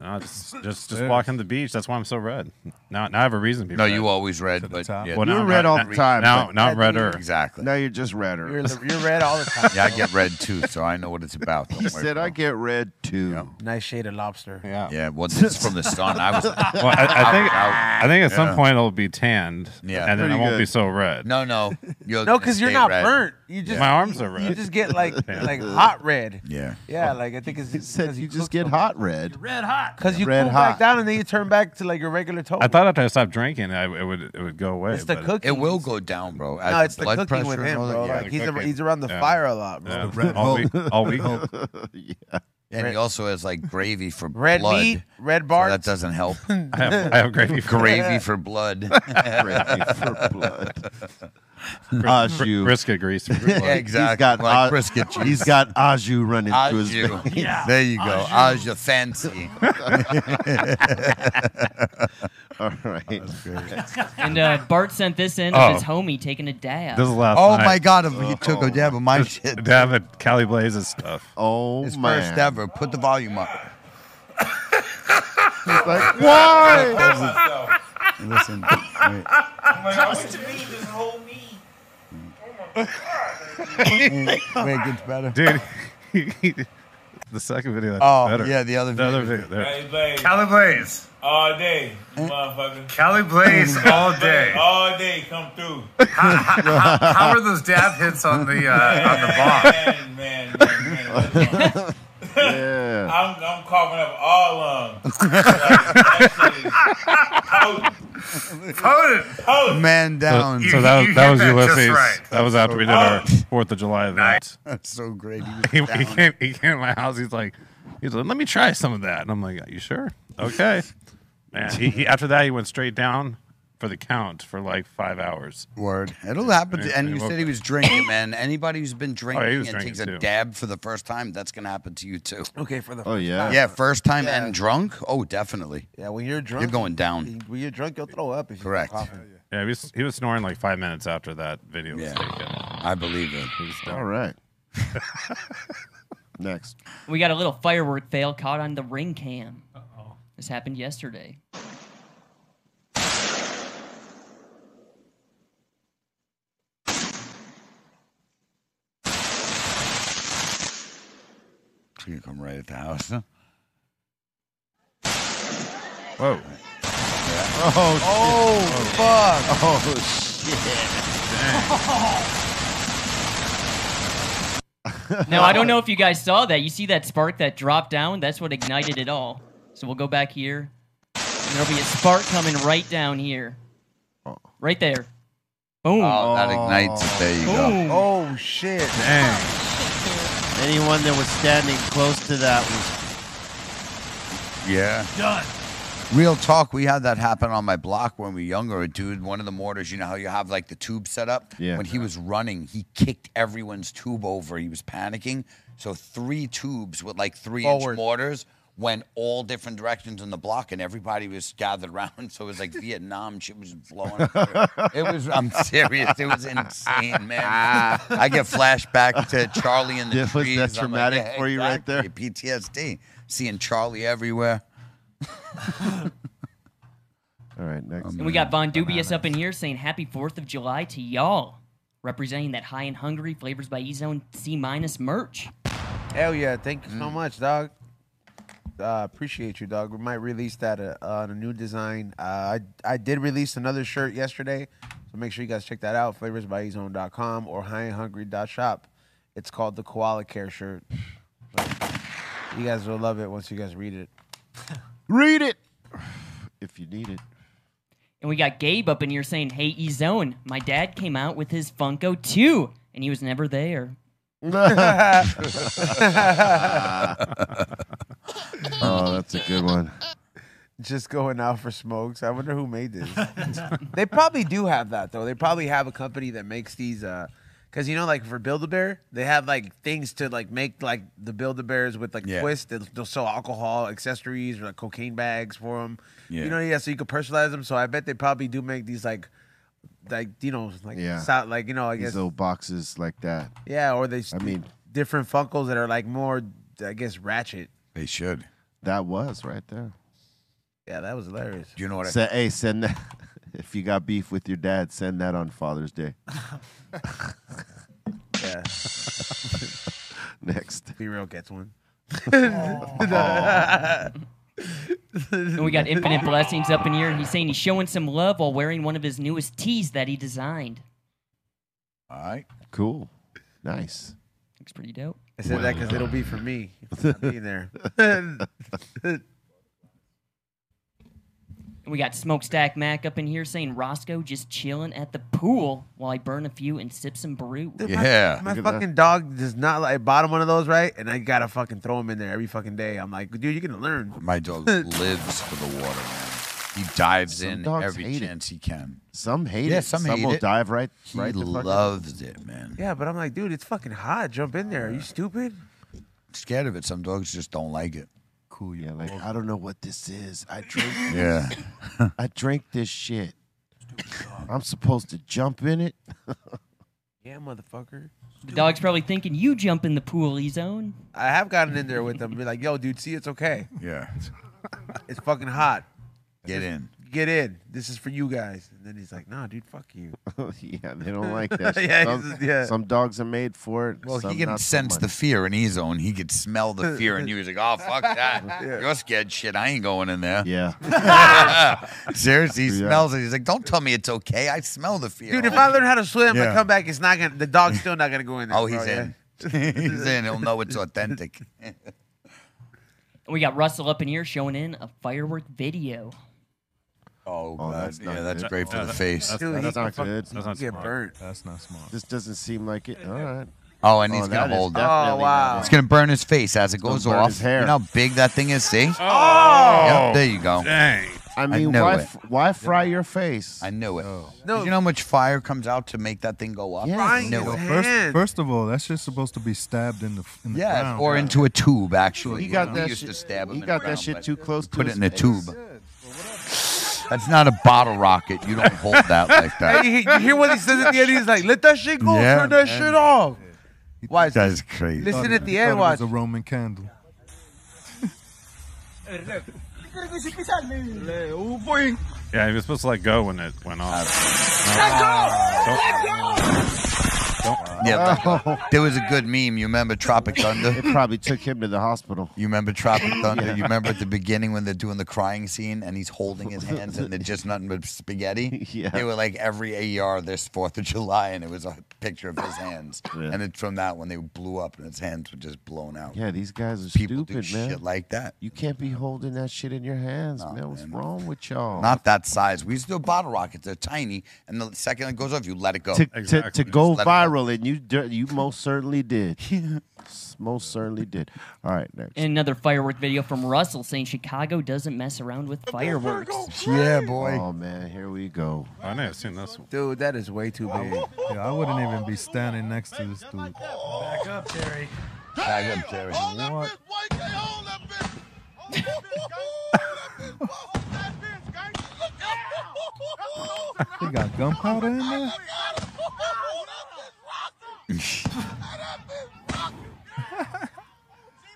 Speaker 7: No, just just, just walking the beach. That's why I'm so red. Now, now I have a reason. to be
Speaker 2: No,
Speaker 7: red.
Speaker 2: you always red, but yeah,
Speaker 7: Well, now
Speaker 3: You're
Speaker 7: I'm
Speaker 3: red all
Speaker 7: now-
Speaker 3: the time,
Speaker 7: Now,
Speaker 3: but-
Speaker 7: now
Speaker 3: At
Speaker 7: I'm
Speaker 3: the-
Speaker 7: redder.
Speaker 2: Exactly.
Speaker 3: Now you're just redder.
Speaker 2: You're
Speaker 5: the- you're red all the time.
Speaker 2: Yeah, I get red too, so I know what it's about. Don't
Speaker 3: He
Speaker 2: worry,
Speaker 3: said, uh,
Speaker 2: bro.
Speaker 3: I get red too.
Speaker 5: Nice shade of lobster.
Speaker 7: Yeah.
Speaker 2: Yeah, well, this is from the sun. I was.
Speaker 7: Well, I, I think I think at some
Speaker 2: Yeah.
Speaker 7: point it'll be tanned.
Speaker 2: Yeah.
Speaker 7: and then
Speaker 2: Pretty
Speaker 7: I won't
Speaker 2: good.
Speaker 7: be so red.
Speaker 2: No, no, you'll
Speaker 5: Oh, No, because you're
Speaker 2: stay
Speaker 5: not
Speaker 2: red.
Speaker 5: burnt. You just
Speaker 7: My arms are red.
Speaker 5: You just get like
Speaker 7: Yeah.
Speaker 5: like hot red.
Speaker 2: Yeah.
Speaker 5: Yeah, like I think it's because you,
Speaker 3: Just get hot red.
Speaker 5: red hot because you
Speaker 7: Red
Speaker 5: cool
Speaker 7: hot.
Speaker 5: back down and then you turn back to like your regular tone.
Speaker 7: I thought after I stopped drinking, I, it would it would go away.
Speaker 5: It's the
Speaker 7: but-
Speaker 5: cookies.
Speaker 2: It will go down, bro. As
Speaker 5: no, it's the
Speaker 2: blood
Speaker 5: cooking
Speaker 2: pressure
Speaker 5: with
Speaker 2: and
Speaker 5: him,
Speaker 2: all that-
Speaker 5: bro.
Speaker 2: yeah,
Speaker 5: like
Speaker 2: the
Speaker 5: he's a,
Speaker 2: cooking.
Speaker 5: he's around the
Speaker 7: Yeah.
Speaker 5: fire a
Speaker 3: Uh,
Speaker 5: lot, bro.
Speaker 7: Yeah. all week. All week.
Speaker 3: yeah.
Speaker 2: And he also has like gravy for
Speaker 5: Red
Speaker 2: blood.
Speaker 5: meat, red
Speaker 2: bar.
Speaker 5: Bart.
Speaker 2: that doesn't help.
Speaker 7: I have, I have gravy. For
Speaker 2: gravy for blood.
Speaker 3: Gravy for blood. Ajou.
Speaker 7: Brisket grease. for blood.
Speaker 2: Yeah, exactly.
Speaker 3: He's got,
Speaker 2: Like
Speaker 3: uh,
Speaker 2: brisket cheese.
Speaker 3: he's got Ajou running through his
Speaker 2: Ajou.
Speaker 3: veins.
Speaker 2: There you go. Ajou fancy.
Speaker 3: All right.
Speaker 4: And uh, Bart sent this in
Speaker 7: Oh.
Speaker 4: of his homie taking a dab.
Speaker 7: This is last
Speaker 2: oh
Speaker 7: night.
Speaker 2: my God! If you took a dab of my shit,
Speaker 7: David Cali Blaze's stuff.
Speaker 3: Oh,
Speaker 2: his
Speaker 3: man.
Speaker 2: first ever. Put the volume up.
Speaker 3: He's like, why?
Speaker 2: Listen. wait.
Speaker 11: Just to me, this whole me.
Speaker 2: Wait, it gets better.
Speaker 7: dude. the second video. That's
Speaker 2: Oh,
Speaker 7: better.
Speaker 2: yeah, the other
Speaker 7: The other
Speaker 2: video.
Speaker 7: video. There.
Speaker 11: Blaze.
Speaker 16: Cali Blaze.
Speaker 11: All day, motherfucker.
Speaker 16: Cali Blaze all day.
Speaker 11: All day, come through.
Speaker 16: how, how are those dab hits on the uh, on the bar?
Speaker 11: Man, man, man, man.
Speaker 3: yeah.
Speaker 11: I'm, I'm coughing up all of them. that
Speaker 16: Potent.
Speaker 11: shit is potent.
Speaker 2: Man down.
Speaker 7: Uh, So that was, that
Speaker 16: hit
Speaker 7: was
Speaker 16: that just
Speaker 7: Ulysses.
Speaker 16: right.
Speaker 7: That was after we did our
Speaker 2: Oh.
Speaker 7: Fourth of July event.
Speaker 2: That's so great. He
Speaker 7: He, he
Speaker 2: was down.
Speaker 7: came. He came to my house. He's like, he's like, let me try some of that. And I'm like, you sure? Okay. Man, he, he, after that, he went straight down for the count for like five hours.
Speaker 2: Word. It'll happen.
Speaker 7: Yeah,
Speaker 2: To, and
Speaker 7: it
Speaker 2: you
Speaker 7: will.
Speaker 2: said he was drinking, man. Anybody who's been drinking and
Speaker 7: Oh, drinking,
Speaker 2: takes a
Speaker 7: too.
Speaker 2: dab for the first time, that's gonna happen to you too.
Speaker 5: Okay, for the
Speaker 3: Oh, yeah.
Speaker 2: Yeah, first time
Speaker 5: Yeah.
Speaker 2: and drunk. Oh, definitely.
Speaker 5: yeah. When you're drunk,
Speaker 2: going down.
Speaker 5: you- When you're drunk, you'll throw up. If you
Speaker 2: Correct.
Speaker 5: coughing.
Speaker 7: Yeah, he was, he was snoring like five minutes after that video was
Speaker 2: Yeah.
Speaker 7: taken.
Speaker 2: I believe it.
Speaker 7: He was done.
Speaker 3: All right. Next.
Speaker 4: We got a little firework fail caught on the ring cam. This happened yesterday.
Speaker 2: You come right at the house.
Speaker 7: Whoa.
Speaker 5: Oh fuck!
Speaker 3: Oh, shit.
Speaker 7: oh,
Speaker 4: Now I don't know if you guys saw that. You see that spark that dropped down? That's what ignited it all. So we'll go back here. And there'll be a spark coming right down here. Right there. Boom.
Speaker 2: Oh, that ignites it. There you go.
Speaker 4: Boom.
Speaker 5: Oh shit!
Speaker 7: Dang.
Speaker 3: Anyone that was standing close to that was.
Speaker 2: Yeah.
Speaker 11: Done.
Speaker 2: Real talk, we had that happen on my block when we were younger. A dude, one of the mortars, you know how you have like the tube set up?
Speaker 3: Yeah.
Speaker 2: When he was running, he kicked everyone's tube over. He was panicking. So three tubes with like three
Speaker 5: Forward.
Speaker 2: inch mortars went all different directions on the block, and everybody was gathered around. So it was like Vietnam. Shit was blowing. up. it was. I'm serious. It was insane, man. I get flashback to Charlie in the
Speaker 3: Yeah, was that
Speaker 2: trees. I'm like,
Speaker 3: traumatic
Speaker 2: yeah,
Speaker 3: for you right
Speaker 2: exactly, PTSD. Seeing Charlie everywhere.
Speaker 3: All right,
Speaker 2: Oh,
Speaker 3: next.
Speaker 4: And we got
Speaker 3: Mm,
Speaker 4: Von Dubious up in here saying happy 4th of July to y'all, representing that high and hungry flavors by E-Zone C minus merch.
Speaker 5: Hell yeah! Thank you
Speaker 2: Mm.
Speaker 5: so much, dog. Uh, appreciate you, dog. We might release that uh, on a new design. Uh, I I did release another shirt yesterday, so make sure you guys check that out. Flavorsbyezone.com or highandhungry.shop. It's called the Koala Care shirt. But you guys will love it once you guys read it.
Speaker 3: Read it if you need it.
Speaker 4: And we got Gabe up in here saying, hey E-Zone, my dad came out with his Funko 2, and he was never there.
Speaker 3: Oh, that's a good one.
Speaker 5: Just going out for smokes. I wonder who made this. they probably do have that though. They probably have a company that makes these. uh 'cause Cause you know, like for Build a Bear, they have like things to like make like the Build a Bears with like
Speaker 2: Yeah.
Speaker 5: twists. They'll, they'll sell alcohol accessories or like cocaine bags for them.
Speaker 2: Yeah.
Speaker 5: You know, yeah. So you can personalize them. So I bet they probably do make these like, like you know, like
Speaker 3: Yeah.
Speaker 5: so- like you know, I guess
Speaker 3: These little boxes like that.
Speaker 5: yeah. Or they.
Speaker 3: I mean-
Speaker 5: different Funkos that are like more, I guess, ratchet.
Speaker 2: They should.
Speaker 3: That was right there.
Speaker 5: Yeah, that was hilarious.
Speaker 2: Do you know what?
Speaker 3: Say, hey, send that. If you got beef with your dad, send that on Father's Day.
Speaker 5: Yeah.
Speaker 3: Next.
Speaker 5: Be real gets one.
Speaker 4: and we got Infinite Blessings up in here. He's saying he's showing some love while wearing one of his newest tees that he designed.
Speaker 2: All right.
Speaker 3: Cool. Nice.
Speaker 4: Looks pretty dope.
Speaker 5: I said that because it'll be for me. It's not being there.
Speaker 4: And we got Smokestack Mac up in here saying Roscoe just chilling at the pool while I burn a few and sip some brew.
Speaker 5: My, my fucking dog does not like I bottom one of those, right? And I gotta fucking throw him in there every fucking day. I'm like, dude, you're gonna learn.
Speaker 2: My dog lives for the water, man. He dives
Speaker 3: Some
Speaker 2: in
Speaker 3: dogs
Speaker 2: every
Speaker 3: hate it.
Speaker 2: chance he can.
Speaker 3: Some hate
Speaker 2: yeah,
Speaker 3: it.
Speaker 2: Some,
Speaker 3: Some
Speaker 2: hate
Speaker 3: will
Speaker 2: it.
Speaker 3: dive right-
Speaker 2: He
Speaker 3: right the fuck in.
Speaker 2: loves it, man.
Speaker 5: Yeah, but I'm like, dude, it's fucking hot. Jump in there. Are you stupid?
Speaker 2: Scared of it. Some dogs just don't like it.
Speaker 3: Cool. Yeah, like I don't know what this is. I drink.
Speaker 2: Yeah.
Speaker 3: I drank this shit. I'm supposed to jump in it.
Speaker 5: Yeah, motherfucker.
Speaker 4: The dog's probably thinking you jump in the pool, E-Zone.
Speaker 5: I have gotten in there with them. Be like, yo, dude, see, it's okay.
Speaker 2: Yeah.
Speaker 5: It's fucking hot.
Speaker 2: Get in.
Speaker 5: Get in. This is for you guys. And then he's like, nah, dude, fuck you.
Speaker 3: yeah, they don't like that. shit.
Speaker 5: Yeah,
Speaker 3: some,
Speaker 5: he's- yeah.
Speaker 3: some dogs are made for it.
Speaker 2: Well,
Speaker 3: some
Speaker 2: Oh, he can
Speaker 3: not so
Speaker 2: sense
Speaker 3: much.
Speaker 2: the fear in his own. He could smell the fear in you. He's like, oh, fuck that. You're scared shit. I ain't going in there.
Speaker 3: Yeah.
Speaker 2: Seriously, he
Speaker 3: Yeah.
Speaker 2: smells it. He's like, don't tell me it's okay. I smell the fear. Oh,
Speaker 5: Dude, if I learn how to swim, I
Speaker 2: Yeah.
Speaker 5: come back, it's not gonna. The dog's still not gonna go in there.
Speaker 2: Oh, he's
Speaker 5: bro, yeah.
Speaker 2: in. he's in. He'll know it's authentic.
Speaker 4: And we got Russell up in here showing in a firework video.
Speaker 2: Oh,
Speaker 3: Oh,
Speaker 2: God.
Speaker 3: that's not
Speaker 2: yeah, that's
Speaker 3: good.
Speaker 2: great for the face.
Speaker 3: That's, that's not
Speaker 5: fuck-
Speaker 3: good.
Speaker 5: you That's not get smart. burnt.
Speaker 6: That's not smart.
Speaker 3: This doesn't seem like it. All right.
Speaker 2: Oh, and he's
Speaker 3: Oh, that
Speaker 2: gonna
Speaker 3: is
Speaker 2: hold it.
Speaker 3: definitely Oh, wow. not
Speaker 2: It's gonna burn his face as it
Speaker 3: gonna
Speaker 2: goes
Speaker 3: burn
Speaker 2: off.
Speaker 3: his hair.
Speaker 2: You know how big that thing is. See?
Speaker 3: Oh.
Speaker 2: Yep, there you go.
Speaker 3: Dang. I mean,
Speaker 2: knew
Speaker 3: why
Speaker 2: it.
Speaker 3: f- why fry your face? Oh.
Speaker 2: I knew it. No. You know how much fire comes out to make that thing go up? I knew it.
Speaker 6: First, first of all, that's just supposed to be stabbed in the in the
Speaker 2: Yes,
Speaker 6: ground.
Speaker 2: or into a tube. Actually,
Speaker 3: He got
Speaker 2: We
Speaker 3: that
Speaker 2: used
Speaker 3: shit-
Speaker 2: to stab him
Speaker 3: he
Speaker 2: in
Speaker 3: got
Speaker 2: the
Speaker 3: that
Speaker 2: ground,
Speaker 3: shit
Speaker 2: but
Speaker 3: too close to
Speaker 2: Put
Speaker 3: his
Speaker 2: it in a
Speaker 3: face.
Speaker 2: tube. That's not a bottle rocket. You don't hold that like that.
Speaker 5: Hey, you- you hear what he says at the end? He's like, let that shit go.
Speaker 2: Yeah,
Speaker 5: Turn that
Speaker 2: man.
Speaker 5: shit off. Why?
Speaker 2: That is crazy.
Speaker 5: Listen
Speaker 6: Thought-
Speaker 5: at the
Speaker 6: thought
Speaker 5: end.
Speaker 6: it
Speaker 5: Watch.
Speaker 6: was a Roman candle.
Speaker 7: Yeah, he was supposed to let go when it went off.
Speaker 3: Ah.
Speaker 2: Yeah, but there was a good meme. You remember Tropic Thunder? It
Speaker 3: probably took him to the hospital.
Speaker 2: You remember Tropic Thunder?
Speaker 3: Yeah.
Speaker 2: You remember at the beginning when they're doing the crying scene and he's holding his hands and they're just nothing but spaghetti?
Speaker 3: Yeah.
Speaker 2: They were like every AR this 4th of July and it was a picture of his hands. And it's from that when they blew up and his hands were just blown out.
Speaker 3: Yeah, these guys are
Speaker 2: People
Speaker 3: stupid,
Speaker 2: do
Speaker 3: man.
Speaker 2: shit like that.
Speaker 3: You can't be holding that shit in your hands, man. What's wrong with y'all?
Speaker 2: Not that size. We used to do bottle rockets. They're tiny. And the second it goes off, you let it go.
Speaker 3: to, to- to, go
Speaker 2: Just let it go.
Speaker 3: viral, and you d- you most certainly did. S- most certainly did. All right, next.
Speaker 4: And another firework video from Russell saying Chicago doesn't mess around with fireworks.
Speaker 2: Yeah, boy.
Speaker 3: Oh man, here we go.
Speaker 7: I never seen this one.
Speaker 5: Dude, that is way too big.
Speaker 6: Oh. Yeah, I wouldn't even be standing next to this dude.
Speaker 2: Back up, Terry.
Speaker 6: What? They got gunpowder in there?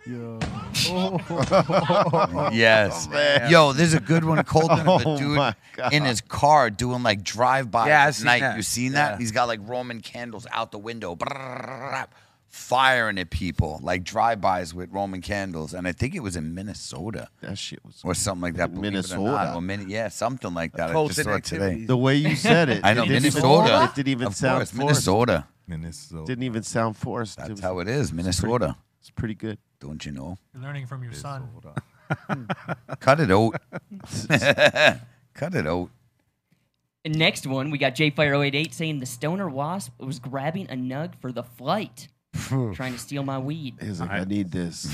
Speaker 6: Yo. Oh.
Speaker 2: yes.
Speaker 6: Man.
Speaker 2: Yo, there's a good one. Colton, of
Speaker 6: Oh,
Speaker 2: a
Speaker 6: my
Speaker 2: dude
Speaker 6: God.
Speaker 2: in his car doing like drive-by
Speaker 5: Yeah, I
Speaker 2: at
Speaker 5: seen
Speaker 2: night.
Speaker 5: that.
Speaker 2: You seen that?
Speaker 5: Yeah.
Speaker 2: He's got like Roman candles out the window, brrrr, firing at people like drive-bys with Roman candles. And I think it was in Minnesota.
Speaker 3: That shit was
Speaker 2: or something like that. believe it or not.
Speaker 3: Minnesota.
Speaker 2: or Min- yeah, something like that. I just
Speaker 3: Colton
Speaker 2: saw it today.
Speaker 3: activities. The way you said it,
Speaker 2: I know
Speaker 3: it didn't-
Speaker 2: Minnesota.
Speaker 3: it didn't even
Speaker 2: of
Speaker 3: sound
Speaker 2: course,
Speaker 3: forced.
Speaker 2: Minnesota.
Speaker 6: Minnesota.
Speaker 3: Didn't even sound forced. That's
Speaker 2: how it is, Minnesota.
Speaker 3: It's pretty good.
Speaker 2: Don't you know?
Speaker 17: You're learning from your son.
Speaker 2: Cut it out. Cut it out.
Speaker 4: And next one, we got JFire088 saying the stoner wasp was grabbing a nug for the flight, trying to steal my weed.
Speaker 3: He's like, I need this.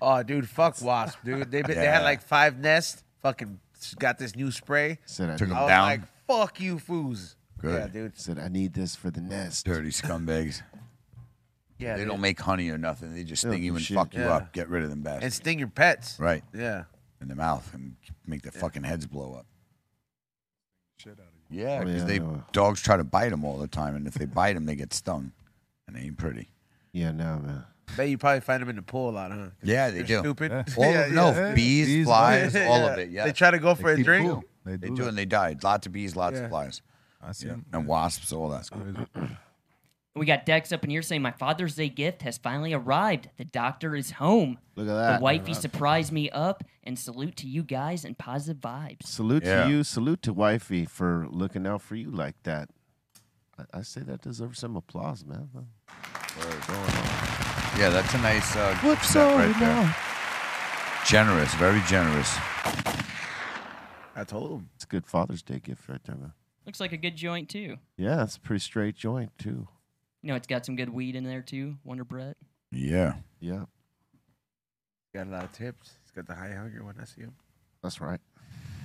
Speaker 5: Oh, dude, fuck wasp, dude. They been, they had
Speaker 3: Yeah.
Speaker 5: like five nests. Fucking s- got this new spray.
Speaker 3: Said I
Speaker 5: I
Speaker 3: Took 'em
Speaker 5: was
Speaker 3: down.
Speaker 5: Like fuck you, foos. Yeah, dude.
Speaker 3: Said I need this for the nest.
Speaker 2: Dirty scumbags.
Speaker 5: Yeah,
Speaker 2: they
Speaker 5: dude.
Speaker 2: don't make honey or nothing. They just
Speaker 5: They'll
Speaker 2: sting
Speaker 5: do
Speaker 2: you and
Speaker 5: shit.
Speaker 2: fuck you
Speaker 5: Yeah.
Speaker 2: up. Get rid of them bastards.
Speaker 5: and sting your pets.
Speaker 2: right.
Speaker 5: Yeah.
Speaker 2: In the mouth and make their fucking heads blow up. Yeah,
Speaker 3: Oh,
Speaker 2: because
Speaker 3: yeah,
Speaker 2: they
Speaker 3: no.
Speaker 2: dogs try to bite them all the time, and if they bite them, they get stung, and they ain't pretty.
Speaker 3: Yeah, no man.
Speaker 5: Bet you probably find them in the pool a lot, huh? 'Cause
Speaker 2: Yeah, they
Speaker 5: they're
Speaker 2: do.
Speaker 5: Stupid.
Speaker 2: All of- no, bees, flies, all of
Speaker 5: Yeah.
Speaker 2: it. Yeah,
Speaker 5: They try to go for a drink.
Speaker 2: They, do, and they die. Lots of bees, lots
Speaker 5: Yeah.
Speaker 2: of flies,
Speaker 6: I see.
Speaker 2: and wasps, all that.
Speaker 4: We got Dex up in here saying my Father's Day gift has finally arrived. The doctor is home.
Speaker 3: Look at that.
Speaker 4: The wifey surprised me up and salute to you guys and positive vibes.
Speaker 3: Salute
Speaker 4: Yeah.
Speaker 3: to you. Salute to wifey for looking out for you like that. I, I say that deserves some applause, man.
Speaker 2: Yeah, that's a nice uh,
Speaker 3: What's
Speaker 2: set
Speaker 3: all
Speaker 2: right there.
Speaker 3: now?
Speaker 2: Generous, very generous.
Speaker 5: I told him.
Speaker 3: It's a good Father's Day gift right there, man.
Speaker 4: Looks like a good joint too.
Speaker 3: Yeah, it's a pretty straight joint too.
Speaker 4: You know, it's got some good weed in there too. Wonder Brett.
Speaker 2: Yeah.
Speaker 3: Yeah.
Speaker 5: Got a lot of tips. He's got the high hunger when I see him.
Speaker 3: That's right.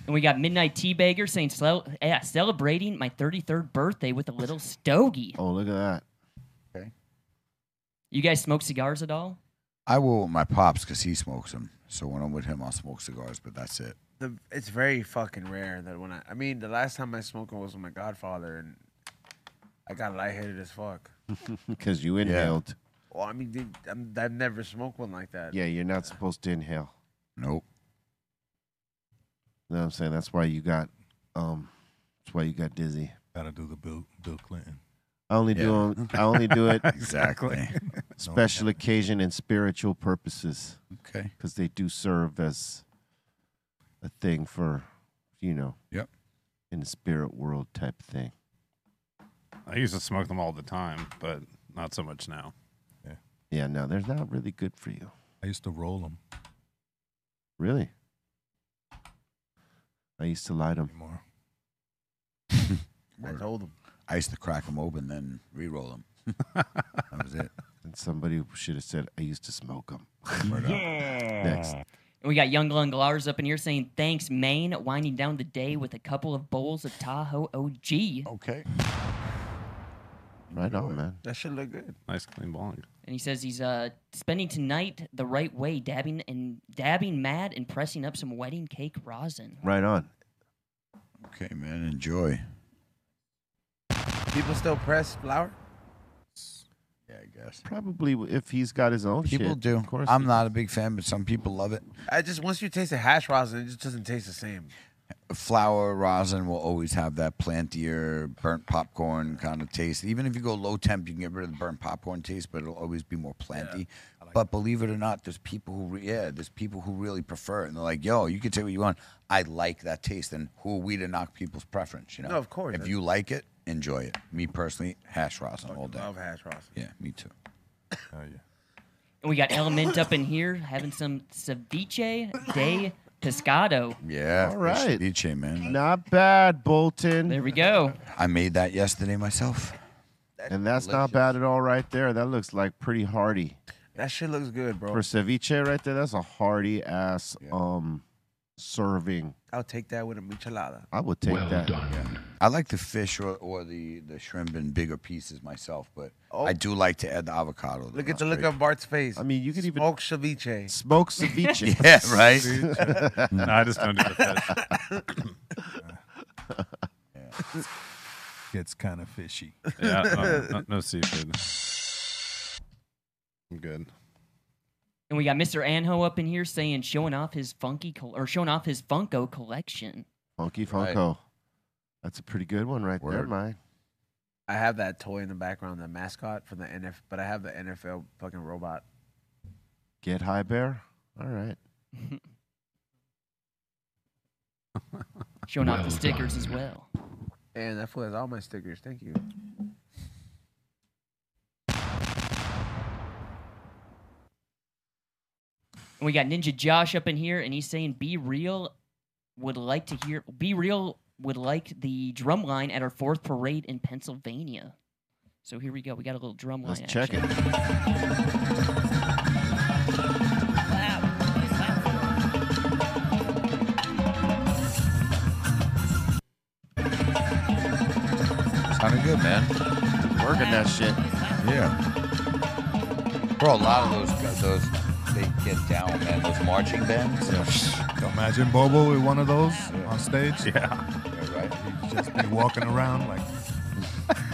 Speaker 4: And we got Midnight Tea Bagger saying, "Cel- yeah, celebrating my 33rd birthday with a little stogie.
Speaker 3: Oh, look at that.
Speaker 4: You guys smoke cigars at all?
Speaker 2: I will with my pops because he smokes them. So when I'm with him, I'll smoke cigars, but that's it.
Speaker 5: The, it's very fucking rare that when I, I mean, the last time I smoked was with my godfather, and I got lightheaded as fuck.
Speaker 3: Because you inhaled.
Speaker 5: Well, I mean, dude, I'm, I've never smoked one like that.
Speaker 3: Yeah. you're not supposed to inhale.
Speaker 2: Nope.
Speaker 3: You know what I'm saying? That's why you got um that's why you got dizzy.
Speaker 6: Gotta do the Bill Bill Clinton.
Speaker 3: I only do
Speaker 6: Yeah.
Speaker 3: 'em- I only do it
Speaker 6: Exactly.
Speaker 3: Special occasion and spiritual purposes.
Speaker 2: Okay.
Speaker 3: Because they do serve as a thing for, you know.
Speaker 2: Yep.
Speaker 3: In the spirit world type thing.
Speaker 7: I used to smoke them all the time, but not so much now.
Speaker 3: Yeah, no, they're not really good for you.
Speaker 6: I used to roll them.
Speaker 3: Really. I used to light them.
Speaker 5: I told him.
Speaker 2: I used to crack them open, then re-roll them. that was it.
Speaker 3: And somebody should have said, I used to smoke them.
Speaker 4: Yeah.
Speaker 3: Next.
Speaker 4: And we got Young Lung Lars up in here saying, Thanks, Maine, winding down the day with a couple of bowls of Tahoe OG.
Speaker 2: Okay.
Speaker 3: Right on, man.
Speaker 5: That should look good.
Speaker 7: Nice clean bong.
Speaker 4: And he says he's uh, spending tonight the right way, dabbing and dabbing mad and pressing up some wedding cake rosin.
Speaker 3: Right on.
Speaker 2: Okay, man. Enjoy.
Speaker 5: People still press flour?
Speaker 2: Yeah, I guess.
Speaker 3: Probably if he's got his own
Speaker 2: People
Speaker 3: shit.
Speaker 2: do.
Speaker 3: Of course.
Speaker 2: I'm not a big fan, but some people love it.
Speaker 5: I just, once you taste the hash rosin, it just doesn't taste the same.
Speaker 2: Flour rosin will always have that plantier, burnt popcorn kind of taste. Even if you go low temp, you can get rid of the burnt popcorn taste, but it'll always be more planty. but believe it or not, there's people who re- yeah, there's people who really prefer it, and they're like, "Yo, you can take what you want. I like that taste." And who are we to knock people's preference? You know?
Speaker 5: No, of course.
Speaker 2: If you like it, enjoy it. Me personally, hash rosin all day.
Speaker 5: Love hash rosin.
Speaker 2: Yeah, me too. Oh yeah.
Speaker 4: And we got Element up in here having some ceviche de pescado.
Speaker 2: Yeah.
Speaker 4: All
Speaker 3: right.
Speaker 2: Ceviche, man.
Speaker 3: Not bad, Bolton.
Speaker 4: There we go.
Speaker 2: I made that yesterday myself.
Speaker 3: And that's not bad at all, right there. That looks like pretty hearty
Speaker 5: That shit looks good, bro.
Speaker 3: for ceviche, right there. That's a hearty ass um serving.
Speaker 5: I'll take that with a michelada.
Speaker 3: I would take that.
Speaker 2: I like the fish or, or the, the shrimp in bigger pieces myself, but I do like to add Oh. the avocado. though,
Speaker 5: Look at
Speaker 2: not
Speaker 5: the look
Speaker 2: straight.
Speaker 5: on Bart's face. I
Speaker 3: mean, you could
Speaker 5: even smoke ceviche.
Speaker 3: Smoke ceviche.
Speaker 2: Yeah, right?
Speaker 7: no, I just don't do the fish.
Speaker 6: gets kind of fishy.
Speaker 7: Yeah, no,
Speaker 6: uh,
Speaker 7: no, no seafood. I'm good.
Speaker 4: And we got Mr. Anho up in here saying showing off his funky col- or showing off his Funko collection.
Speaker 3: Funky
Speaker 5: Right.
Speaker 3: Funko. That's a pretty good one right there,
Speaker 5: Word.
Speaker 3: mine.
Speaker 5: I have that toy in the background, the mascot from the NFL, but I have the NFL fucking robot.
Speaker 3: Get high bear. All right.
Speaker 4: Showing off the stickers as well.
Speaker 5: And that was all my stickers. Thank you.
Speaker 4: And we got Ninja Josh up in here, and he's saying, "Be real would like to hear. Be real would like the drum line at our fourth parade in Pennsylvania." So here we go. We got a little drum line.
Speaker 3: Let's check it.
Speaker 2: Sounded good, man.
Speaker 3: Working that shit.
Speaker 2: Yeah. Bro, a lot of those guys, those they get down, man. Those marching bands.
Speaker 6: Imagine Bobo with one of those on stage.
Speaker 7: Yeah.
Speaker 2: right.
Speaker 6: He'd just be walking around like,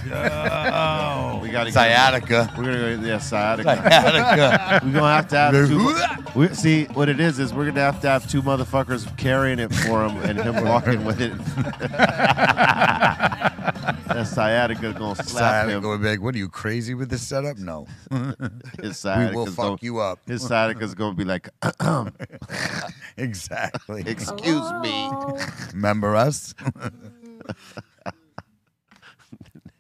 Speaker 6: yo.
Speaker 3: We gotta
Speaker 2: sciatica.
Speaker 3: We're gonna go yeah, sciatica.
Speaker 2: Sciatica.
Speaker 3: we're gonna have to have
Speaker 2: They're-
Speaker 3: two. We, see what it is is we're gonna have to have two motherfuckers carrying it for him and him walking with it. that sciatica gonna slap
Speaker 2: Sciatica
Speaker 3: him.
Speaker 2: would be like, what are you crazy with this setup? No.
Speaker 3: His
Speaker 2: we will
Speaker 3: sciatica's
Speaker 2: fuck
Speaker 3: gonna-
Speaker 2: you up.
Speaker 3: His sciatica's gonna be like,
Speaker 2: exactly.
Speaker 3: Excuse me.
Speaker 2: Remember us?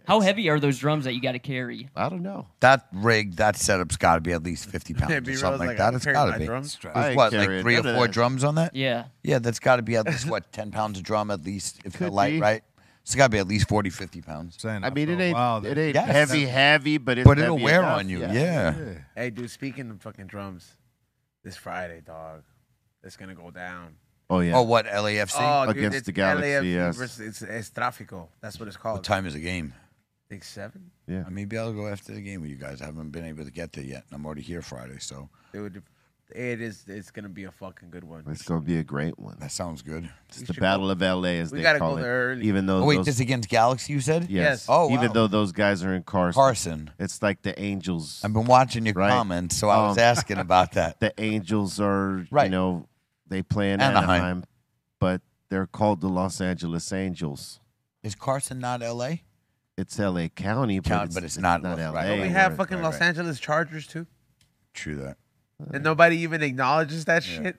Speaker 4: How heavy are those drums that you got to carry?
Speaker 3: I don't know.
Speaker 2: That rig, that setup's got to be at least 50 pounds
Speaker 4: Yeah,
Speaker 2: or
Speaker 4: B-Roll's
Speaker 2: something like,
Speaker 4: like,
Speaker 2: that.
Speaker 4: "I'm
Speaker 2: It's
Speaker 4: carrying
Speaker 2: got
Speaker 4: my
Speaker 2: to be.
Speaker 4: drum
Speaker 2: There's
Speaker 4: strap." I ain't
Speaker 2: what, like
Speaker 4: carrying
Speaker 2: three or
Speaker 4: none of
Speaker 2: four
Speaker 4: that.
Speaker 2: drums on that?
Speaker 4: Yeah.
Speaker 2: Yeah, that's got to be at least, what, 10 pounds a drum at least, if you're
Speaker 3: Could
Speaker 2: light,
Speaker 3: be.
Speaker 2: right? It's got to be at least 40, 50 pounds.
Speaker 3: I mean, it ain't it ain't
Speaker 2: Yes.
Speaker 3: heavy, heavy, but it's
Speaker 2: But it'll
Speaker 3: heavy
Speaker 2: wear
Speaker 3: enough,
Speaker 2: on you, yeah.
Speaker 5: Hey, dude, speaking of fucking drums, this Friday, dog, it's going to go down.
Speaker 3: Oh yeah.
Speaker 2: Oh, what, LAFC?
Speaker 5: Oh, dude,
Speaker 3: Against
Speaker 5: it's
Speaker 3: the Galaxy,
Speaker 5: LAFC
Speaker 3: yes.
Speaker 5: versus- it's, it's Trafico. That's what it's called.
Speaker 2: What time is the game?
Speaker 5: Like seven?
Speaker 3: Yeah.
Speaker 2: Uh, Maybe I'll go after the game with you guys. I haven't been able to get there yet, and I'm already here Friday, so.
Speaker 5: Dude, it is. It's going to be a fucking good one.
Speaker 3: It's gonna be a great one.
Speaker 2: That sounds good.
Speaker 3: It's
Speaker 5: We
Speaker 3: the
Speaker 5: should
Speaker 3: Battle
Speaker 5: go-
Speaker 3: of L.A. as
Speaker 5: we
Speaker 3: they
Speaker 5: gotta
Speaker 3: call
Speaker 5: go
Speaker 3: it.
Speaker 5: there early.
Speaker 3: Even though
Speaker 2: Oh, wait,
Speaker 3: those,
Speaker 2: this against Galaxy, you said?
Speaker 3: yes.
Speaker 2: Oh, wow.
Speaker 3: even though those guys are in Carson.
Speaker 2: Carson.
Speaker 3: It's like the Angels.
Speaker 2: I've been watching your
Speaker 3: right?
Speaker 2: comments, so I was
Speaker 3: Um,
Speaker 2: asking about that.
Speaker 3: The Angels are,
Speaker 2: Right.
Speaker 3: you know, they play in
Speaker 2: Anaheim.
Speaker 3: Anaheim. but they're called the Los Angeles Angels.
Speaker 2: Is Carson not LA?
Speaker 3: It's L.A. County, but,
Speaker 2: County,
Speaker 3: it's,
Speaker 2: but it's not Los-
Speaker 3: L.A.
Speaker 2: right.
Speaker 5: Don't we have fucking Los Angeles Chargers too?
Speaker 2: True that.
Speaker 5: And nobody even acknowledges that shit.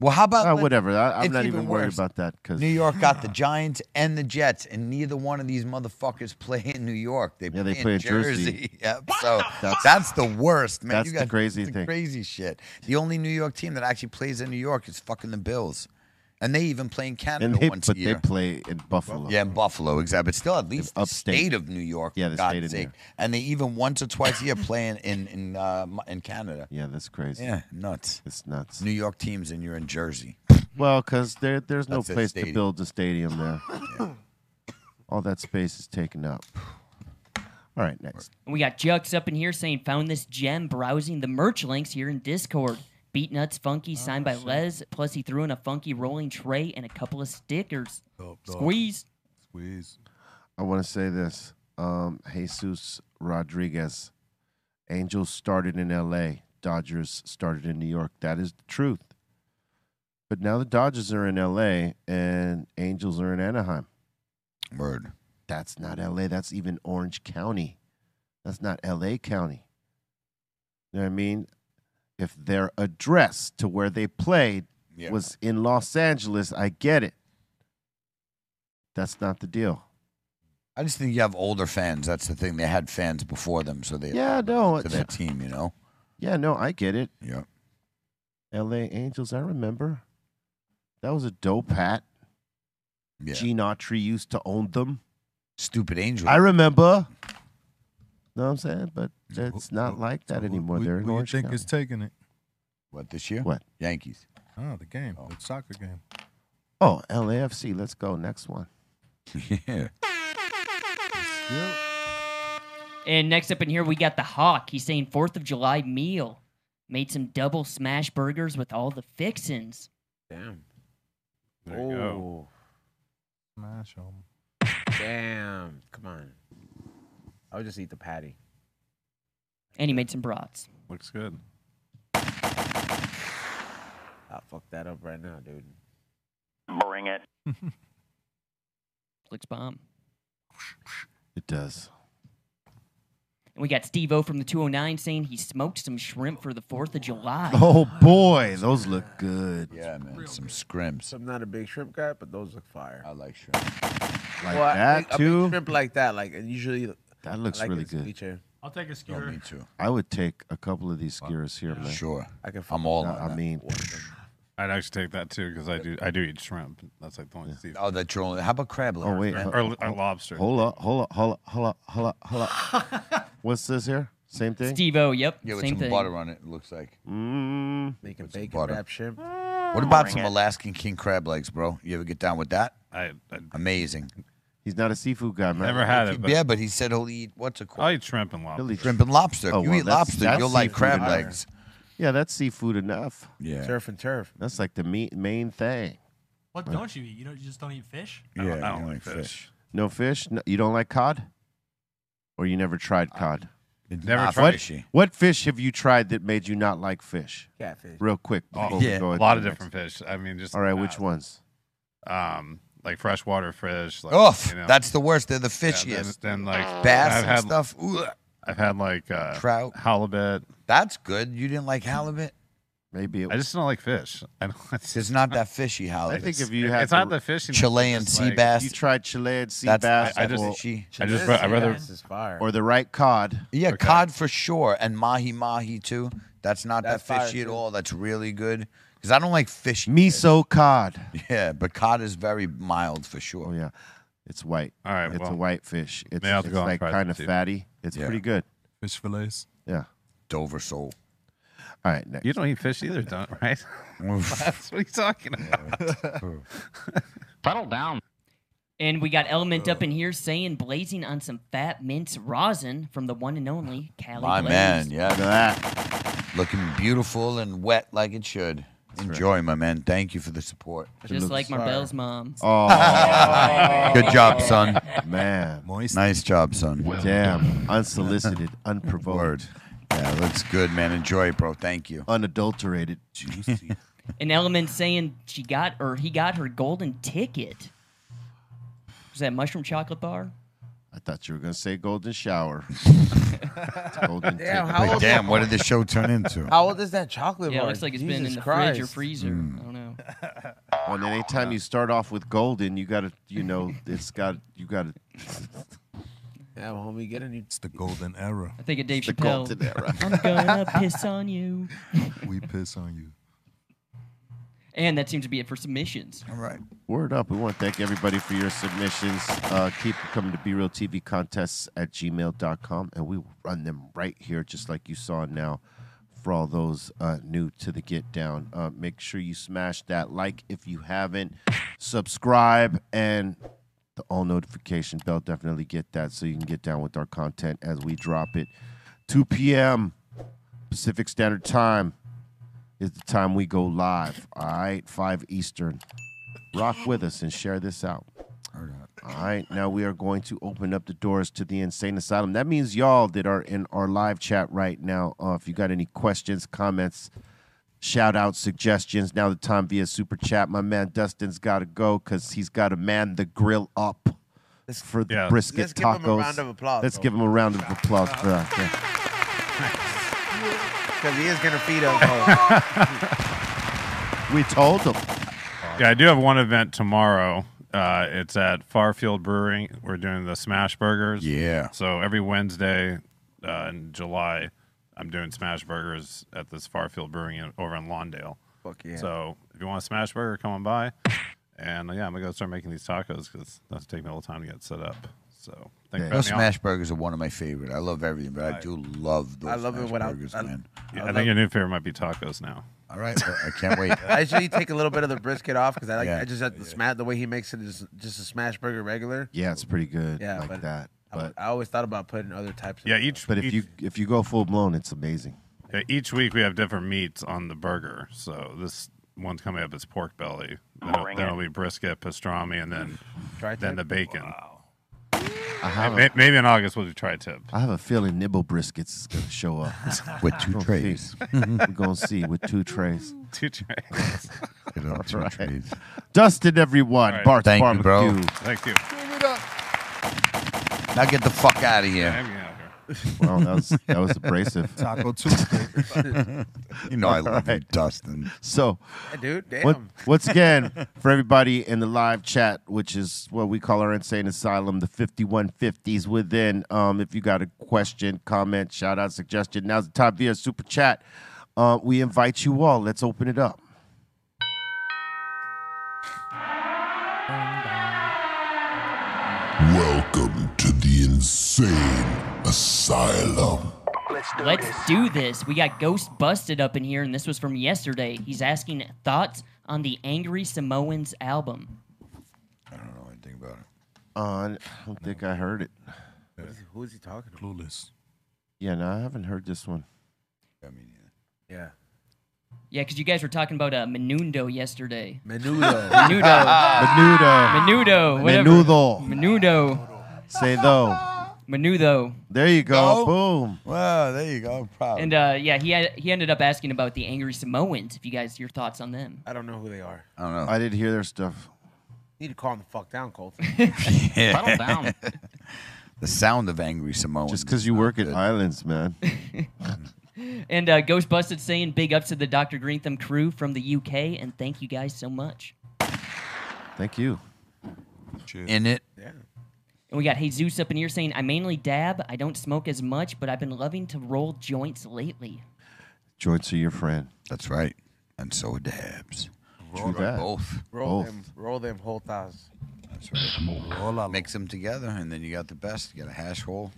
Speaker 2: Well, how about
Speaker 3: Oh,
Speaker 2: let-
Speaker 3: whatever. I, I'm
Speaker 2: it's
Speaker 3: not even, worried
Speaker 2: worse.
Speaker 3: about that because
Speaker 2: New York got the Giants and the Jets, and neither one of these motherfuckers play in New York. They play,
Speaker 3: they
Speaker 2: in
Speaker 3: play in
Speaker 2: Jersey.
Speaker 3: Jersey.
Speaker 2: Yep. So that's,
Speaker 3: That's-
Speaker 2: the worst, man.
Speaker 3: that's
Speaker 2: you
Speaker 3: the
Speaker 2: got
Speaker 3: crazy
Speaker 2: the
Speaker 3: thing.
Speaker 2: Crazy shit. The only New York team that actually plays in New York is fucking the Bills, and they even play in Canada
Speaker 3: and they,
Speaker 2: once
Speaker 3: but
Speaker 2: a year.
Speaker 3: they play in Buffalo.
Speaker 2: yeah, in Buffalo, exactly. But still, at least the
Speaker 3: upstate.
Speaker 2: state of New York,
Speaker 3: Yeah,
Speaker 2: for
Speaker 3: the
Speaker 2: God's
Speaker 3: state of New
Speaker 2: sake.
Speaker 3: York.
Speaker 2: And they even once or twice a year playing in in uh, in Canada.
Speaker 3: Yeah, that's crazy.
Speaker 2: Yeah, nuts.
Speaker 3: It's nuts.
Speaker 2: New York teams, and you're in Jersey.
Speaker 3: Well, because there, there's no
Speaker 2: That's a
Speaker 3: place to
Speaker 2: stadium.
Speaker 3: build a stadium there. All that space is taken up. All right, next.
Speaker 4: And we got Jux up in here saying, "Found this gem browsing the merch links here in Discord." Beat nuts,
Speaker 3: Oh,
Speaker 4: funky, signed by Les. Plus, he threw in a funky rolling tray and a couple of stickers.
Speaker 3: Oh,
Speaker 6: dope.
Speaker 4: Squeeze.
Speaker 6: Squeeze.
Speaker 3: I want to say this. Um, Jesus Rodriguez, Angels started in L.A., Dodgers started in New York. That is the truth. But now the Dodgers are in L.A. and Angels are in Anaheim.
Speaker 2: Word.
Speaker 3: That's not L.A. That's even Orange County. That's not L.A. County. You know what I mean? If their address to where they played
Speaker 2: Yeah.
Speaker 3: was in Los Angeles, I get it. That's not the deal.
Speaker 2: I just think you have older fans. That's the thing. They had fans before them, so they
Speaker 3: Yeah, no,
Speaker 2: to
Speaker 3: it's-
Speaker 2: their team. You know.
Speaker 3: Yeah, no, I get it.
Speaker 2: Yeah.
Speaker 3: L.A. Angels, I remember. That was a dope hat.
Speaker 2: Yeah.
Speaker 3: Gene Autry used to own them.
Speaker 2: Stupid angel.
Speaker 3: I remember. Know what I'm saying? But it's not like that anymore.
Speaker 6: Who,
Speaker 3: They're
Speaker 6: who
Speaker 3: in
Speaker 6: you
Speaker 3: Orange
Speaker 6: think
Speaker 3: County.
Speaker 6: is taking it?
Speaker 2: what this year?
Speaker 3: What?
Speaker 2: Yankees.
Speaker 6: Oh, the game, the soccer game.
Speaker 3: Oh, LAFC. Let's go. Next one.
Speaker 2: yeah.
Speaker 4: And next up in here, we got the Hawk. He's saying Fourth of July meal. Made some double smash burgers with all the fixins.
Speaker 5: Damn.
Speaker 7: There you go.
Speaker 6: Smash 'em.
Speaker 5: Damn. Come on. I would just eat the patty.
Speaker 4: And he made some brats.
Speaker 7: Looks good.
Speaker 5: I'll fuck that up right now, dude.
Speaker 17: Bring it.
Speaker 4: Looks bomb.
Speaker 3: It does.
Speaker 4: And we got Steve O from the 209 saying he smoked some shrimp for the 4th of July.
Speaker 3: Oh boy, those look good.
Speaker 2: Yeah, man. Some scrimps.
Speaker 5: I'm not a big shrimp guy, but those look fire.
Speaker 2: I like shrimp.
Speaker 3: Like
Speaker 5: I-
Speaker 3: that,
Speaker 5: a big
Speaker 3: too?
Speaker 5: shrimp like that, like and usually.
Speaker 3: That looks
Speaker 5: I like
Speaker 3: really
Speaker 5: it
Speaker 3: good.
Speaker 5: ceviche.
Speaker 18: I'll take a skewer.
Speaker 2: Oh, too.
Speaker 3: I would take a couple of these skewers here, man.
Speaker 2: Sure.
Speaker 5: I can
Speaker 3: I'm all I mean,
Speaker 7: I'd actually take that too because I do I do eat shrimp. That's like the only seafood.
Speaker 2: Oh, that's your only. How about crab
Speaker 3: oh wait.
Speaker 7: or,
Speaker 3: ho-
Speaker 7: or, or
Speaker 3: ho-
Speaker 7: lobster.
Speaker 3: Hold up, hold up, hold up, hold up, hold up, hold up. What's this here? Same thing?
Speaker 4: Steve-O, yep,
Speaker 2: Yeah, with some butter on it, it looks like.
Speaker 3: Mm.
Speaker 5: Making
Speaker 2: some
Speaker 5: bacon
Speaker 2: butter.
Speaker 5: wrap shrimp.
Speaker 2: What about
Speaker 5: Bring
Speaker 2: some
Speaker 5: it.
Speaker 2: Alaskan king crab legs, bro? You ever get down with that?
Speaker 7: I,
Speaker 2: Amazing.
Speaker 3: He's not a seafood guy, man.
Speaker 7: Never had it, but-
Speaker 2: yeah, but he said he'll eat what's it called?
Speaker 7: I eat shrimp and lobster.
Speaker 2: Shrimp and lobster.
Speaker 3: Oh,
Speaker 2: you
Speaker 3: well,
Speaker 2: eat
Speaker 3: that's-
Speaker 2: lobster,
Speaker 3: that's
Speaker 2: you'll like
Speaker 3: seafood
Speaker 2: crab
Speaker 3: enough.
Speaker 2: legs.
Speaker 3: Yeah, that's seafood enough.
Speaker 2: Yeah.
Speaker 5: Turf and turf.
Speaker 3: That's like the meat, main thing.
Speaker 18: What
Speaker 3: Right.
Speaker 18: don't you eat? You don't you just don't eat fish.
Speaker 3: Yeah, I don't, like fish. No fish? No, you don't like cod? Or you never tried cod?
Speaker 7: never not
Speaker 3: what,
Speaker 7: tried fishy.
Speaker 3: What fish have you tried that made you not like fish?
Speaker 5: Catfish.
Speaker 3: Real quick.
Speaker 7: Oh,
Speaker 3: before we
Speaker 7: yeah.
Speaker 3: go
Speaker 7: a
Speaker 3: into
Speaker 7: lot
Speaker 3: the
Speaker 7: of
Speaker 3: next.
Speaker 7: different fish. I mean, just
Speaker 3: All right,
Speaker 7: uh,
Speaker 3: which ones?
Speaker 7: Um, like freshwater fish. Like,
Speaker 2: Oh,
Speaker 7: you know.
Speaker 2: that's the worst. They're the
Speaker 7: Yeah,
Speaker 2: fishiest.
Speaker 7: then- then, like
Speaker 2: bass
Speaker 7: I've
Speaker 2: and
Speaker 7: had-
Speaker 2: stuff. Ooh,
Speaker 7: I've had like uh,
Speaker 2: Trout.
Speaker 7: halibut.
Speaker 2: that's good. You didn't like halibut?
Speaker 3: Maybe it
Speaker 7: I just don't like fish. I don't. It's,
Speaker 2: It's not that fishy halibut.
Speaker 3: I think if
Speaker 7: it-
Speaker 3: you had
Speaker 7: it's not the fish.
Speaker 2: Chilean sea bass.
Speaker 3: you tried Chilean sea
Speaker 2: That's-
Speaker 3: bass,
Speaker 2: I- I just-
Speaker 3: or,
Speaker 2: she-
Speaker 7: I just I rather
Speaker 5: This is fire.
Speaker 3: or the right cod.
Speaker 2: Yeah, cod for sure, and mahi mahi too. That's not
Speaker 5: That's
Speaker 2: that
Speaker 5: fire,
Speaker 2: fishy at
Speaker 5: too.
Speaker 2: all. That's really good because I don't like fish.
Speaker 3: Miso cod.
Speaker 2: Yeah, but cod is very mild for sure.
Speaker 3: Oh yeah, it's white.
Speaker 7: All right,
Speaker 3: it's
Speaker 7: well,
Speaker 3: a white fish. It's,
Speaker 7: may I have to
Speaker 3: it's
Speaker 7: go and
Speaker 3: like
Speaker 7: try
Speaker 3: kind of
Speaker 7: that too.
Speaker 3: fatty. It's
Speaker 2: Yeah.
Speaker 3: pretty good.
Speaker 6: Fish fillets.
Speaker 3: Yeah.
Speaker 2: Dover sole.
Speaker 3: All right, next.
Speaker 7: you don't eat fish either, don't right? that's what he's talking about.
Speaker 17: Pedal down.
Speaker 4: And we got Element up in here saying blazing on some fat mince rosin from the one and only Cali
Speaker 2: My
Speaker 4: Blaze.
Speaker 2: man, yeah.
Speaker 3: Look at that.
Speaker 2: Looking beautiful and wet like it should. Enjoy, my man. Thank you for the support.
Speaker 4: Just like Marbell's mom.
Speaker 3: Oh.
Speaker 2: Good job, son.
Speaker 3: Man,
Speaker 6: Moist.
Speaker 2: Nice job, son.
Speaker 3: damn, unsolicited, unprovoked,
Speaker 2: Word. Yeah, looks good, man. Enjoy, bro. Thank you.
Speaker 3: unadulterated.
Speaker 6: Juicy.
Speaker 4: And Element saying she got or he got her golden ticket. Was that mushroom chocolate bar?
Speaker 3: I thought you were gonna say golden shower. It's golden
Speaker 5: Damn,
Speaker 3: ticket.
Speaker 5: how
Speaker 2: Wait,
Speaker 5: old?
Speaker 2: damn, what did the show turn into?
Speaker 5: How old is that chocolate
Speaker 4: Yeah, it
Speaker 5: bar?
Speaker 4: looks like it's been in
Speaker 5: Jesus
Speaker 4: the
Speaker 5: Christ.
Speaker 4: fridge or freezer. I don't know.
Speaker 3: And then anytime you start off with golden, you gotta, you know, it's got, you gotta.
Speaker 5: Yeah, well, homie, get a new.
Speaker 6: It's the golden era.
Speaker 4: I think of Dave
Speaker 3: the
Speaker 4: Chappelle.
Speaker 3: golden era.
Speaker 4: I'm gonna piss on you.
Speaker 6: We piss on you.
Speaker 4: And that seems to be it for submissions.
Speaker 2: All right.
Speaker 3: Word up. We want to thank everybody for your submissions. Uh, keep them coming to Be Real TV contests at gmail.com, and we will run them right here, just like you saw now. For all those uh, new to the Get Down, uh, make sure you smash that like if you haven't, subscribe, and the all notification bell. Definitely get that so you can get down with our content as we drop it. 2 p.m. Pacific Standard Time is the time we go live. All right, 5 Eastern rock with us and share this out. All right, now we are going to open up the doors to the insane asylum. That means y'all that are in our live chat right now. Uh, if you got any questions, comments, shout out, suggestions, now the time via super chat. My man Dustin's got to go because he's got to man the grill up for the
Speaker 7: Yeah.
Speaker 3: brisket
Speaker 5: Let's give him a
Speaker 3: tacos.
Speaker 5: round of applause,
Speaker 3: Let's
Speaker 5: though.
Speaker 3: give him a round of applause for that. yeah.
Speaker 5: Because he is gonna feed us. all.
Speaker 3: We told him.
Speaker 7: Yeah, I do have one event tomorrow. Uh, it's at Farfield Brewing. We're doing the Smash Burgers.
Speaker 2: Yeah.
Speaker 7: So every Wednesday uh, in July, I'm doing Smash Burgers at this Farfield Brewing in, over in Lawndale.
Speaker 5: Fuck yeah.
Speaker 7: So if you want a Smash Burger, come on by. And uh, yeah, I'm going to go start making these tacos because that's taking me a little time to get set up. So thanks for
Speaker 2: Those
Speaker 7: having me on.
Speaker 2: smash burgers are one of my favorite. I love everything, but I do love those
Speaker 5: I love it
Speaker 2: smash
Speaker 5: when I-
Speaker 2: burgers,
Speaker 5: I-
Speaker 2: man.
Speaker 7: Yeah, I think your new favorite might be tacos now.
Speaker 2: All right, well, I can't wait.
Speaker 5: I usually take a little bit of the brisket off because I like.
Speaker 2: Yeah.
Speaker 5: I just have the sma- the way he makes it is just a smash burger regular.
Speaker 3: Yeah, it's pretty good
Speaker 5: Yeah,
Speaker 3: like
Speaker 5: but-
Speaker 3: that. But
Speaker 5: I always thought about putting other types.
Speaker 7: Yeah,
Speaker 5: of
Speaker 7: each
Speaker 3: but if
Speaker 7: each-
Speaker 3: you if you go full blown, it's amazing.
Speaker 7: Yeah, each week we have different meats on the burger. So this one's coming up is pork belly. Then,
Speaker 17: Bring it.
Speaker 7: then it'll be brisket, pastrami, and then
Speaker 5: Tri-tip?
Speaker 7: then the bacon.
Speaker 3: I have
Speaker 7: May-
Speaker 3: a,
Speaker 7: Maybe in August we'll do try tip.
Speaker 3: I have a feeling nibble briskets is going to show up
Speaker 7: With two
Speaker 3: We're gonna
Speaker 7: trays.
Speaker 3: see. We're going to see with two trays.
Speaker 7: Two trays.
Speaker 2: Get on two trays.
Speaker 3: Dustin, everyone.
Speaker 7: All right.
Speaker 3: Bart's
Speaker 2: Thank you, bro.
Speaker 3: barbecue.
Speaker 7: Thank you.
Speaker 2: Now get the fuck out of here.
Speaker 3: Wow, that was that was abrasive.
Speaker 2: Taco Tuesday. you know I love you,
Speaker 3: Alright.
Speaker 2: Dustin.
Speaker 3: So,
Speaker 5: Yeah, dude, damn.
Speaker 3: what- once again, for everybody in the live chat, which is what we call our insane asylum, the 5150s within. Um, if you got a question, comment, shout out, suggestion, now's the time via super chat. Uh, we invite you all. Let's open it up.
Speaker 9: Welcome to the insane asylum.
Speaker 4: Let's do, this. We got Ghost Busted up in here, and this was from yesterday. He's asking thoughts on the Angry Samoans album.
Speaker 3: Uh, I don't think I heard it.
Speaker 5: Who's he, who's he talking to?
Speaker 6: Clueless.
Speaker 3: Yeah, no, I haven't heard this one.
Speaker 5: Yeah.
Speaker 4: Yeah, because you guys were talking about uh, Menudo yesterday.
Speaker 5: Menudo.
Speaker 4: Menudo.
Speaker 3: Menudo.
Speaker 4: Menudo. Whatever.
Speaker 3: Menudo.
Speaker 4: Menudo.
Speaker 3: Say though.
Speaker 4: Menudo.
Speaker 3: There you go.
Speaker 4: Go.
Speaker 3: Boom.
Speaker 2: Wow, Ah, there you go. I'm proud.
Speaker 4: And uh, yeah, he had, he ended up asking about the Angry Samoans. If you guys your thoughts on them.
Speaker 5: I don't know who they are.
Speaker 2: I don't know.
Speaker 3: I did hear their stuff.
Speaker 5: need to calm the fuck down, Colton.
Speaker 4: Settle down.
Speaker 2: the sound of angry Samoan.
Speaker 3: Just because you work at Islands, man.
Speaker 4: And uh, Ghost Busted saying big ups to the Dr. Greentham crew from the UK, and thank you guys so much.
Speaker 3: Thank you.
Speaker 2: In it.
Speaker 5: Yeah.
Speaker 4: And we got Jesus up in here saying, I mainly dab. I don't smoke as much, but I've been loving to roll joints lately.
Speaker 3: Joints are your friend.
Speaker 2: That's right. And so are dabs.
Speaker 3: Roll that.
Speaker 2: Both.
Speaker 5: Roll them, roll them whole thighs.
Speaker 2: That's right. Mix them together, and then you got the best. You got a hash roll.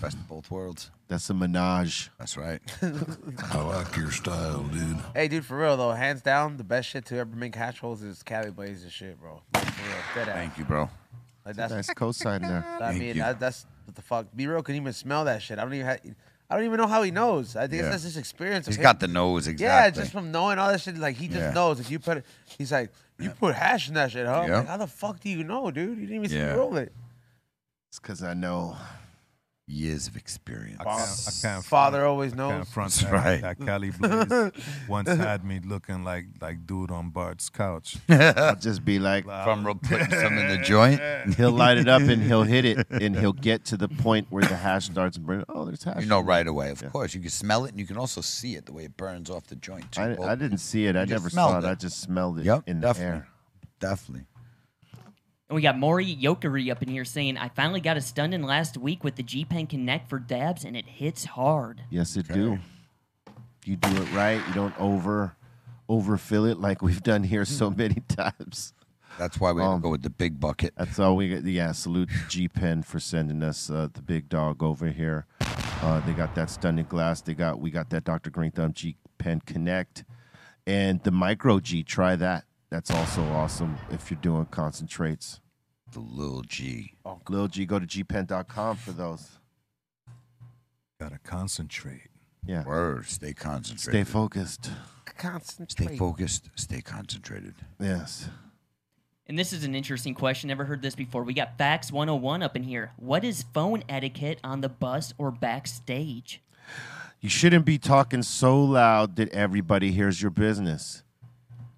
Speaker 2: Best of both worlds.
Speaker 3: That's a menage.
Speaker 2: That's right.
Speaker 9: I like your style, dude.
Speaker 5: Hey, dude, for real though, hands down, the best shit to ever make hash rolls is Cali Blazer shit, bro. Like, for real, dead ass.
Speaker 2: Thank you, bro.
Speaker 5: Like,
Speaker 3: That's nice cosign there.
Speaker 5: I
Speaker 3: Thank
Speaker 5: mean,
Speaker 3: you.
Speaker 5: that, that's what the fuck. B real can even smell that shit. I don't even. Ha- I don't even know how he knows. I think
Speaker 2: Yeah.
Speaker 5: it's just his experience. of
Speaker 2: He's
Speaker 5: him-
Speaker 2: got the nose,
Speaker 5: Yeah,
Speaker 2: exactly.
Speaker 5: just from knowing all that shit. Like he just
Speaker 2: Yeah.
Speaker 5: knows. If you put, it, he's like, you put hash in that shit, huh? I'm
Speaker 2: Yeah.
Speaker 5: Like, how the fuck do you know, dude? You didn't even
Speaker 2: Yeah.
Speaker 5: see me roll it.
Speaker 3: It's because I know.
Speaker 2: Years of experience.
Speaker 6: I can't
Speaker 5: Father always
Speaker 6: I can't
Speaker 5: knows.
Speaker 6: front
Speaker 2: That's
Speaker 6: that,
Speaker 2: right.
Speaker 6: that Cali Blaze once had me looking like like dude on Bart's couch.
Speaker 3: I'll just be like
Speaker 2: From ro- putting some in the joint.
Speaker 3: He'll light it up and he'll hit it and he'll get to the point where the hash starts and burn. Oh, there's hash.
Speaker 2: You know right away, of course. You can smell it, and you can also see it the way it burns off the joint. too.
Speaker 3: I,
Speaker 2: Well,
Speaker 3: I didn't see it. I
Speaker 2: you just
Speaker 3: never saw it.
Speaker 2: smelled
Speaker 3: I just smelled it
Speaker 2: Yep,
Speaker 3: in the
Speaker 2: definitely.
Speaker 3: air.
Speaker 2: Definitely.
Speaker 4: And we got Maury Yokery up in here saying, I finally got a stun in last week with the G Pen Connect for dabs, and it hits hard.
Speaker 3: Yes, it do. You do it right. You don't over overfill it like we've done here so many times.
Speaker 2: Hmm.
Speaker 3: Um,
Speaker 2: That's why we had to go with the big bucket.
Speaker 3: That's all we got. Yeah, salute G Pen for sending us uh, the big dog over here. Uh, they got that stunning glass. They got we got that Dr. Green Thumb G Pen Connect and the Micro G. Try that. That's also awesome if you're doing concentrates.
Speaker 2: The little G.
Speaker 3: Lil G, go to gpen.com for those.
Speaker 6: Gotta concentrate.
Speaker 3: Yeah.
Speaker 2: Word. Stay concentrated.
Speaker 3: Stay focused.
Speaker 5: Concentrate.
Speaker 2: Stay focused. Stay concentrated.
Speaker 3: Yes.
Speaker 4: And this is an interesting question. Never heard this before. We got Facts 101 up in here. What is phone etiquette on the bus or backstage?
Speaker 3: You shouldn't be talking so loud that everybody hears your business.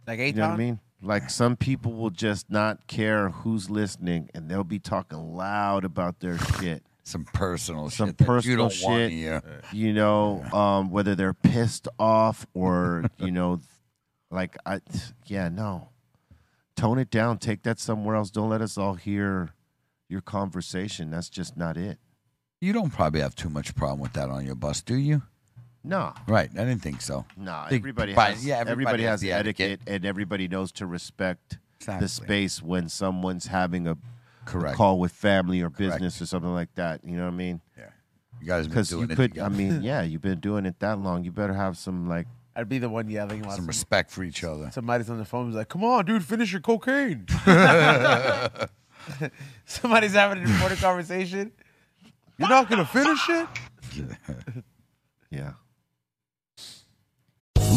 Speaker 5: Like
Speaker 3: You
Speaker 5: eight
Speaker 3: know what I mean? Like some people will just not care who's listening and they'll be talking loud about their shit.
Speaker 2: Some personal
Speaker 3: Some
Speaker 2: shit that you
Speaker 3: personal
Speaker 2: don't wanna
Speaker 3: shit.
Speaker 2: hear.
Speaker 3: You know, um, whether they're pissed off or, you know, like I yeah, no. Tone it down, take that somewhere else. Don't let us all hear your conversation. That's just not it.
Speaker 2: You don't probably have too much problem with that on your bus, do you?
Speaker 3: No.
Speaker 2: Right. I didn't think so.
Speaker 3: No,
Speaker 2: Think-
Speaker 3: everybody
Speaker 2: but,
Speaker 3: has.
Speaker 2: yeah, everybody, has, the etiquette.
Speaker 3: etiquette, and everybody knows to respect
Speaker 2: Exactly.
Speaker 3: the space when someone's having a, a
Speaker 2: Correct.
Speaker 3: call with family or business or something like that. You know what I mean?
Speaker 2: Yeah, you guys been
Speaker 3: because
Speaker 2: doing
Speaker 3: you
Speaker 2: it
Speaker 3: could. I
Speaker 2: together.
Speaker 3: mean, yeah, you've been doing it that long. You better have some like
Speaker 5: I'd be the one yelling. while
Speaker 2: Some
Speaker 5: some-
Speaker 2: respect for each other.
Speaker 5: Somebody's on the phone. He's like, "Come on, dude, finish your cocaine." Somebody's having an important conversation. You're not gonna finish it.
Speaker 3: yeah.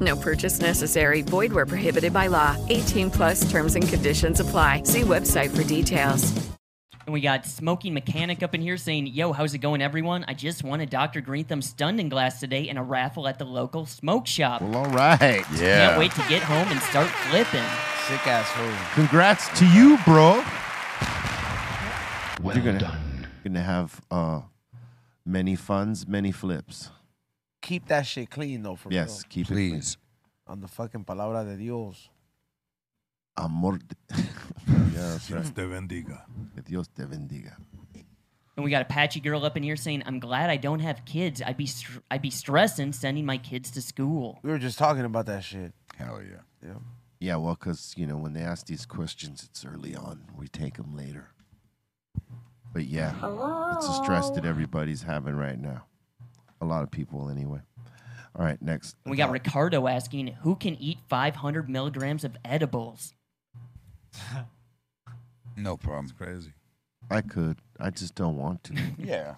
Speaker 12: No purchase necessary. Void where prohibited by law. 18 plus terms and conditions apply. See website for details.
Speaker 4: And we got Smoking Mechanic up in here saying, Yo, how's it going, everyone? I just won a Dr. Greentham Stunning Glass today and a raffle at the local smoke shop.
Speaker 3: Well, all right.
Speaker 4: Can't wait to get home and start flipping. Sick ass food.
Speaker 3: Congrats to you, bro. Well you're gonna, Gonna have uh, many funds, many flips.
Speaker 5: Keep that shit clean though, for
Speaker 3: yes,
Speaker 5: real.
Speaker 3: keep Please.
Speaker 5: On the fucking palabra de Dios.
Speaker 3: it clean. Amor. De- yeah, that's right.
Speaker 6: Dios te bendiga.
Speaker 3: Que Dios te bendiga.
Speaker 4: And we got Apache girl up in here saying, "I'm glad I don't have kids. I'd be str- I'd be stressing sending my kids to school."
Speaker 5: We were just talking about that shit.
Speaker 3: Hell yeah. Yeah. Yeah, well, because, you know, when they ask these questions, it's early on. We take them later. But yeah, it's a stress that everybody's having right now. A lot of people, anyway. All right, next.
Speaker 4: And we got Ricardo asking, "Who can eat 500 milligrams of edibles?"
Speaker 2: No problem. It's
Speaker 6: crazy.
Speaker 3: I could. I just don't want to.
Speaker 2: Yeah.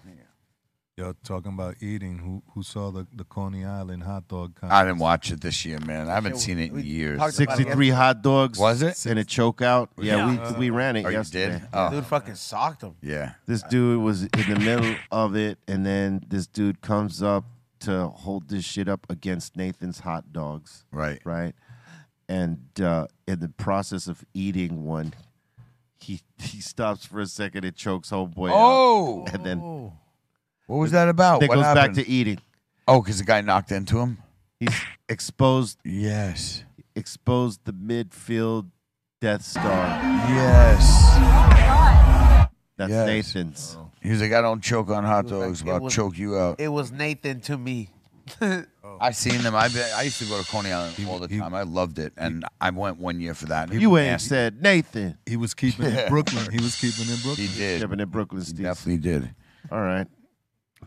Speaker 6: Y'all talking about eating. Who who saw the, the Coney Island hot dog? Contest?
Speaker 2: I didn't watch it this year, man. I haven't seen it in years.
Speaker 3: 63 hot dogs.
Speaker 2: Was it?
Speaker 3: And a choke out. Yeah,
Speaker 2: Yeah.
Speaker 3: we, we ran it
Speaker 2: Oh, you
Speaker 3: yesterday.
Speaker 2: did? Oh.
Speaker 5: Dude fucking socked him.
Speaker 2: Yeah.
Speaker 3: This dude was in the middle of it, and then this dude comes up to hold this shit up against Nathan's hot dogs.
Speaker 2: Right.
Speaker 3: Right. And uh, in the process of eating one, he he stops for a second and chokes homeboy. out.
Speaker 2: Oh!
Speaker 3: And then
Speaker 2: What was that about?
Speaker 3: That
Speaker 2: What
Speaker 3: goes
Speaker 2: happened?
Speaker 3: back to E. eating.
Speaker 2: Oh, because the guy knocked into him.
Speaker 3: He's exposed.
Speaker 2: Yes.
Speaker 3: Exposed the midfield Death Star.
Speaker 2: Yes.
Speaker 3: That's Nathan's.
Speaker 2: He was like, I don't choke on hot dogs, but
Speaker 5: It
Speaker 2: I'll
Speaker 5: was-
Speaker 2: choke you out.
Speaker 5: It was Nathan to me. Oh.
Speaker 2: I seen them. I been, I used to go to Coney Island all the time. I loved it, and I went one year for that.
Speaker 3: You ain't said Nathan.
Speaker 2: He was keeping
Speaker 3: it Brooklyn.
Speaker 2: He was keeping in Brooklyn. He did.
Speaker 3: Keeping in Brooklyn. Steve.
Speaker 2: Definitely did.
Speaker 3: All right.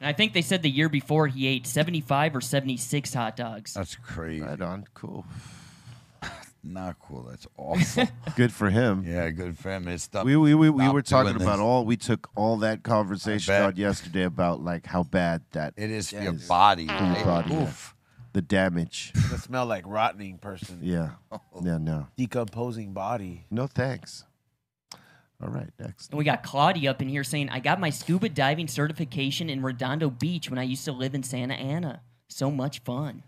Speaker 4: And I think they said the year before he ate 75 or 76 hot dogs.
Speaker 2: That's crazy.
Speaker 3: Right on. Cool.
Speaker 2: Not cool. That's awful.
Speaker 3: Good for him.
Speaker 2: Yeah, good for him. It's stop-
Speaker 3: we we, we, we
Speaker 2: stop
Speaker 3: were talking
Speaker 2: doing
Speaker 3: about
Speaker 2: this.
Speaker 3: all we took all that conversation
Speaker 2: I bet.
Speaker 3: out yesterday about like how bad that
Speaker 2: It is for your
Speaker 3: is
Speaker 2: body.
Speaker 3: for your
Speaker 2: They-
Speaker 3: body, yeah.
Speaker 2: oof.
Speaker 3: the damage.
Speaker 5: That smelled like rotting person.
Speaker 3: Yeah,
Speaker 2: Oh.
Speaker 3: yeah, no,
Speaker 5: Decomposing body.
Speaker 3: no thanks. All right, next.
Speaker 4: And we got Claudia up in here saying, I got my scuba diving certification in Redondo Beach when I used to live in Santa Ana. So much fun.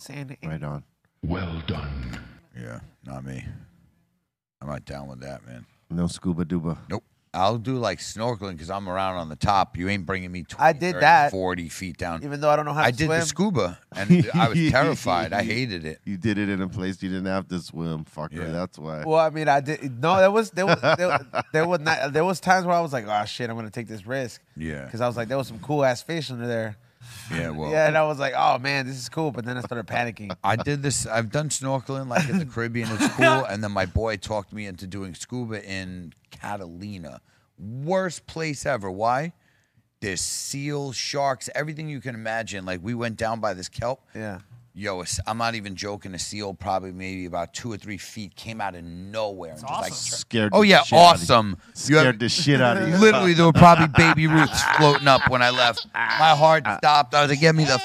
Speaker 5: Santa
Speaker 3: Right on.
Speaker 2: Well done. Yeah, not me. I'm not down with that, man.
Speaker 3: No scuba duba.
Speaker 2: Nope. I'll do like snorkeling because I'm around on the top. You ain't bringing me 20,
Speaker 5: I did
Speaker 2: 30,
Speaker 5: that.
Speaker 2: 40 feet down.
Speaker 5: Even though I don't know how
Speaker 2: I
Speaker 5: to
Speaker 2: did
Speaker 5: swim.
Speaker 2: the scuba and I was terrified. I hated it.
Speaker 3: You did it in a place you didn't have to swim, fucker. That's why.
Speaker 5: Well, I mean, I did. No, there was there was there, there was not, there was times where I was like, oh shit, I'm gonna take this risk.
Speaker 2: Yeah.
Speaker 5: Because I was like, there was some cool ass fish under there.
Speaker 2: Yeah, well.
Speaker 5: yeah, and I was like, oh man, this is cool. But then I started panicking.
Speaker 2: I did this. I've done snorkeling like in the Caribbean. It's cool. And then my boy talked me into doing scuba in Catalina. Worst place ever. Why? There's seals, sharks, everything you can imagine. Like we went down by this kelp.
Speaker 5: Yeah.
Speaker 2: Yo, a s- I'm not even joking. A seal, probably maybe about two or three feet, came out of nowhere. and just, like, tr-
Speaker 3: Scared.
Speaker 2: Oh
Speaker 3: the
Speaker 2: yeah,
Speaker 3: shit outta you.
Speaker 2: awesome. You have-
Speaker 3: Scared the shit out of you.
Speaker 2: Literally, there were probably baby roots floating up when I left. My heart stopped. I was like, "Get me the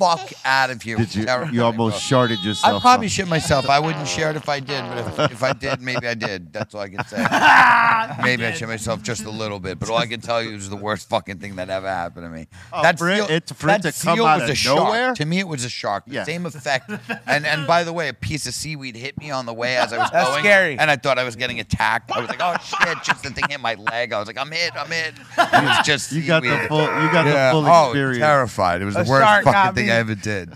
Speaker 2: fuck out of here!"
Speaker 3: Ah. Did you?
Speaker 2: Terrifying,
Speaker 3: You almost
Speaker 2: bro.
Speaker 3: sharted yourself.
Speaker 2: I probably
Speaker 3: huh?
Speaker 2: shit myself. I wouldn't share it if I did, but if, if I did, maybe I did. That's all I can say. maybe I shit myself just a little bit, but all I can tell you is the worst fucking thing that ever happened to me.
Speaker 3: Oh,
Speaker 2: that
Speaker 3: for it-
Speaker 2: seal,
Speaker 3: it's- for it
Speaker 2: that
Speaker 3: to come
Speaker 2: seal
Speaker 3: out
Speaker 2: was
Speaker 3: of
Speaker 2: a shark.
Speaker 3: nowhere?
Speaker 2: To me, it was a shark. The
Speaker 3: Yeah.
Speaker 2: Same effect. And and by the way, a piece of seaweed hit me on the way as I was
Speaker 5: That's
Speaker 2: going,
Speaker 5: scary.
Speaker 2: and I thought I was getting attacked. I was like, "Oh shit!" Just the thing hit my leg. I was like, "I'm hit. I'm hit." It was just
Speaker 3: You got the
Speaker 2: seaweed.
Speaker 3: full- you got the
Speaker 2: Yeah.
Speaker 3: full
Speaker 2: Oh,
Speaker 3: experience.
Speaker 2: terrified. It was
Speaker 3: A
Speaker 2: the worst
Speaker 3: shark got
Speaker 2: fucking thing
Speaker 3: me.
Speaker 2: I ever did.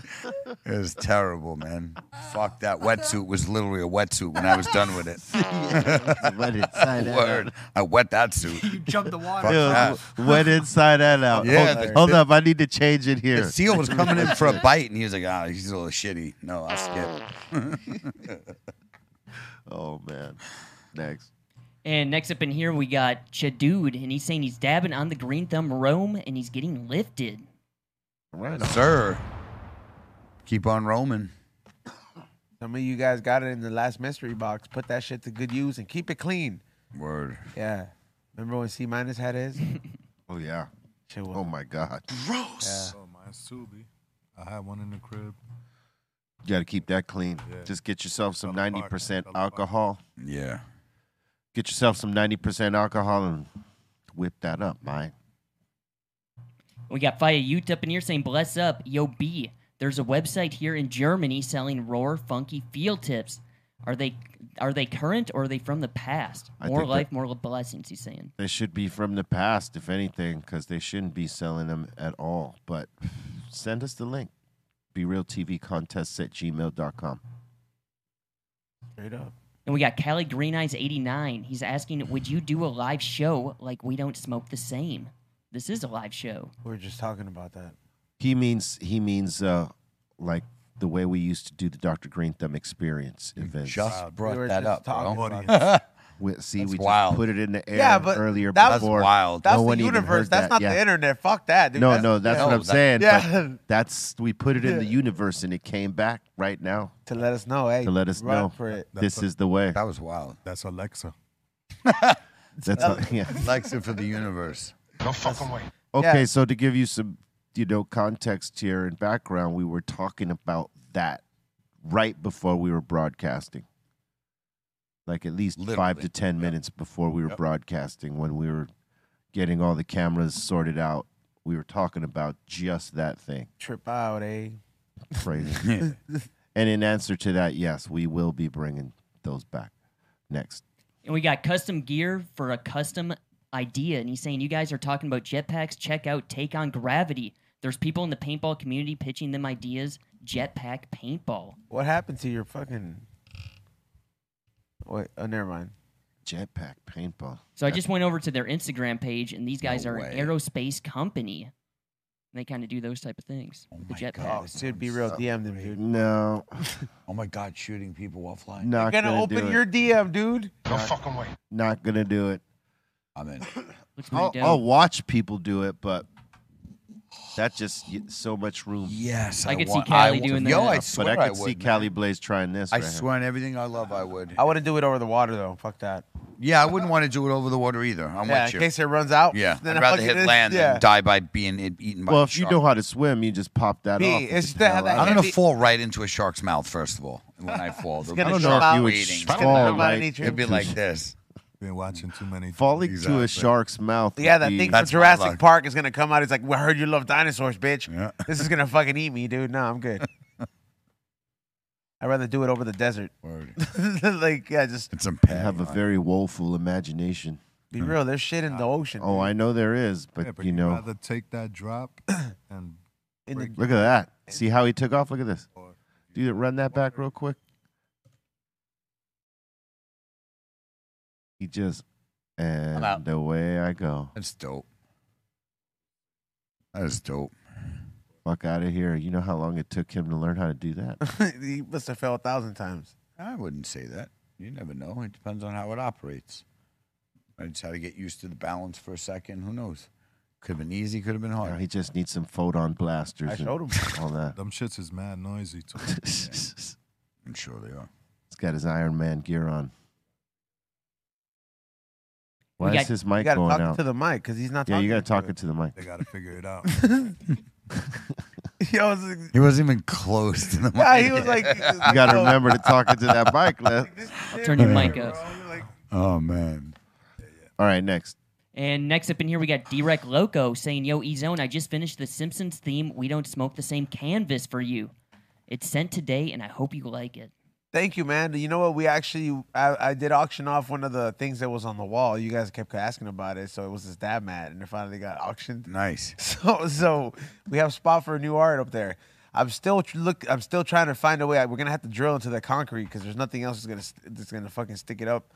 Speaker 2: It was terrible, man. Fuck that wetsuit was literally a wetsuit when I was done with it.
Speaker 3: wet inside out.
Speaker 2: Word. I wet that suit.
Speaker 3: You
Speaker 2: jumped the
Speaker 3: It was wet inside and out.
Speaker 2: Yeah,
Speaker 3: hold,
Speaker 2: the-
Speaker 3: hold up, I need to change it here.
Speaker 2: The seal was coming in for a bite, and he was like, "Ah, he's a little shitty." No, I'll skip.
Speaker 3: oh man, next.
Speaker 4: And next up in here, we got Chadude, and he's saying he's dabbing on the green thumb roam, and he's getting lifted.
Speaker 3: Right,
Speaker 2: sir. Keep on roaming.
Speaker 5: Some of you guys got it in the last mystery box. Put that shit to good use and keep it clean.
Speaker 2: Word.
Speaker 5: Yeah. Remember when C minus had his?
Speaker 3: oh yeah.
Speaker 5: Oh
Speaker 3: my god.
Speaker 5: Gross.
Speaker 6: Oh, mine's too, B. I had one in the crib.
Speaker 3: You got to keep that clean. Just get yourself some ninety percent alcohol.
Speaker 2: Yeah.
Speaker 3: Get yourself some ninety percent alcohol and whip that up, man.
Speaker 4: We got Faya Ute up in here saying, Bless up, yo B. There's a website here in Germany selling roar funky field tips. Are they are they current or are they from the past?
Speaker 3: I
Speaker 4: more
Speaker 3: think
Speaker 4: life, more blessings, he's saying.
Speaker 3: They should be from the past, if anything, because they shouldn't be selling them at all. But send us the link. Be real TV contests at gmail.com.
Speaker 5: Straight up.
Speaker 4: And we got Callie Green Eyes 89. He's asking, Would you do a live show like we don't smoke the same? This is a live show.
Speaker 5: We were just talking about that.
Speaker 3: He means he means uh like the way we used to do the Dr. Green Thumb experience events.
Speaker 2: just Wow, brought we were that just up, talking bro. about
Speaker 3: bro.
Speaker 2: that.
Speaker 3: see,
Speaker 2: That's
Speaker 3: we
Speaker 2: wild.
Speaker 3: just put it in the air
Speaker 5: Yeah, but
Speaker 3: earlier
Speaker 5: that was-
Speaker 3: before.
Speaker 5: That's wild. that's
Speaker 3: no
Speaker 5: the
Speaker 3: one even
Speaker 5: universe.
Speaker 3: heard
Speaker 5: That's
Speaker 3: that.
Speaker 5: not the
Speaker 3: yeah.
Speaker 5: internet. Fuck that, dude.
Speaker 3: No,
Speaker 5: That's-
Speaker 3: no, that's
Speaker 5: yeah.
Speaker 3: what I'm saying.
Speaker 5: Yeah.
Speaker 3: but that's we put it in the
Speaker 5: Yeah.
Speaker 3: universe and it came back right now.
Speaker 5: to let us know, hey.
Speaker 3: to let us
Speaker 5: run
Speaker 3: know
Speaker 5: For it.
Speaker 3: this is the way.
Speaker 2: That was wild.
Speaker 6: That's Alexa.
Speaker 3: That's
Speaker 5: Oh.
Speaker 3: a- yeah.
Speaker 2: Alexa for the universe.
Speaker 3: No
Speaker 2: fucking way.
Speaker 3: Okay, so to give you some, you know, context here and background, we were talking about that right before we were broadcasting. Like at least five to ten minutes before we were broadcasting, when we were getting all the cameras sorted out, we were talking about just that thing.
Speaker 5: Trip out, eh?
Speaker 3: Crazy. and in answer to that, yes, we will be bringing those back next.
Speaker 4: And we got custom gear for a custom idea. And he's saying, You guys are talking about jetpacks. Check out Take on Gravity. There's people in the paintball community pitching them ideas. Jetpack paintball.
Speaker 5: What happened to your fucking. Wait, oh, never mind.
Speaker 3: Jetpack paintball.
Speaker 4: So I just went over to their Instagram page, and these guys
Speaker 5: No
Speaker 4: are
Speaker 5: way.
Speaker 4: an aerospace company. And they kind of do those type of things
Speaker 5: Oh
Speaker 4: with the jetpacks.
Speaker 5: should be real DM them, dude.
Speaker 3: No.
Speaker 2: oh my God, shooting people offline.
Speaker 3: Not
Speaker 5: You're gonna
Speaker 3: gonna do
Speaker 5: open
Speaker 3: it.
Speaker 5: your DM, dude.
Speaker 3: No fucking way. Not gonna do it.
Speaker 2: I'm in.
Speaker 3: I'll,
Speaker 5: pretty dope.
Speaker 3: I'll watch people do it, but that just y- so much room.
Speaker 2: Yes, I I could wa- see Cali I wa- doing yo, that. I swear
Speaker 3: but I
Speaker 2: I
Speaker 3: could see
Speaker 2: would,
Speaker 3: Cali Blaze trying this.
Speaker 2: I
Speaker 3: right here.
Speaker 2: swear on everything I love, I would.
Speaker 5: I wouldn't do it over the water though. Fuck that.
Speaker 2: Yeah, I wouldn't want to do it over the water either. I'm
Speaker 5: yeah,
Speaker 2: with you.
Speaker 5: in case it runs out.
Speaker 2: yeah,
Speaker 5: then
Speaker 2: I'd rather
Speaker 5: fuck
Speaker 2: hit
Speaker 5: it is.
Speaker 2: land
Speaker 5: Yeah.
Speaker 2: than die by being it eaten by
Speaker 3: Well,
Speaker 2: a
Speaker 3: if you
Speaker 2: shark.
Speaker 3: know how to swim, you just pop that
Speaker 5: B,
Speaker 3: off. and
Speaker 5: it's
Speaker 3: get
Speaker 5: to
Speaker 3: the
Speaker 5: have
Speaker 3: hell
Speaker 5: that
Speaker 3: out.
Speaker 2: I'm gonna fall right into a shark's mouth first of all when I fall. They'll
Speaker 3: gonna
Speaker 2: be
Speaker 3: jump out.
Speaker 2: waiting.
Speaker 3: It's gonna fall
Speaker 2: It'll be
Speaker 3: right
Speaker 2: like-
Speaker 3: into-
Speaker 2: It'd be like this.
Speaker 6: Been watching too many.
Speaker 3: falling to
Speaker 6: Exactly.
Speaker 3: a shark's mouth.
Speaker 5: Yeah, that
Speaker 3: would be-
Speaker 5: thing from Jurassic Park is gonna come out. He's like, "Well, "I heard you love dinosaurs, bitch. This is gonna fucking eat me, dude. No, I'm good. I'd rather do it over the desert. like, yeah, just
Speaker 2: it's a
Speaker 3: You have a very woeful imagination.
Speaker 5: be real. There's shit in the ocean.
Speaker 3: Oh, I know there is, but,
Speaker 6: yeah, but
Speaker 3: you
Speaker 6: you'd
Speaker 3: know,
Speaker 6: rather take that drop and
Speaker 5: In the-
Speaker 3: look at that. See how he took off? Look at this. Dude, run that back real quick. He just and the way I go.
Speaker 2: That's dope. That is dope.
Speaker 3: Fuck out of here. You know how long it took him to learn how to do that?
Speaker 5: he must have fell a thousand times.
Speaker 2: I wouldn't say that. You never know. It depends on how it operates. I just had to get used to the balance for a second. Who knows? Could have been easy. Could have been hard.
Speaker 3: He just needs some photon blasters
Speaker 2: I
Speaker 3: and
Speaker 2: showed him.
Speaker 3: all that.
Speaker 6: Them shits is mad noisy too.
Speaker 2: I'm sure they are.
Speaker 3: He's got his Iron Man gear on. Why
Speaker 5: You
Speaker 3: is
Speaker 5: got-
Speaker 3: his
Speaker 5: you
Speaker 3: mic
Speaker 5: gotta
Speaker 3: going
Speaker 5: talk
Speaker 3: out?
Speaker 5: to the mic, 'cause he's not
Speaker 3: Yeah,
Speaker 5: talking
Speaker 3: you gotta
Speaker 5: to
Speaker 3: talk
Speaker 5: it.
Speaker 3: into the mic.
Speaker 6: They gotta figure it out.
Speaker 5: Yo, it's like-
Speaker 2: He wasn't even close to the mic.
Speaker 5: Yeah, he was like-
Speaker 3: you gotta remember to talk into that mic, Les.
Speaker 4: I'll turn your mic up.
Speaker 2: Oh man.
Speaker 3: All right, next.
Speaker 4: And next up in here, we got Derek Loco saying, Yo, E Zone, I just finished the Simpsons theme. We don't smoke the same canvas for you. It's sent today, and I hope you like it.
Speaker 5: Thank you, man. You know what? We actually, I, I did auction off one of the things that was on the wall. You guys kept asking about it, so it was this dab mat, and it finally got auctioned.
Speaker 2: Nice.
Speaker 5: So, so we have spot for a new art up there. I'm still tr- look. I'm still trying to find a way. We're gonna have to drill into the concrete because there's nothing else that's gonna st- that's gonna fucking stick it up,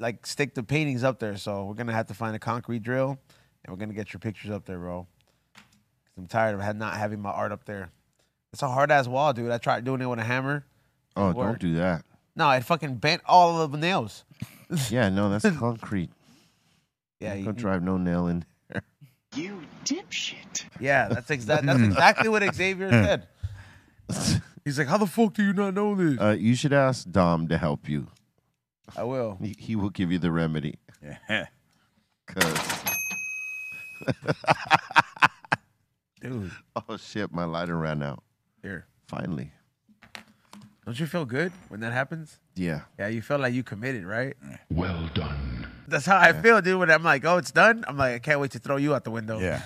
Speaker 5: like stick the paintings up there. So we're gonna have to find a concrete drill, and we're gonna get your pictures up there, bro. i I'm tired of ha- not having my art up there. It's a hard ass wall, dude. I tried doing it with a hammer.
Speaker 3: Oh,
Speaker 5: Word.
Speaker 3: don't do that.
Speaker 5: No, it fucking bent all of the nails.
Speaker 3: Yeah, no, that's concrete.
Speaker 5: Yeah, you-
Speaker 3: don't drive no nail in.
Speaker 5: You dipshit. Yeah, that's exactly that's
Speaker 3: Mm.
Speaker 5: exactly what Xavier said. He's like, how the fuck do you not know this?
Speaker 3: Uh, you should ask Dom to help you.
Speaker 5: I will.
Speaker 3: He, he will give you the remedy.
Speaker 2: Yeah.
Speaker 3: Cause.
Speaker 5: Dude.
Speaker 3: Oh shit! My lighter ran out.
Speaker 5: Here.
Speaker 3: Finally.
Speaker 5: Don't you feel good when that happens?
Speaker 3: Yeah.
Speaker 5: Yeah, you feel like you committed, right? Well done. That's how I feel, dude. When I'm like, oh, it's done. I'm like, I can't wait to throw you out the window.
Speaker 2: Yeah.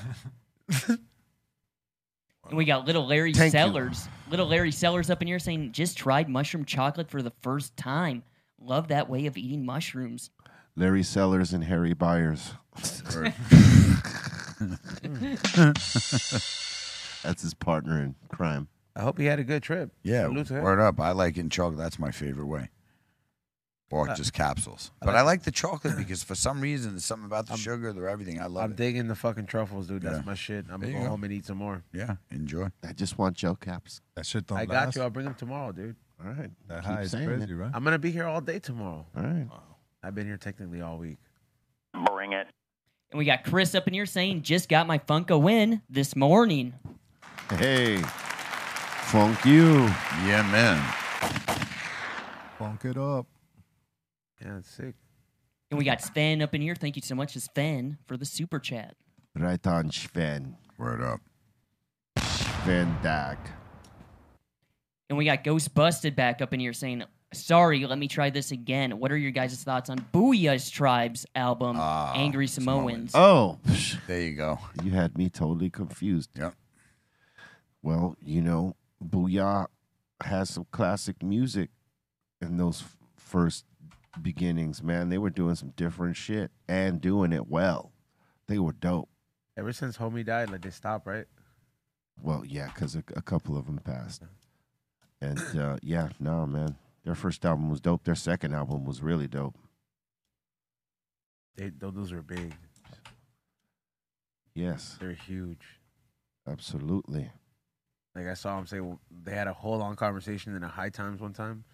Speaker 4: And we got little Larry
Speaker 5: Thank you.
Speaker 4: Sellers. Little Larry Sellers up in here saying, just tried mushroom chocolate for the first time. Love that way of eating mushrooms.
Speaker 3: Larry Sellers and Harry Byers. That's his partner in crime.
Speaker 5: I hope he had a good trip.
Speaker 2: Yeah,
Speaker 5: Salute to him.
Speaker 2: word up. I like in chocolate. That's my favorite way. Or
Speaker 5: Uh,
Speaker 2: just capsules.
Speaker 5: I
Speaker 2: But
Speaker 5: like-
Speaker 2: I like the chocolate because for some reason there's something about the sugar, the everything. I love
Speaker 5: I'm
Speaker 2: it.
Speaker 5: digging the fucking truffles, dude. That's
Speaker 2: Yeah.
Speaker 5: my shit. I'm
Speaker 2: There you
Speaker 5: gonna go,
Speaker 2: go.
Speaker 5: home and eat some more.
Speaker 2: Yeah, enjoy.
Speaker 3: I just want gel caps.
Speaker 6: That shit
Speaker 5: I got you. I'll bring them tomorrow, Oh, dude.
Speaker 3: All right.
Speaker 6: That
Speaker 3: Keep
Speaker 6: high is
Speaker 3: saying
Speaker 6: crazy,
Speaker 3: it.
Speaker 6: right?
Speaker 5: I'm gonna be here all day tomorrow.
Speaker 3: All right.
Speaker 5: I've been here technically all week.
Speaker 4: Bring it. And we got Chris up in here saying, just got my Funko win this morning.
Speaker 3: Hey. Funk you.
Speaker 2: Yeah, man.
Speaker 6: Funk it up.
Speaker 5: Yeah, it's sick.
Speaker 4: And we got Sven up in here. Thank you so much to Sven for the super chat.
Speaker 3: Right on, Sven.
Speaker 2: Word up.
Speaker 3: Sven Dag.
Speaker 4: And we got Ghost Busted back up in here saying, sorry, let me try this again. What are your guys' thoughts on Booyah's Tribes album,
Speaker 5: Ah,
Speaker 4: Angry Samoans?
Speaker 3: Oh.
Speaker 2: There you go.
Speaker 3: You had me totally confused.
Speaker 2: Yep.
Speaker 3: Well, you know, Booyah has some classic music in those f- first beginnings, man. They were doing some different shit and doing it well. They were dope.
Speaker 5: Ever since homie died, like they stopped, right?
Speaker 3: Well, yeah, because a, a couple of them passed. And uh, yeah, no, man. Their first album was dope. Their second album was really dope.
Speaker 5: They tho- those were big.
Speaker 3: Yes,
Speaker 5: They're huge.
Speaker 3: absolutely.
Speaker 5: Like I saw him say well, they had a whole long conversation in the high times one time,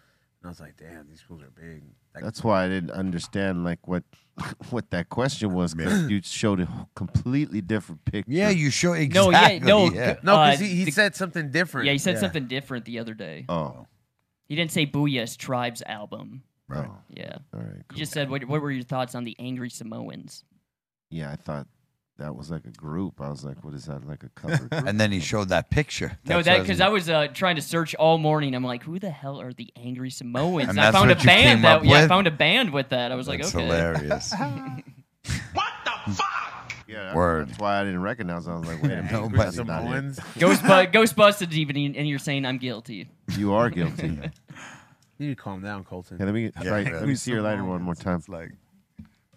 Speaker 5: and I was like, damn, these fools are big. Like,
Speaker 3: That's why I didn't understand like what what that question was because you showed a completely different picture.
Speaker 2: Yeah, you show
Speaker 4: No, yeah, exactly, no, yeah.
Speaker 5: no, because
Speaker 4: Uh,
Speaker 5: he, he
Speaker 4: the-
Speaker 5: said something different.
Speaker 4: Yeah, he said something different the other day.
Speaker 3: Oh,
Speaker 4: He didn't say Booyah's Tribes album.
Speaker 3: right.
Speaker 4: Yeah.
Speaker 3: All right.
Speaker 4: He just said, what, what were your thoughts on the Angry Samoans?
Speaker 3: Yeah, I thought that was like a group. I was like, what is that? Like a cover? group?
Speaker 2: And then he showed that picture.
Speaker 4: no,
Speaker 2: what
Speaker 4: that because I was uh, trying to search all morning. I'm like, who the hell are the Angry Samoans?
Speaker 2: And
Speaker 4: I
Speaker 2: that's
Speaker 4: found a
Speaker 2: what you came
Speaker 4: band that
Speaker 2: up
Speaker 4: yeah, I
Speaker 2: with?
Speaker 4: found a band with that. I was like,
Speaker 2: That's
Speaker 4: okay,
Speaker 2: hilarious.
Speaker 3: yeah,
Speaker 2: Word.
Speaker 3: That's why I didn't recognize. I was like, wait a minute.
Speaker 2: Nobody-
Speaker 3: that's not it.
Speaker 4: Ghostbusters, Ghostbusters, even, and you're saying I'm guilty.
Speaker 3: You are guilty.
Speaker 5: You need to calm down, Colton.
Speaker 3: Yeah, let me
Speaker 6: Yeah.
Speaker 3: right, let me see your lighter one more time.
Speaker 6: like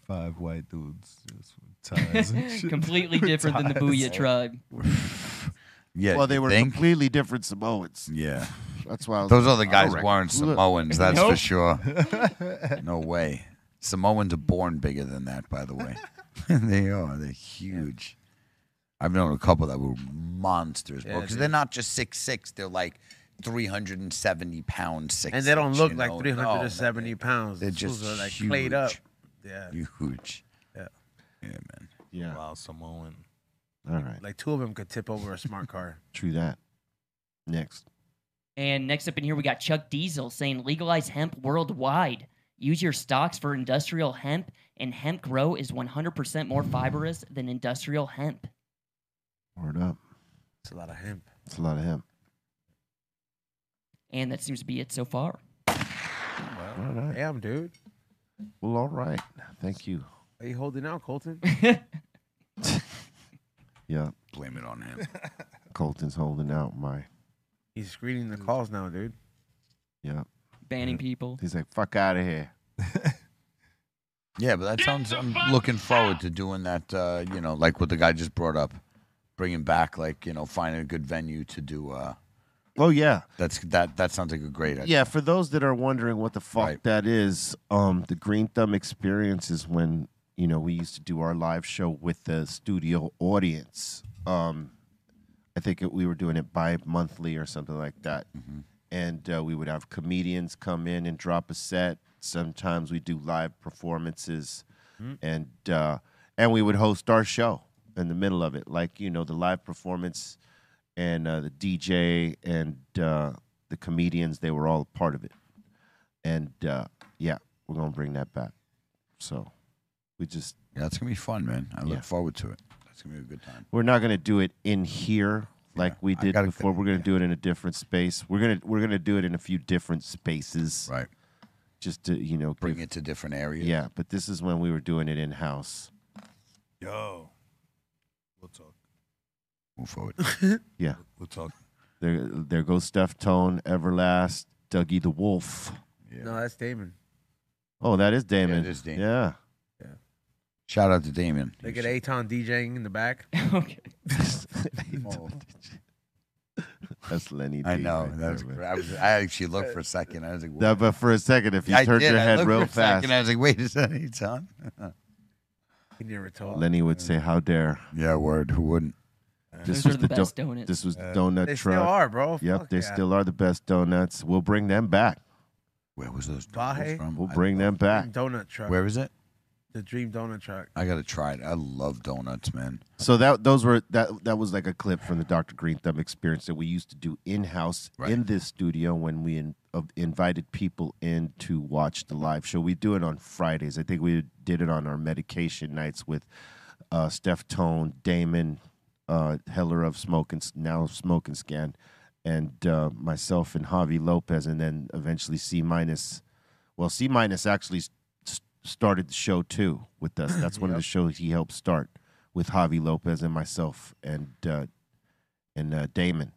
Speaker 6: five white dudes just with ties and shit.
Speaker 4: Completely
Speaker 6: With
Speaker 4: different than the
Speaker 6: ties.
Speaker 4: Booyah tribe.
Speaker 2: Yeah,
Speaker 3: well, they
Speaker 2: you
Speaker 3: were
Speaker 2: think?
Speaker 3: completely different Samoans.
Speaker 2: Yeah.
Speaker 3: That's why I was
Speaker 2: Those other
Speaker 3: like, I
Speaker 2: guys
Speaker 3: rec-
Speaker 2: weren't
Speaker 3: Look.
Speaker 2: Samoans, that's for
Speaker 3: Nope.
Speaker 2: sure. No way. Samoans are born bigger than that, by the way. they are. They're huge. I've known a couple that were monsters, bro.
Speaker 5: Yeah,
Speaker 2: Because
Speaker 5: dude.
Speaker 2: they're not just six six; they're like three hundred and seventy pounds six.
Speaker 5: and they don't look like 370 pounds.
Speaker 2: Oh, They're
Speaker 5: These fools
Speaker 2: just
Speaker 5: are like
Speaker 2: huge.
Speaker 5: played up. Yeah,
Speaker 2: Huge.
Speaker 5: yeah.
Speaker 2: Yeah, man.
Speaker 3: Yeah.
Speaker 6: Wow, Samoan.
Speaker 3: All right.
Speaker 5: Like two of them could tip over a smart car.
Speaker 3: True that. Next.
Speaker 4: And next up in here, we got Chuck Diesel saying legalize hemp worldwide. Use your stocks for industrial hemp, and hemp grow is 100% more fibrous than industrial hemp.
Speaker 3: Word up.
Speaker 5: It's a lot of hemp.
Speaker 3: It's a lot of him.
Speaker 4: And that seems to be it so far.
Speaker 3: All right.
Speaker 5: Damn, dude.
Speaker 3: Well, all right. Thank you.
Speaker 5: Are you holding out, Colton?
Speaker 3: Yeah.
Speaker 2: Blame it on him.
Speaker 3: Colton's holding out my.
Speaker 5: He's screening the calls now, dude.
Speaker 3: Yeah.
Speaker 4: Banning people.
Speaker 3: He's like, fuck out of here.
Speaker 2: Yeah, but that sounds. I'm looking forward to doing that. Uh, you know, like what the guy just brought up, bringing back, like you know, finding a good venue to do uh,
Speaker 3: Oh yeah.
Speaker 2: That's that that sounds like a great idea.
Speaker 3: Yeah, for those that are wondering what the fuck that is, um, the Green Thumb experience is when you know we used to do our live show with the studio audience. Um, I think it, we were doing it bi-monthly or something like that,
Speaker 2: Mm-hmm.
Speaker 3: and uh, we would have comedians come in and drop a set. Sometimes we do live performances,
Speaker 19: Mm.
Speaker 3: and uh, and we would host our show in the middle of it, like you know the live performance and uh, the DJ and uh, the comedians, they were all a part of it. And uh, yeah, we're gonna bring that back. So we just
Speaker 2: yeah, that's gonna be fun, man. I look forward to it. That's gonna be a good time.
Speaker 3: We're not gonna do it in here like we did before. we're gonna do it in a different space. We're gonna we're gonna do it in a few different spaces.
Speaker 2: Right.
Speaker 3: Just to you know
Speaker 2: Bring it to different areas.
Speaker 3: Yeah, but this is when we were doing it in house.
Speaker 6: Yo. We'll talk.
Speaker 2: Move forward.
Speaker 3: Yeah.
Speaker 6: We'll talk.
Speaker 3: There there goes Steph Tone, Everlast, Dougie the Wolf.
Speaker 5: No, that's Damon.
Speaker 3: Oh, that is Damon.
Speaker 2: it is Damon.
Speaker 3: Yeah.
Speaker 5: Yeah.
Speaker 2: Shout out to Damon.
Speaker 5: Look at Aton DJing in the back.
Speaker 4: okay.
Speaker 3: That's Lenny.
Speaker 2: I
Speaker 3: D
Speaker 2: know.
Speaker 3: right
Speaker 2: That was,
Speaker 3: there,
Speaker 2: great.
Speaker 3: man.
Speaker 2: I, was, I actually looked for a second. I was like,
Speaker 3: No, but for a second, if you
Speaker 2: I
Speaker 3: turned
Speaker 2: did,
Speaker 3: your
Speaker 2: I
Speaker 3: head
Speaker 2: looked
Speaker 3: real
Speaker 2: for a second,
Speaker 3: fast.
Speaker 2: I was like, wait a second, it's on.
Speaker 5: He never told.
Speaker 3: Lenny would say, "How dare?"
Speaker 2: Yeah, word. Who wouldn't?
Speaker 3: This
Speaker 5: Those are
Speaker 3: was
Speaker 5: the
Speaker 3: the,
Speaker 5: best
Speaker 3: do-
Speaker 5: donuts.
Speaker 3: This was the
Speaker 5: Uh,
Speaker 3: donut
Speaker 5: They still
Speaker 3: truck.
Speaker 5: are, bro.
Speaker 3: Yep,
Speaker 5: Fuck
Speaker 3: they
Speaker 5: yeah.
Speaker 3: still are the best donuts. We'll bring them back.
Speaker 2: Where was those
Speaker 5: Bahe?
Speaker 3: We'll bring them back.
Speaker 5: Donut truck.
Speaker 2: Where is it?
Speaker 5: The Dream Donut Truck.
Speaker 2: I gotta try it. I love donuts, man.
Speaker 3: So that those were that that was like a clip from the Dr. Green Thumb experience that we used to do in house in this studio when we in, of invited people in to watch the live show. We do it on Fridays. I think we did it on our medication nights with uh, Steph Tone, Damon, uh, Heller of Smoke and S- now Smoke and Scan, and uh, myself and Javi Lopez, and then eventually C minus. Well, C minus actually s- s- started the show too with us. That's one of the
Speaker 5: Yep.
Speaker 3: shows he helped start with Javi Lopez and myself and uh, and uh, Damon,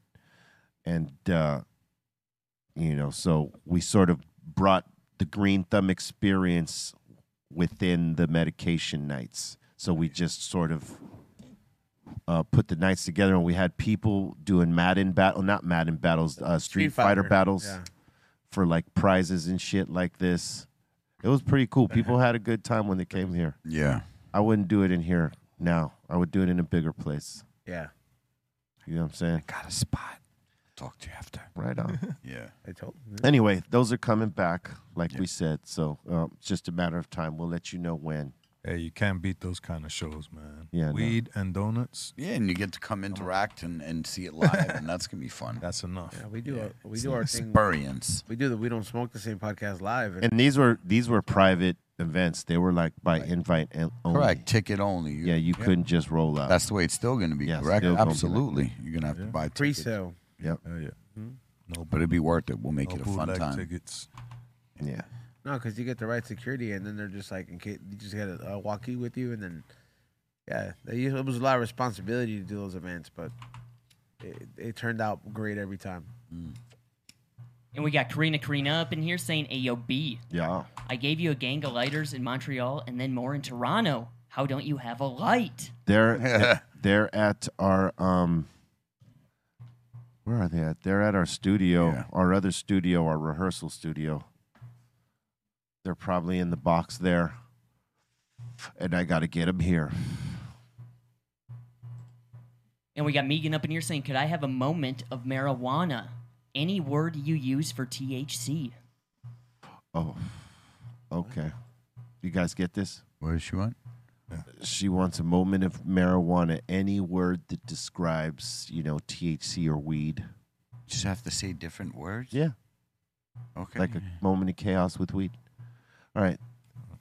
Speaker 3: and uh, you know, so we sort of brought the Green Thumb experience within the medication nights. So we just sort of uh, put the nights together, and we had people doing Madden battle, not Madden battles, uh, Street,
Speaker 5: Street
Speaker 3: Fighter,
Speaker 5: Fighter,
Speaker 3: battles
Speaker 5: yeah.
Speaker 3: for like prizes and shit like this. It was pretty cool. People had a good time when they came here.
Speaker 2: Yeah.
Speaker 3: I wouldn't do it in here now. I would do it in a bigger place.
Speaker 5: Yeah.
Speaker 3: You know what I'm saying?
Speaker 2: got a spot. Talk to you after.
Speaker 3: Right on.
Speaker 2: Yeah.
Speaker 5: I told him.
Speaker 3: anyway, those are coming back, like we said. So um, it's just a matter of time. We'll let you know when.
Speaker 6: Hey, you can't beat those kind of shows, man.
Speaker 3: Yeah, no.
Speaker 6: Weed and donuts.
Speaker 2: Yeah, and you get to come interact and, and see it live, and that's gonna be fun.
Speaker 6: That's enough.
Speaker 5: Yeah, we do our, we
Speaker 2: It's
Speaker 5: do
Speaker 2: an
Speaker 5: our
Speaker 2: experience.
Speaker 5: Thing. We do the We Don't Smoke the Same podcast live.
Speaker 3: And these were these were private events. They were like by invite and only.
Speaker 2: Correct. Ticket only.
Speaker 3: Yeah, you
Speaker 2: Yeah.
Speaker 3: couldn't just roll out.
Speaker 2: That's the way it's still gonna be.
Speaker 3: Yeah,
Speaker 2: correct.
Speaker 3: still gonna be like
Speaker 2: Absolutely. You're gonna have to buy tickets.
Speaker 5: pre-sale.
Speaker 3: Yep.
Speaker 6: Oh yeah.
Speaker 5: Hmm?
Speaker 2: No, but it'd be worth it. We'll make
Speaker 6: no
Speaker 2: it a fun
Speaker 6: bootleg
Speaker 2: time.
Speaker 6: Tickets.
Speaker 3: Yeah.
Speaker 5: No, because you get the right security, and then they're just like, in case you just got a, a walkie with you, and then, yeah, they, used- it was a lot of responsibility to do those events, but it, it turned out great every time.
Speaker 4: And we got Karina Karina up in here saying, Ayo, B.
Speaker 3: Yeah.
Speaker 4: I gave you a gang of lighters in Montreal and then more in Toronto. How don't you have a light?
Speaker 3: They're they're at our um where are they at? They're at our studio, our other studio, our rehearsal studio. They're probably in the box there. And I got to get them here.
Speaker 4: And we got Megan up in here saying, Could I have a moment of marijuana? Any word you use for THC.
Speaker 3: Oh. Okay. You guys get this?
Speaker 2: What does she want?
Speaker 3: She wants a moment of marijuana, any word that describes, you know, THC or weed.
Speaker 2: Just have to say different words.
Speaker 3: Yeah.
Speaker 2: Okay.
Speaker 3: Like a moment of chaos with weed. All right.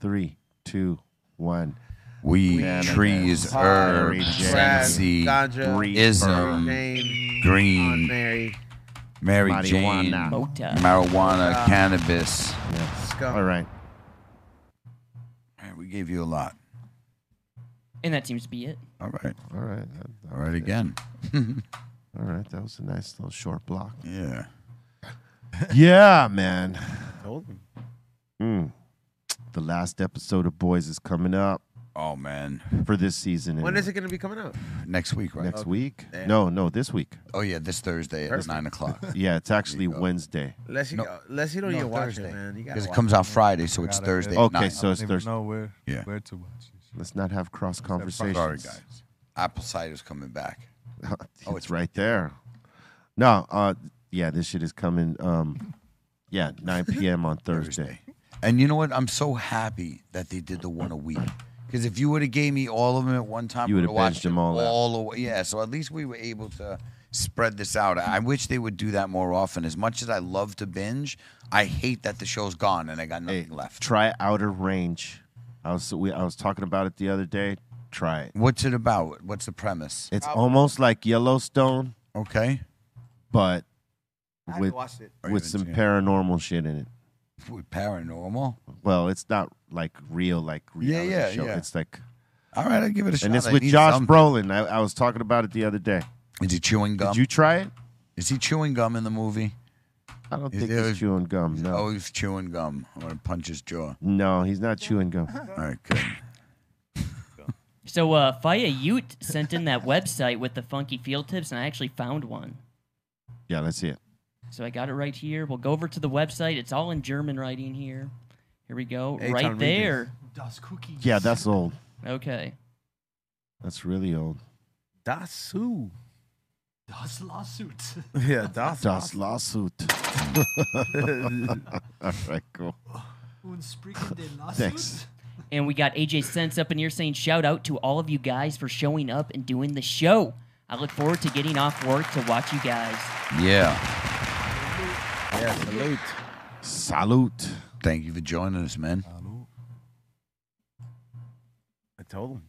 Speaker 3: Three, two, one.
Speaker 2: Weed,
Speaker 3: Cannabis,
Speaker 2: trees,
Speaker 3: Mary
Speaker 2: herbs,
Speaker 3: Jane,
Speaker 2: sensi,
Speaker 3: ganja,
Speaker 2: Green ism,
Speaker 5: Jane,
Speaker 2: green,
Speaker 5: Aunt Mary,
Speaker 2: Mary Jane,
Speaker 5: marijuana, Mota.
Speaker 2: marijuana,
Speaker 5: Mota.
Speaker 2: cannabis.
Speaker 5: Ah. Scum.
Speaker 3: All right.
Speaker 2: All right, we gave you a lot.
Speaker 4: And that seems to be it.
Speaker 2: All right.
Speaker 3: All right.
Speaker 2: All right again.
Speaker 3: All right. That was a nice little short block.
Speaker 2: Yeah.
Speaker 3: yeah, man.
Speaker 5: Told him.
Speaker 2: Hmm.
Speaker 3: Mm. The last episode of Boys is coming up.
Speaker 2: Oh man,
Speaker 3: for this season.
Speaker 5: When
Speaker 3: and
Speaker 5: is it going to be coming out?
Speaker 2: next week, right?
Speaker 3: Next week?
Speaker 5: Damn.
Speaker 3: No, no, this week.
Speaker 2: Oh yeah, this Thursday
Speaker 5: Perfect.
Speaker 2: at nine o'clock.
Speaker 3: Yeah, it's actually Wednesday.
Speaker 5: Unless you, unless you don't
Speaker 6: No,
Speaker 5: even watch
Speaker 6: Thursday.
Speaker 5: it, man. You gotta
Speaker 2: Because it
Speaker 5: watch
Speaker 2: comes out Friday, so it's Thursday. at
Speaker 3: Okay,
Speaker 2: nine.
Speaker 3: so it's Thursday.
Speaker 2: Yeah.
Speaker 6: where to watch.
Speaker 3: Let's not have cross conversations.
Speaker 2: Sorry, guys. Apple cider's coming back.
Speaker 3: oh, it's right there. No, uh, yeah, this shit is coming. Um, yeah, 9 p.m. on Thursday.
Speaker 2: And you know what? I'm so happy that they did the one a week. Because if you would have gave me all of them at one time,
Speaker 3: You
Speaker 2: I
Speaker 3: would've
Speaker 2: would've watched
Speaker 3: binged them all out.
Speaker 2: all the way. Yeah. So at least we were able to spread this out. I wish they would do that more often. As much as I love to binge, I hate that the show's gone and I got nothing left.
Speaker 3: Try Outer Range. I was we, I was talking about it the other day. Try it.
Speaker 2: What's it about? What's the premise?
Speaker 3: It's almost like Yellowstone.
Speaker 2: Okay.
Speaker 3: But
Speaker 2: I haven't
Speaker 3: with
Speaker 2: watched it. I
Speaker 3: with
Speaker 2: haven't
Speaker 3: some
Speaker 2: seen it.
Speaker 3: paranormal shit in it.
Speaker 2: paranormal.
Speaker 3: Well, it's not like real, like
Speaker 2: Yeah,
Speaker 3: reality
Speaker 2: yeah,
Speaker 3: show.
Speaker 2: yeah.
Speaker 3: It's like
Speaker 2: All right, I'll give it a shot.
Speaker 3: and it's
Speaker 2: I
Speaker 3: with
Speaker 2: need
Speaker 3: Josh
Speaker 2: something.
Speaker 3: Brolin. I, I was talking about it the other day.
Speaker 2: Is he chewing gum?
Speaker 3: Did you try it?
Speaker 2: Is he chewing gum in the movie?
Speaker 3: I don't
Speaker 2: Is
Speaker 3: think
Speaker 2: there-
Speaker 3: he's chewing gum. No,
Speaker 2: Oh, he's chewing gum. I'm gonna punch his jaw.
Speaker 3: no, he's not chewing gum.
Speaker 2: All right, good.
Speaker 4: So uh, Faya Ute sent in that website with the funky field tips, and I actually found one.
Speaker 3: Yeah, let's see it.
Speaker 4: So I got it right here. We'll go over to the website. It's all in German writing here. Here we go.
Speaker 3: Eitan
Speaker 4: right
Speaker 3: Regis.
Speaker 4: there.
Speaker 18: Das Cookie.
Speaker 3: Yeah, that's old.
Speaker 4: Okay.
Speaker 3: That's really old.
Speaker 5: Dasu.
Speaker 18: Das Lawsuit.
Speaker 5: Yeah, das,
Speaker 3: Das lawsuit. All right, cool. Thanks.
Speaker 4: And we got AJ Sense up in here saying, shout out to all of you guys for showing up and doing the show. I look forward to getting off work to watch you guys.
Speaker 2: Yeah.
Speaker 5: Yeah, salute.
Speaker 3: Salute.
Speaker 2: Thank you for joining us, man.
Speaker 5: I told him.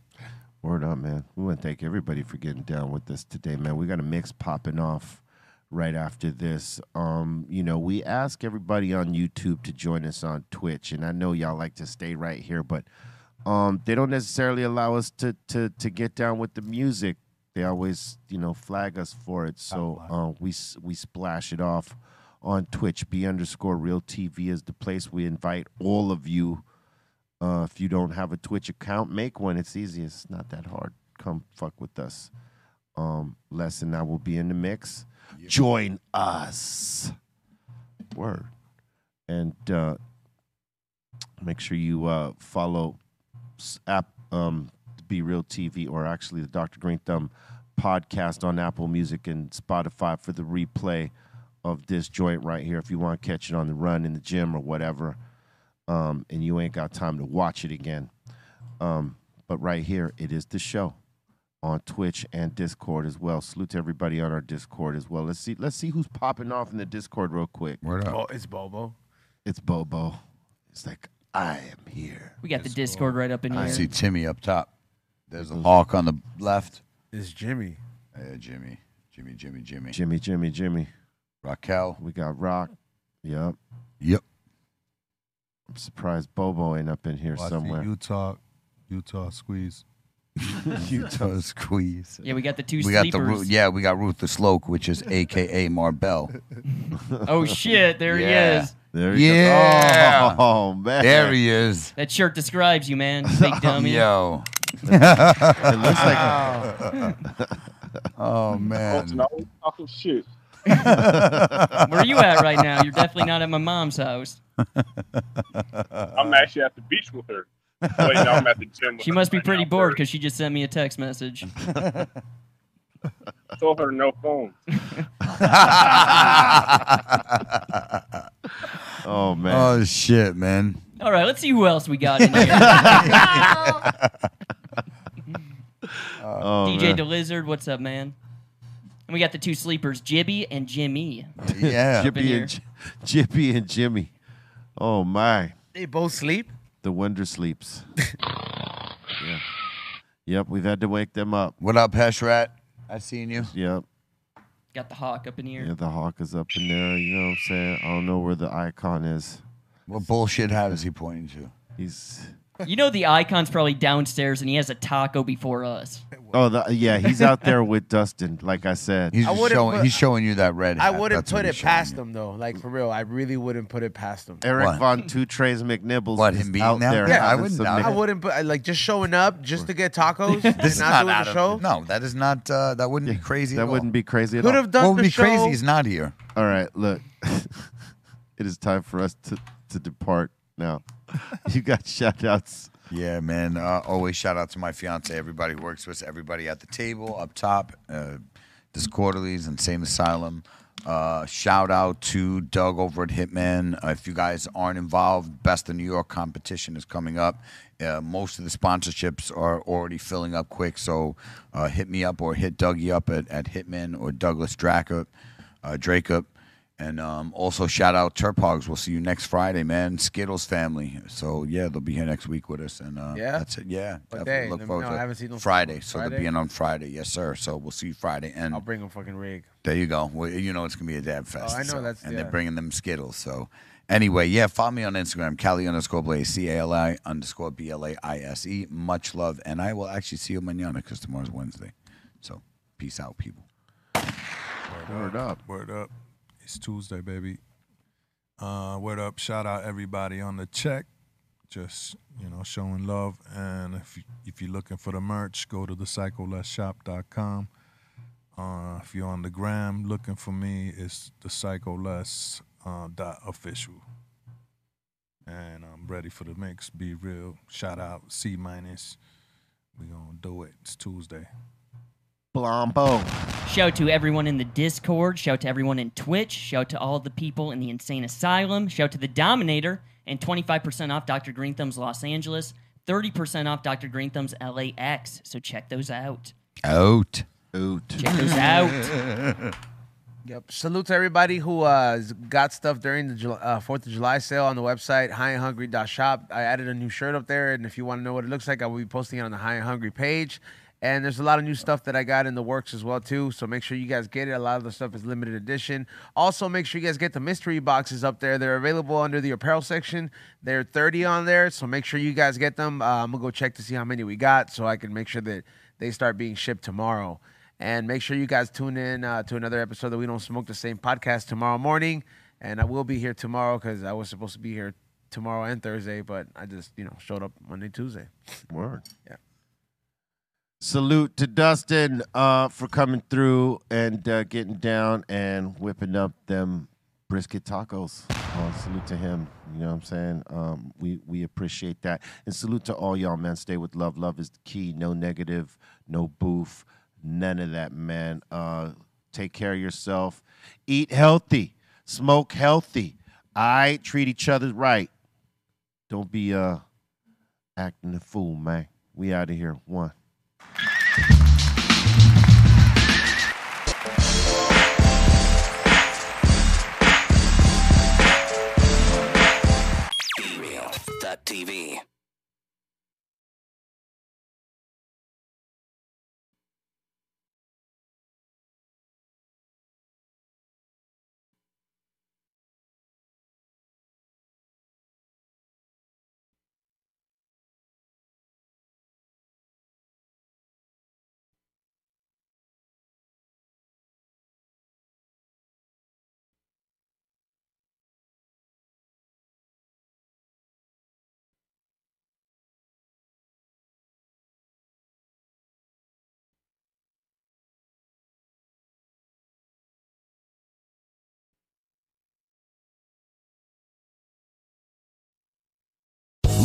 Speaker 3: Word up, man. We want to thank everybody for getting down with us today, man. We got a mix popping off right after this. Um, you know, we ask everybody on YouTube to join us on Twitch, and I know y'all like to stay right here, but um, they don't necessarily allow us to to to get down with the music. They always, you know, flag us for it. So uh, we s- we splash it off on Twitch. B underscore Real TV is the place we invite all of you. Uh, if you don't have a Twitch account, make one. It's easy. It's not that hard. Come fuck with us. Um, Les and I will be in the mix. Join us. Word. And uh, make sure you uh, follow s- app um, Be Real TV or actually the Dr. Green Thumb podcast on Apple Music and Spotify for the replay of this joint right here. If you want to catch it on the run in the gym or whatever um, and you ain't got time to watch it again. Um, but right here, it is the show on Twitch and Discord as well. Salute to everybody on our Discord as well. Let's see, let's see who's popping off in the Discord real quick.
Speaker 2: Word
Speaker 5: Oh, it's Bobo.
Speaker 3: It's Bobo. It's like I am here.
Speaker 4: We got the Discord right up in
Speaker 2: I
Speaker 4: here.
Speaker 2: see Timmy up top. There's a hawk on the left.
Speaker 5: It's Jimmy.
Speaker 2: Yeah, Jimmy. Jimmy, Jimmy, Jimmy.
Speaker 3: Jimmy, Jimmy, Jimmy.
Speaker 2: Raquel.
Speaker 3: We got Rock. Yep.
Speaker 2: Yep.
Speaker 3: I'm surprised Bobo ain't up in here
Speaker 6: Watch the
Speaker 3: somewhere.
Speaker 6: Utah, Utah squeeze.
Speaker 2: Utah squeeze.
Speaker 4: Yeah, we got the two
Speaker 2: we got the Ru-
Speaker 4: sleepers.
Speaker 2: yeah, we got Ruth the Sloak, which is AKA Marbell.
Speaker 4: Oh, shit. There
Speaker 2: Yeah.
Speaker 4: he is.
Speaker 3: There
Speaker 2: he is.
Speaker 3: yeah. Oh man.
Speaker 2: There he is.
Speaker 4: That shirt describes you, man. Big dummy.
Speaker 2: Yo.
Speaker 3: it looks like.
Speaker 2: oh man.
Speaker 19: Talking shit.
Speaker 4: Where are you at right now? You're definitely not at my mom's house.
Speaker 19: I'm actually at the beach with her. Wait, no, I'm at the gym. With
Speaker 4: She
Speaker 19: her
Speaker 4: must be
Speaker 19: right
Speaker 4: pretty
Speaker 19: now.
Speaker 4: bored because she just sent me a text message.
Speaker 19: I told her no phone.
Speaker 3: oh man.
Speaker 2: Oh shit, man.
Speaker 4: All right, let's see who else we got in here.
Speaker 3: Oh,
Speaker 4: DJ
Speaker 3: man.
Speaker 4: the Lizard, what's up, man? And we got the two sleepers, Jibby and Jimmy.
Speaker 3: Oh, yeah.
Speaker 4: Up in
Speaker 3: Jippy
Speaker 4: here.
Speaker 3: and, J- Jippy and Jimmy. Oh my.
Speaker 5: They both sleep.
Speaker 3: The wonder sleeps. yeah. Yep, we've had to wake them up.
Speaker 2: What up, Heshrat? I seen you.
Speaker 3: Yep.
Speaker 4: Got the hawk up in here.
Speaker 3: Yeah, the hawk is up in there. You know what I'm saying? I don't know where the icon is.
Speaker 2: What bullshit hat is he pointing to?
Speaker 3: He's
Speaker 4: You know the icon's probably downstairs and he has a taco before us.
Speaker 3: Oh, the, yeah, he's out there with Dustin. Like I said,
Speaker 2: He's
Speaker 5: I just wouldn't showing- put- he's
Speaker 2: showing you that red
Speaker 5: I wouldn't put it past them though. Like for real, I really wouldn't put it past them.
Speaker 3: Eric Von Two Trays McNibbles.
Speaker 2: What,
Speaker 3: is
Speaker 2: him being
Speaker 3: out
Speaker 2: there?
Speaker 3: there?
Speaker 2: Yeah, I
Speaker 3: having
Speaker 2: wouldn't
Speaker 3: some
Speaker 2: doubt
Speaker 3: Mc-
Speaker 5: I wouldn't put I- like just showing up just to get tacos
Speaker 2: This
Speaker 5: and
Speaker 2: is
Speaker 5: not
Speaker 2: not
Speaker 5: doing
Speaker 2: out
Speaker 5: the
Speaker 2: of
Speaker 5: show.
Speaker 2: no. That is not. Uh, that wouldn't be crazy.
Speaker 3: That
Speaker 2: at all.
Speaker 3: wouldn't be crazy at
Speaker 5: Could
Speaker 3: all.
Speaker 5: have done
Speaker 2: What would
Speaker 5: the
Speaker 2: be
Speaker 5: show.
Speaker 2: crazy is not here.
Speaker 3: All right, look. it is time for us to, to depart now. You got shout outs.
Speaker 2: Yeah, man. Uh, always shout out to my fiance, everybody who works with us, everybody at the table, up top, uh, this quarterlies, Insane Asylum. Uh, shout out to Doug over at Hitman. Uh, if you guys aren't involved, Best of New York competition is coming up. Uh, most of the sponsorships are already filling up quick, so uh, hit me up or hit Dougie up at, at Hitman or Douglas Dracup, uh, Dracup. And um, also shout out Turpogs. We'll see you next Friday, man. Skittles family. So yeah, they'll be here next week with us. And uh,
Speaker 5: Yeah?
Speaker 2: that's it. Yeah,
Speaker 5: What
Speaker 2: definitely
Speaker 5: day?
Speaker 2: Look
Speaker 5: No,
Speaker 2: forward
Speaker 5: no,
Speaker 2: to
Speaker 5: I
Speaker 2: it.
Speaker 5: haven't seen them for a
Speaker 2: Friday.
Speaker 5: while.
Speaker 2: So they'll
Speaker 5: Friday?
Speaker 2: be in on Friday. Yes, sir. So we'll see you Friday. And
Speaker 5: I'll bring them fucking rig.
Speaker 2: there you go. Well, you know it's gonna be a dab fest.
Speaker 5: Oh, I know,
Speaker 2: so-
Speaker 5: that's-
Speaker 2: and
Speaker 5: yeah.
Speaker 2: they're bringing them Skittles. So anyway, yeah, follow me on Instagram, Cali underscore Blaze, C A L I underscore B L A I S E. Much love, and I will actually see you manana because tomorrow's Wednesday. So peace out, people.
Speaker 3: Word up.
Speaker 6: Word up. It's Tuesday, baby. Uh, word up. Shout out everybody on the check. Just you know, showing love. And if you, if you're looking for the merch, go to thecyclelessshop.com. Uh, if you're on the gram looking for me, it's thecycleless uh, dot official. And I'm ready for the mix. Be real. Shout out C minus. We gonna do it. It's Tuesday.
Speaker 3: Blombo.
Speaker 4: Shout to everyone in the Discord. Shout to everyone in Twitch. Shout to all the people in the Insane Asylum. Shout to the Dominator and 25% off Dr. Green Thumbs Los Angeles, 30% off Dr. Green Thumbs LAX. So check those out.
Speaker 2: Out.
Speaker 3: Out.
Speaker 4: Check those out.
Speaker 5: Yep. Salute to everybody who uh, has got stuff during the Jul- uh, 4th of July sale on the website, highandhungry.shop. I added a new shirt up there, and if you want to know what it looks like, I will be posting it on the High and Hungry page. And there's a lot of new stuff that I got in the works as well, too, so make sure you guys get it. A lot of the stuff is limited edition. Also, make sure you guys get the mystery boxes up there. They're available under the apparel section. There are 30 on there, so make sure you guys get them. Uh, I'm going to go check to see how many we got so I can make sure that they start being shipped tomorrow. And make sure you guys tune in uh, to another episode that we don't smoke the same podcast tomorrow morning. And I will be here tomorrow because I was supposed to be here tomorrow and Thursday, but I just you know showed up Monday, Tuesday.
Speaker 3: Word.
Speaker 5: Yeah.
Speaker 3: Salute to Dustin uh, for coming through and uh, getting down and whipping up them brisket tacos. Uh, salute to him. You know what I'm saying? Um, we we appreciate that. And salute to all y'all, man. Stay with love. Love is the key. No negative, no boof, none of that, man. Uh, take care of yourself. Eat healthy. Smoke healthy. I treat each other right. Don't be uh acting a fool, man. We out of here. One.
Speaker 15: TV.